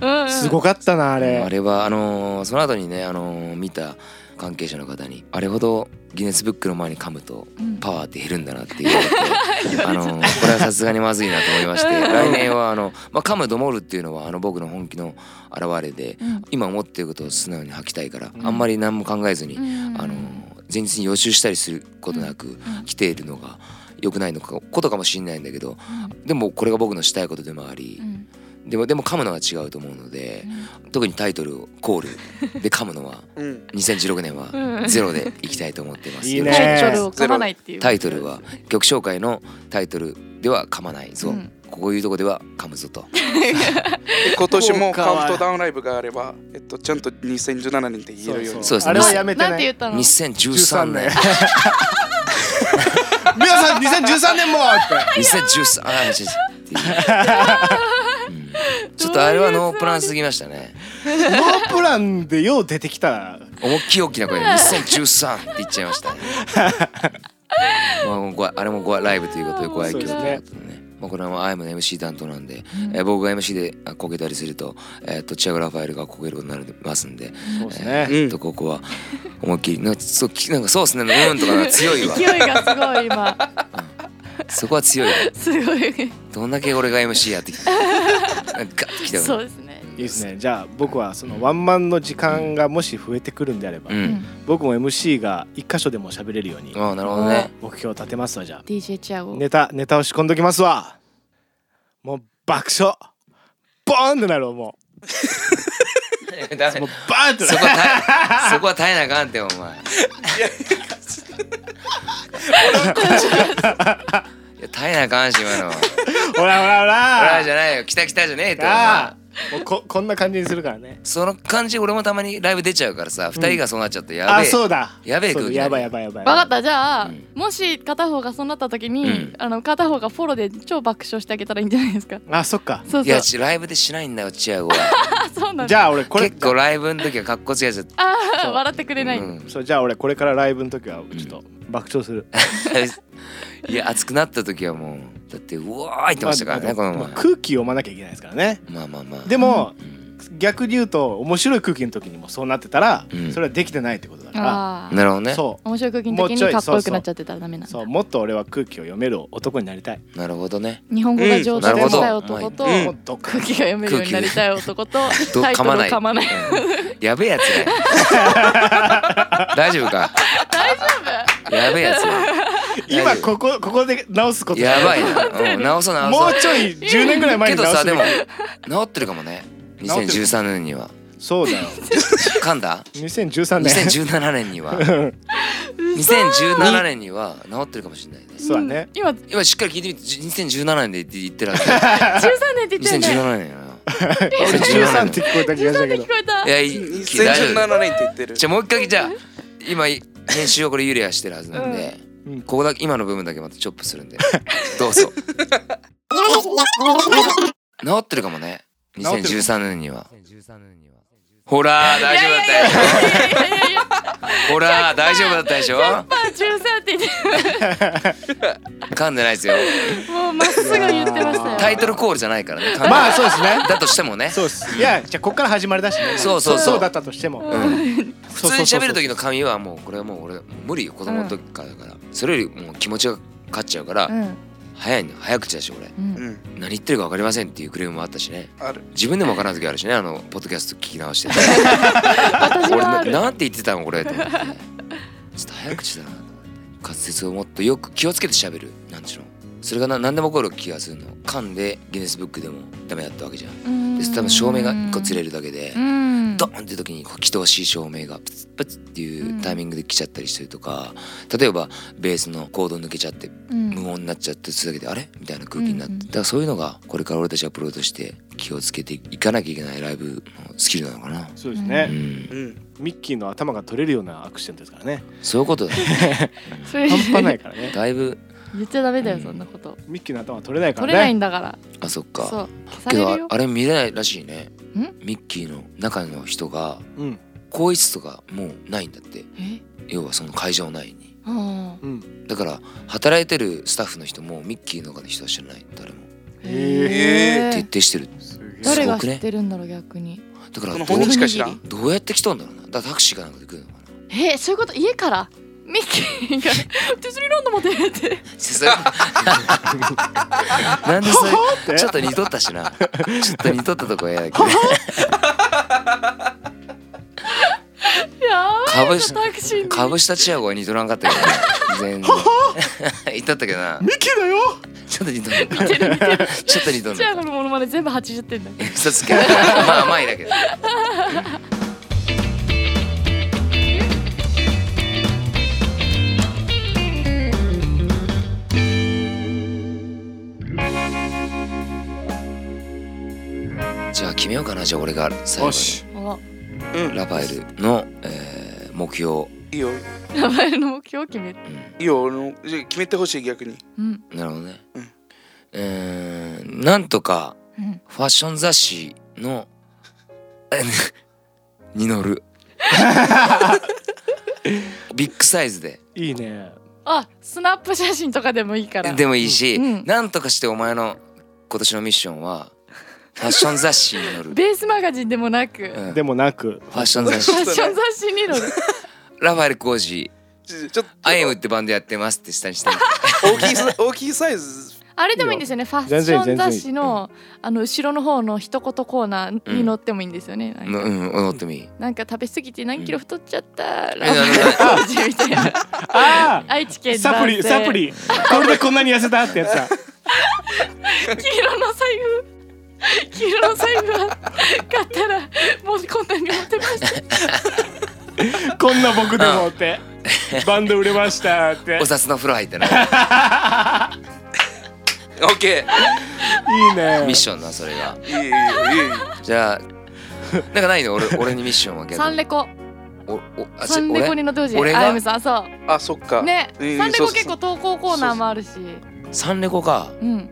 Speaker 3: うん
Speaker 2: すごかったなあ
Speaker 1: [laughs] あ
Speaker 2: れ
Speaker 1: れはあのーその後にね、あのー見た関係者の方にあれほどギネスブックの前に噛むと
Speaker 3: うん
Speaker 1: パワーって減るんだなって言われて、
Speaker 3: [laughs]
Speaker 1: あのーこれはさすがにまずいなと思いまして来年はあの、まあ、噛むどもるっていうのはあの僕の本気の表れで
Speaker 3: うん
Speaker 1: 今思っていることを素直に吐きたいから、
Speaker 2: うん
Speaker 1: あんまり何も考えずに、
Speaker 3: うん
Speaker 1: あのー前日に予習したりすることなく
Speaker 3: うん
Speaker 1: 来ているのが良くないのかことかもしれないんだけどでもこれが僕のしたいことでもあり
Speaker 3: う、ん
Speaker 1: でもでも噛むのは違うと思うので。特にタイトルをコールで噛む
Speaker 3: [laughs]
Speaker 1: のは
Speaker 5: うん
Speaker 1: 2016年はゼロでいきたいと思ってます。
Speaker 2: いい
Speaker 1: よ
Speaker 2: ね
Speaker 1: ろし
Speaker 3: タイトルを噛まないっていう
Speaker 1: くタイトルは曲紹介のタイトルでは噛まないぞ、
Speaker 3: うん
Speaker 1: こういうとこでは噛むぞと。
Speaker 5: で今年
Speaker 2: そう
Speaker 5: も
Speaker 2: かわいい
Speaker 5: カウントダウンライブがあれば、えっと、ちゃんと2017年って言えるように
Speaker 1: そうですね
Speaker 2: あれはやめて
Speaker 3: なんて言
Speaker 2: ね
Speaker 3: ったの
Speaker 1: 2013年 [laughs]
Speaker 2: 皆さん2013年もって
Speaker 1: 2013あ違う違ううんちょっとあれはノープランすぎましたね。
Speaker 2: [laughs] ノープランでよう出てきた
Speaker 1: 思いっきり大きな声で2013って言っちゃいましたね。まあもうごあれもごライブということでご愛嬌ということでね。まあこれはアイムの MC 担当なんで、えー僕が MC であこけたりすると、えーとチアゴラファエルがこけることになりますんで、
Speaker 2: そうです
Speaker 1: え
Speaker 2: ね
Speaker 1: ーとここは思いっきりなんかそうきなんかそうですね、うんとかが強いわ。
Speaker 3: 勢いがすごい今
Speaker 1: そこは強いわ。
Speaker 3: すごい
Speaker 1: どんだけ俺が MC やってきた。なんかガッてきた
Speaker 3: そ
Speaker 1: う。
Speaker 3: うですね
Speaker 2: いいですねじゃあ僕はそのワンマンの時間がもし増えてくるんであれば、
Speaker 1: うん。
Speaker 2: 僕も MC が一箇所でも喋れるように
Speaker 1: ああなるほどね。
Speaker 2: 目標を立てますわじゃあ
Speaker 3: DJ チアゴ
Speaker 2: ネタネタを仕込んどきますわもう爆笑ボーンってなるわも
Speaker 1: ダメ
Speaker 2: うもうバーンってな
Speaker 1: そ
Speaker 2: る
Speaker 1: こは耐えそこは耐えなあかんってお前。いや耐えなあかんし今のは。
Speaker 2: ほらほらほ
Speaker 1: ほらじ
Speaker 2: ら
Speaker 1: ゃないよ来た来たじゃねえってお前
Speaker 2: あ。あもうここんな感じにするからね
Speaker 1: その感じ俺もたまにライブ出ちゃうからさ二人がそうなっちゃってやべえ。
Speaker 2: あそうだ
Speaker 1: やべえ
Speaker 2: そうだ
Speaker 1: 空気
Speaker 2: やばいやばいやばい
Speaker 3: わかったじゃあ、
Speaker 1: うん
Speaker 3: もし片方がそうなった時に、
Speaker 1: うん
Speaker 3: あの片方がフォローで超爆笑してあげたらいいんじゃないですか
Speaker 2: あそっか
Speaker 3: そう
Speaker 1: い
Speaker 3: そう
Speaker 1: やちライブでしないんだよチアゴは。
Speaker 3: あそうなんだ
Speaker 2: じゃあ俺これ
Speaker 1: 結構ライブの時は格好つけちゃって。
Speaker 3: あー
Speaker 2: そう
Speaker 3: 笑ってくれない、
Speaker 1: うん
Speaker 2: そうじゃあ俺これからライブの時はちょっと爆笑する、
Speaker 1: [laughs] いや熱くなった時はもうだってうわー言ってましたからねこ
Speaker 2: まあ
Speaker 1: の前
Speaker 2: まあ。空気読まなきゃいけないですからね
Speaker 1: まあまあまあ。
Speaker 2: で
Speaker 1: も。
Speaker 2: も、
Speaker 1: うん
Speaker 2: 逆に言うと面白い空気の時にもそうなってたら、
Speaker 1: うん
Speaker 2: それはできてないってことだか
Speaker 3: ああ
Speaker 1: なるほど
Speaker 2: ら、
Speaker 1: ね。
Speaker 2: そ
Speaker 3: 面白い空気の時
Speaker 2: もうちょ
Speaker 3: に
Speaker 2: い
Speaker 3: かっこよくなっちゃってたらダメな
Speaker 2: うん
Speaker 3: だ
Speaker 2: そうもっと俺は空気を読める男になりたい
Speaker 1: なるほどね。
Speaker 3: 日本語が上手にしたい男と、
Speaker 1: う
Speaker 2: もっと
Speaker 3: 空気が読めるようになりたい男と
Speaker 1: ど
Speaker 3: タイト
Speaker 1: 噛
Speaker 3: ルを
Speaker 1: まない。
Speaker 3: 噛まない
Speaker 1: うんやべえやつね。大丈夫か。大丈夫。やべえやつね。
Speaker 2: 今ここここで直すこと
Speaker 1: やばいな。うん直そう直
Speaker 2: [laughs] も
Speaker 1: そう。
Speaker 2: ちょい10年ぐらいう前
Speaker 1: け
Speaker 2: に
Speaker 1: ど
Speaker 2: 直す
Speaker 1: さ
Speaker 2: べ
Speaker 1: で
Speaker 2: き
Speaker 1: も治ってるかもね。
Speaker 2: 治ってる
Speaker 1: 2013年には
Speaker 2: そうだよ
Speaker 1: 噛んだ。
Speaker 2: 2013年
Speaker 1: 2017年には。2017年には治ってるかもしれないね。
Speaker 2: そうだね、
Speaker 3: 今13
Speaker 1: 今しっかり聞いてみてじ2017年でって言ってるはず。
Speaker 3: 年って言ったよ
Speaker 1: 2017年
Speaker 3: ね
Speaker 1: やな。
Speaker 2: 俺13って
Speaker 1: 2017
Speaker 2: 聞こえた気がしたけ
Speaker 3: 聞
Speaker 2: ど
Speaker 3: こえた
Speaker 1: いやいい大丈夫。
Speaker 5: 2017年って言ってる
Speaker 1: じゃあもう一回じゃあ今編集をこれユリアしてるはずなんで、
Speaker 2: うん
Speaker 1: ここだけ今の部分だけまたチョップするんでどう
Speaker 3: [laughs]
Speaker 1: ぞ治ってるかもね
Speaker 2: 治ってる
Speaker 1: 2013年にはほら大丈夫だったでし
Speaker 3: いやいやいや
Speaker 1: ょほら大丈夫だったでしょ
Speaker 3: パー13って言っ
Speaker 1: 噛んでないですよ
Speaker 3: てもうまっすぐ言ってましたよ
Speaker 1: タイトルコールじゃないからね
Speaker 2: まあそう
Speaker 1: う
Speaker 2: ですね
Speaker 1: だとしてもね
Speaker 2: そうですいやじゃあこっから始まりだしね
Speaker 1: そうそうそう
Speaker 2: だったとしても、
Speaker 1: うん普
Speaker 2: そうそうそうそう
Speaker 1: 通に喋る時の髪はもうこれはもう俺無理よ子供の時からだから、それよりもう気持ちが勝っちゃうから、
Speaker 3: うん
Speaker 1: 早いの早口だし俺
Speaker 3: うん
Speaker 5: うん
Speaker 1: 何言ってるか分かりませんっていうクレームもあったしね
Speaker 5: ある
Speaker 1: 自分でも分からん時あるしねあのポッドキャスト聞き直
Speaker 3: [laughs]
Speaker 1: してて
Speaker 3: 私
Speaker 1: 俺
Speaker 3: はあ
Speaker 1: な
Speaker 3: る
Speaker 1: なんて言ってたのこれと思ってちょっと早口だなと思って滑舌をもっとよく気をつけて喋るなんちゅうのそれがな何でも起こる気がするの噛んでギネスブックでもダメだったわけじゃんで多分照明が1個ずれ
Speaker 3: る
Speaker 1: るだけで
Speaker 3: うん
Speaker 1: ドーンって時にこう気通しい照明がプツップツっていうタイミングで来ちゃったりしてるとか例えばベースのコード抜けちゃって
Speaker 3: うん
Speaker 1: 無音になっちゃってするだけであれみたいな空気になっ
Speaker 3: うん
Speaker 1: て
Speaker 3: うん
Speaker 1: だからそういうのがこれから俺たちアプロードして気をつけていかなきゃいけないライブのスキルなのか
Speaker 3: [laughs]
Speaker 1: な。
Speaker 2: そうです
Speaker 1: う
Speaker 2: ね、
Speaker 1: ん、
Speaker 5: うん、
Speaker 2: ミッキーの頭が取れるようなアクシデントですからね
Speaker 1: そういうことだね。
Speaker 3: それ
Speaker 2: 半端ないからね
Speaker 1: だいぶ
Speaker 3: 言っちゃダメだよそんなこと
Speaker 2: ミッキーの頭は取れないから
Speaker 3: 取
Speaker 2: ね
Speaker 3: れないんだから
Speaker 1: あそっ
Speaker 3: そ
Speaker 1: か。
Speaker 3: う消さ
Speaker 1: け
Speaker 3: れ
Speaker 1: ど
Speaker 3: るよ
Speaker 1: ああれ見れないらしいね
Speaker 3: ん。
Speaker 1: ミッキーの中の人が
Speaker 2: うん
Speaker 1: 更衣室とかもうないんだって。
Speaker 3: え
Speaker 1: 要はその会場内に。
Speaker 3: うん
Speaker 2: うん
Speaker 1: だから働いてるスタッフの人もミッキーの中の人は知らない誰も
Speaker 2: へ
Speaker 3: へ
Speaker 1: 徹底してる。
Speaker 2: すげえ
Speaker 3: 誰が知ってるんだろう逆に
Speaker 1: だから
Speaker 5: そ
Speaker 1: ど
Speaker 5: の
Speaker 1: う
Speaker 5: 本人しか知らん
Speaker 1: どうやって来たんだろうな。だからタクシーかなんかで来るのかな。
Speaker 3: えそういうこと家からミッキーが「ディズニーランドまで」って
Speaker 1: それ
Speaker 5: [laughs]
Speaker 1: なんでそれ
Speaker 2: って
Speaker 1: ちょっと似とったしな。ちょっと似とったとこやだけど。
Speaker 3: や
Speaker 1: かぶ
Speaker 3: ばい
Speaker 1: し
Speaker 3: タクシーに
Speaker 1: かぶしたチアゴは似とらんかったけどね。
Speaker 5: [laughs]
Speaker 1: 全然。 [laughs] 言っとったけどな。
Speaker 2: ミッキーだよ
Speaker 1: ちょっと似とんなかった。ちょっと似とん
Speaker 3: チ
Speaker 1: な
Speaker 3: ア
Speaker 1: か
Speaker 3: ゴ
Speaker 1: った。
Speaker 3: のモノマネ全部80点だよ
Speaker 1: 嘘つけ。 [laughs] まあ甘いだけど。じゃあ決めようかな。じゃあ俺が最後
Speaker 2: よ
Speaker 1: に。
Speaker 2: し
Speaker 3: お
Speaker 5: うん、
Speaker 1: ラファエルの、えー目標、
Speaker 5: いいよ
Speaker 3: 名前の目標を決める
Speaker 1: う
Speaker 5: いいよ俺のじゃあ決めてほしい逆に
Speaker 3: うん
Speaker 1: ん、なるほどね
Speaker 5: うん、
Speaker 1: えーなんとか
Speaker 3: うん
Speaker 1: ファッション雑誌のえー [laughs] に乗る [laughs] ビッグサイズで
Speaker 2: いいね
Speaker 3: あスナップ写真とかでもいいから
Speaker 1: でもいいし、
Speaker 3: うん
Speaker 1: なんとかしてお前の今年のミッションはファッション雑誌に乗る、
Speaker 3: ベースマガ [laughs] ジンでもなくフ
Speaker 1: うん
Speaker 2: でもなく
Speaker 1: ファッション雑
Speaker 5: そ
Speaker 1: 誌
Speaker 3: [laughs] ァ
Speaker 5: う
Speaker 3: ッ
Speaker 5: だね
Speaker 3: ション雑誌にの
Speaker 1: ラファエル浩二
Speaker 5: ちょちょっと
Speaker 1: 「アイエム」ってバンドやってますって下にして
Speaker 5: 大きい
Speaker 1: [laughs]
Speaker 5: サイ大きいサイズ
Speaker 3: あれでもいいんですよねファッ
Speaker 2: 全
Speaker 3: シ
Speaker 2: 然いい
Speaker 3: ョン雑誌のあの後ろの方の一言コーナーに載ってもいいんですよねなん [laughs]
Speaker 1: の
Speaker 3: か
Speaker 1: うん踊ってもいい。
Speaker 3: なんか食べ過ぎて何キロ太っちゃった
Speaker 1: えな
Speaker 3: [laughs] ラ
Speaker 1: ん
Speaker 3: ーメン
Speaker 1: か
Speaker 3: 当時みたいな
Speaker 2: あ
Speaker 3: 愛知
Speaker 2: あ
Speaker 3: 県
Speaker 2: サプリ
Speaker 3: 男性
Speaker 2: サプリこれでこんなに痩せたってやつだ
Speaker 1: [laughs]
Speaker 3: 黄色の財布黄色の財布は買ったらもうこんなに持ってました
Speaker 2: こんな僕で
Speaker 1: [laughs]
Speaker 2: もってバンド売れましたって
Speaker 1: お札の風呂入ってな
Speaker 5: オッケ
Speaker 2: いいね
Speaker 1: ミッションなそれが
Speaker 5: ーいいよいいよいいよ
Speaker 1: じゃあなんかないの俺俺にミッションはけど
Speaker 3: サンレコ
Speaker 1: おおあ
Speaker 3: サンレコに乗ってほしい
Speaker 1: 俺が
Speaker 3: あやむさんそ
Speaker 5: あそっか
Speaker 3: うね
Speaker 5: うん
Speaker 3: サンレ
Speaker 5: そうそ
Speaker 3: コ
Speaker 5: う
Speaker 3: 結構投稿コーナーもあるし
Speaker 1: 俺サンレコか
Speaker 3: うん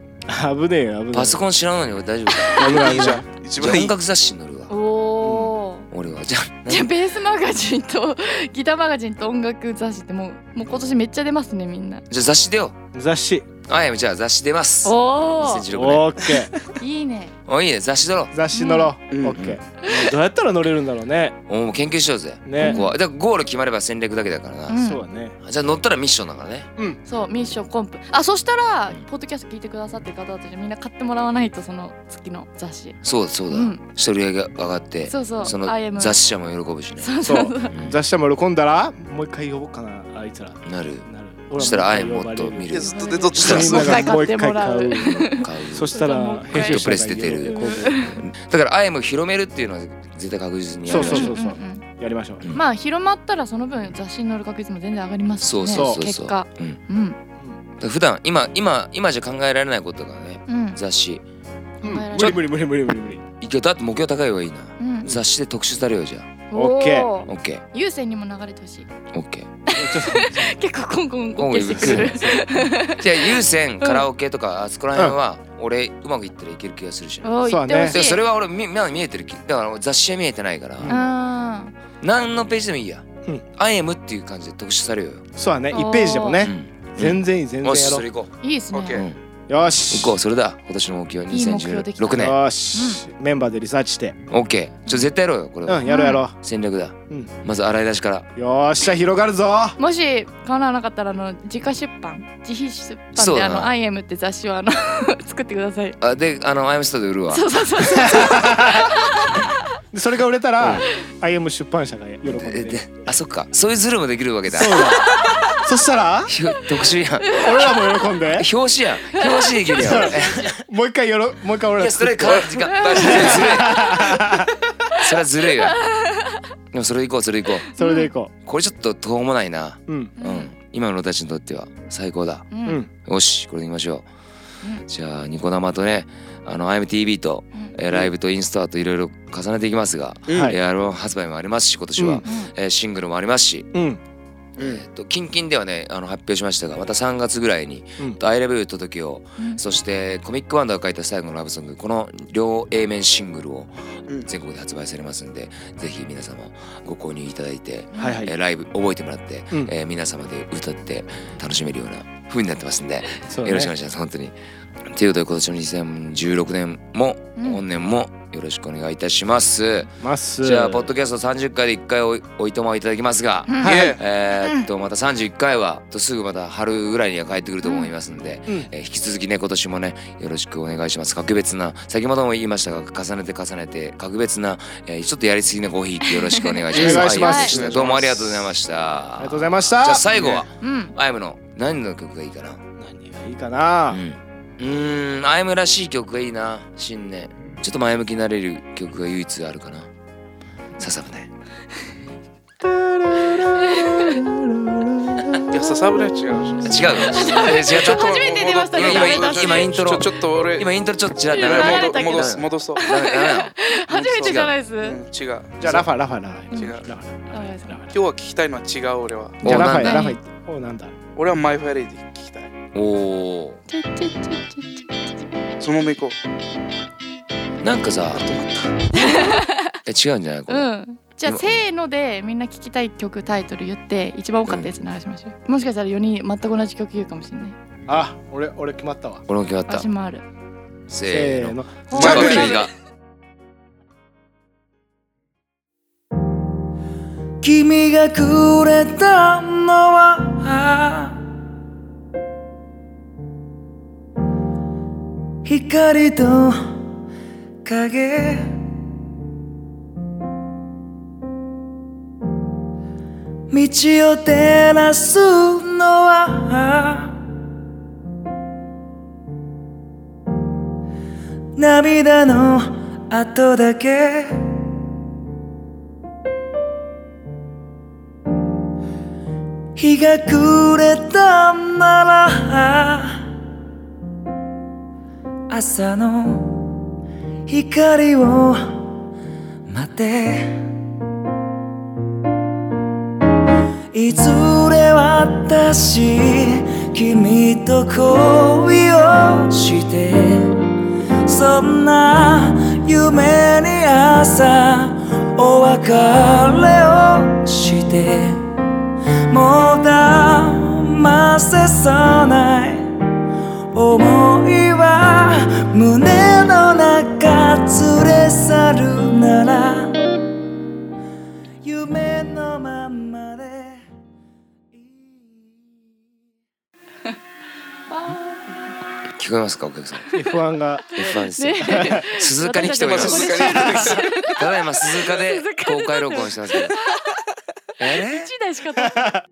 Speaker 2: 危ねえよ危ねえ
Speaker 1: パソコン知らんのに俺大丈夫か
Speaker 2: 危な
Speaker 5: い
Speaker 2: い危
Speaker 5: いじ
Speaker 2: な
Speaker 5: ゃ
Speaker 2: い
Speaker 5: ん一
Speaker 1: じゃあ
Speaker 5: 番い
Speaker 1: 音
Speaker 5: い
Speaker 1: 楽雑誌に載るわ
Speaker 3: おお
Speaker 1: 俺はじゃあ
Speaker 3: じゃあベースマガジンとギターマガジンと音楽雑誌ってもうもう今年めっちゃ出ますねみんな
Speaker 1: じゃあ雑誌出よ
Speaker 2: 雑誌
Speaker 1: うあやむじゃあ雑誌出ます
Speaker 3: お
Speaker 1: 2016年
Speaker 2: オッケー
Speaker 3: おいいね
Speaker 1: おいいね雑誌だろ
Speaker 2: 雑誌乗ろう
Speaker 5: うん
Speaker 2: オッケーどうやったら乗れるんだろうね
Speaker 1: おもう研究しようぜ
Speaker 2: ね
Speaker 1: ここはだからゴール決まれば戦略だけだから
Speaker 3: う
Speaker 1: なん
Speaker 2: そうだね
Speaker 1: じゃあ乗ったらミッションだからね
Speaker 3: そうミッションコンプあそしたらポッドキャスト聞いてくださってる方たちみんな買ってもらわないとその月の雑誌
Speaker 1: そうだそうだ
Speaker 3: うん
Speaker 1: そして売り上げが上がって
Speaker 3: そうそう
Speaker 1: そ
Speaker 3: I am
Speaker 1: の雑誌社も喜ぶしね
Speaker 3: そうそうそう
Speaker 1: うん
Speaker 2: 雑誌でも喜んだらもう一回呼ぼうかなあいつら
Speaker 1: なる
Speaker 2: なる
Speaker 1: そしたらあえんもっと見
Speaker 5: いや
Speaker 1: る
Speaker 5: ずっと出とっ
Speaker 2: そ
Speaker 5: たら
Speaker 2: うみん
Speaker 5: すご
Speaker 2: ないがもう一回買
Speaker 3: もう
Speaker 2: う
Speaker 3: 一
Speaker 1: 買う
Speaker 2: そしたら編集者が喜ぶ
Speaker 1: プレス出てるだからあえも広めるっていうのは絶対確実にやる
Speaker 2: そうそうそうん
Speaker 3: んん
Speaker 2: やりましょう
Speaker 1: うん
Speaker 3: まあ広まったらその分雑誌に載る確率も全然上がります
Speaker 1: そ
Speaker 3: よ
Speaker 1: う
Speaker 3: ね
Speaker 1: そうそうそ
Speaker 3: 結
Speaker 1: う
Speaker 3: 果
Speaker 1: うん
Speaker 3: うん
Speaker 1: だから普段今今今じゃ考えられないことだからね
Speaker 3: うん
Speaker 1: 雑誌
Speaker 2: うん
Speaker 3: はい
Speaker 2: 無理無理無理無理無理無理
Speaker 1: いけだって目標高い方がいいな
Speaker 3: うん
Speaker 1: 雑誌で特集されようじゃあ
Speaker 2: オッケー
Speaker 3: お
Speaker 1: OKOK
Speaker 3: 有線にも流れてほしい
Speaker 2: ちょっと
Speaker 3: 結構コンコンコンしてくる
Speaker 1: じゃあ優先カラオケとかあそこら辺は俺うまくいったらいける気がするしな
Speaker 3: おー
Speaker 2: そう
Speaker 3: 言
Speaker 2: だ
Speaker 3: っ
Speaker 2: ね
Speaker 3: てほし
Speaker 1: で
Speaker 3: い
Speaker 1: それは俺みまだ見えてる気だから雑誌は見えてないから
Speaker 3: あ
Speaker 1: 何のページでもいいや
Speaker 2: うん
Speaker 1: 「アイエム」っていう感じで特集されようよ
Speaker 2: そうだね一ページでも
Speaker 1: う
Speaker 2: ね
Speaker 1: ん
Speaker 2: 全然いい全
Speaker 1: よ
Speaker 2: 然
Speaker 1: し
Speaker 2: やろ
Speaker 1: そうれ行こ
Speaker 3: ーいいです
Speaker 5: オッケ
Speaker 3: ね
Speaker 5: ー
Speaker 1: う
Speaker 2: よーし
Speaker 1: 行こうそれだ今年の目標
Speaker 3: いい目標できた
Speaker 1: 2016年
Speaker 2: よしメンバーでリサーチして
Speaker 1: OK ちょっと絶対やろうよこれ
Speaker 2: う
Speaker 1: は
Speaker 2: んやろうやろ
Speaker 1: 戦略だ
Speaker 2: うん
Speaker 1: まず洗い出しから
Speaker 2: うよーっしゃ広がるぞ
Speaker 3: もし叶わなかったらあの自家出版自費出
Speaker 1: そ
Speaker 3: 版
Speaker 1: う
Speaker 3: で
Speaker 1: だ
Speaker 3: あ
Speaker 1: な
Speaker 3: の「IM」って雑誌をあの作ってください
Speaker 1: あであのアイムスターで売るわ
Speaker 3: そうそうそうそう
Speaker 2: でそれが売れたら IM 出版社が喜ん
Speaker 1: で
Speaker 2: で
Speaker 1: であそっかそういうズルもできるわけだ
Speaker 2: そうだそしたら
Speaker 1: ひょ特殊やん
Speaker 2: 俺らも喜んで
Speaker 1: 表紙やん表紙できるやん
Speaker 2: もう一回よろもう一回俺
Speaker 1: い
Speaker 2: ら
Speaker 1: やそ
Speaker 2: 作
Speaker 1: れ
Speaker 2: って
Speaker 1: 変わる時間確かにずるい [laughs] それはずるいわでもそれ行こうそれ行こう
Speaker 2: それでいこ
Speaker 1: これちょっと途方もないな
Speaker 2: ううん
Speaker 1: うん、今の俺たちにとっては最高だ
Speaker 3: う
Speaker 2: うんん
Speaker 1: よしこれでいきましょう、
Speaker 3: う
Speaker 1: じゃあニコ生とねあの IMTV と、
Speaker 3: うん
Speaker 1: えーライブとインストアといろいろ重ねていきますが、
Speaker 5: うん
Speaker 2: はい
Speaker 1: えーアルバム発売もありますし今年は、
Speaker 2: うん
Speaker 1: えーシングルもありますし、
Speaker 2: うん
Speaker 1: えー、と近々ではねあの発表しましたがまた3月ぐらいに
Speaker 2: うん
Speaker 1: 「アイレベルと時を
Speaker 3: うん
Speaker 1: そしてコミックバンドが書いた最後のラブソングこの両 A 面シングルを
Speaker 5: うん
Speaker 1: 全国で発売されますんで、ぜひ皆様ご購入いただいて、
Speaker 2: はいは
Speaker 1: えー
Speaker 2: い
Speaker 1: ライブ覚えてもらって、
Speaker 2: うん
Speaker 1: えー皆様で歌って楽しめるような風になってますんで、
Speaker 2: そう
Speaker 1: よろしくお願
Speaker 2: ね
Speaker 1: いします本当に。ということで今年の2016年も、
Speaker 3: うん
Speaker 1: 本年もよろしくお願いいたします。
Speaker 2: まっすー
Speaker 1: じゃあポッドキャスト30回で1回おおいとまをいただきますが。
Speaker 3: うん
Speaker 5: いえ
Speaker 1: えーっとまた31回はとすぐまた春ぐらいには帰ってくると思いますんで、
Speaker 2: うん
Speaker 1: えー引き続きね今年もねよろしくお願いします格別な先ほども言いましたが重ねて重ねて格別な、えーちょっとやりすぎなごひいきよろしくお願いします
Speaker 2: お願いします
Speaker 1: はい
Speaker 2: はい
Speaker 1: どうもありがとうございました
Speaker 2: ありがとうございました
Speaker 1: じゃあ最後は
Speaker 3: うん
Speaker 1: アイムの何の曲がいいかな
Speaker 2: 何がいいかな
Speaker 1: うんうーんアイムらしい曲がいいな新年ちょっと前向きになれる曲が唯一あるかなささむね
Speaker 5: いや、ささぶら違うでしょ。
Speaker 1: 違うの
Speaker 2: [laughs]
Speaker 1: え違うちょっと
Speaker 3: 初めて出ましたね
Speaker 1: いや今
Speaker 3: ダメ出し
Speaker 1: 今イントロ
Speaker 5: ちょちょっと俺、
Speaker 1: 今イントロちょっとちらっと
Speaker 3: 今流れ
Speaker 5: 戻
Speaker 3: たけど
Speaker 5: 戻す、戻そう。
Speaker 1: ダメダメなの
Speaker 3: 初めてじゃないです
Speaker 5: うん、違う。
Speaker 2: じゃあラファラファラファ
Speaker 5: 違う
Speaker 2: ラファラファラファラファ
Speaker 5: 今日は聞きたいのは違う俺は。
Speaker 2: じゃあラファ
Speaker 1: おなんだ
Speaker 2: ラファおなんだ
Speaker 5: 俺はマイファレディ聞きたい。
Speaker 1: おお
Speaker 3: チュッチュッチュッチュッチュ
Speaker 5: そのまま行こ
Speaker 1: なんかさ
Speaker 5: う。止まった。
Speaker 1: え違うんじゃないこれ、
Speaker 3: うんじゃあせーのでみんな聞きたい曲タイトル言って一番多かったやつ流しましょう、もしかしたら4人全く同じ曲言うかもしれない
Speaker 2: あ俺俺決まったわ
Speaker 1: 俺も決まった
Speaker 3: 私もある
Speaker 1: せ
Speaker 2: せ
Speaker 1: ー
Speaker 2: ー
Speaker 1: の
Speaker 2: の
Speaker 1: ジャ
Speaker 5: グリー
Speaker 1: 君が
Speaker 4: 君がくれたのは光と影道を照らすのは涙の跡だけ日が暮れたなら朝の光を待ていずれ私君と恋をしてそんな夢に朝お別れをしてもう騙せさない思いは胸の中連れ去るなら夢のまんまでいい
Speaker 1: 聞こえますかお客さん
Speaker 2: F1 が
Speaker 1: F1 ですよ、
Speaker 3: ね
Speaker 1: 鈴鹿に来ておりま
Speaker 5: 私
Speaker 1: す
Speaker 5: たちも鈴鹿に来てお
Speaker 1: ただいま鈴鹿で公開録音してますけどえれ
Speaker 3: 1台しか撮ってない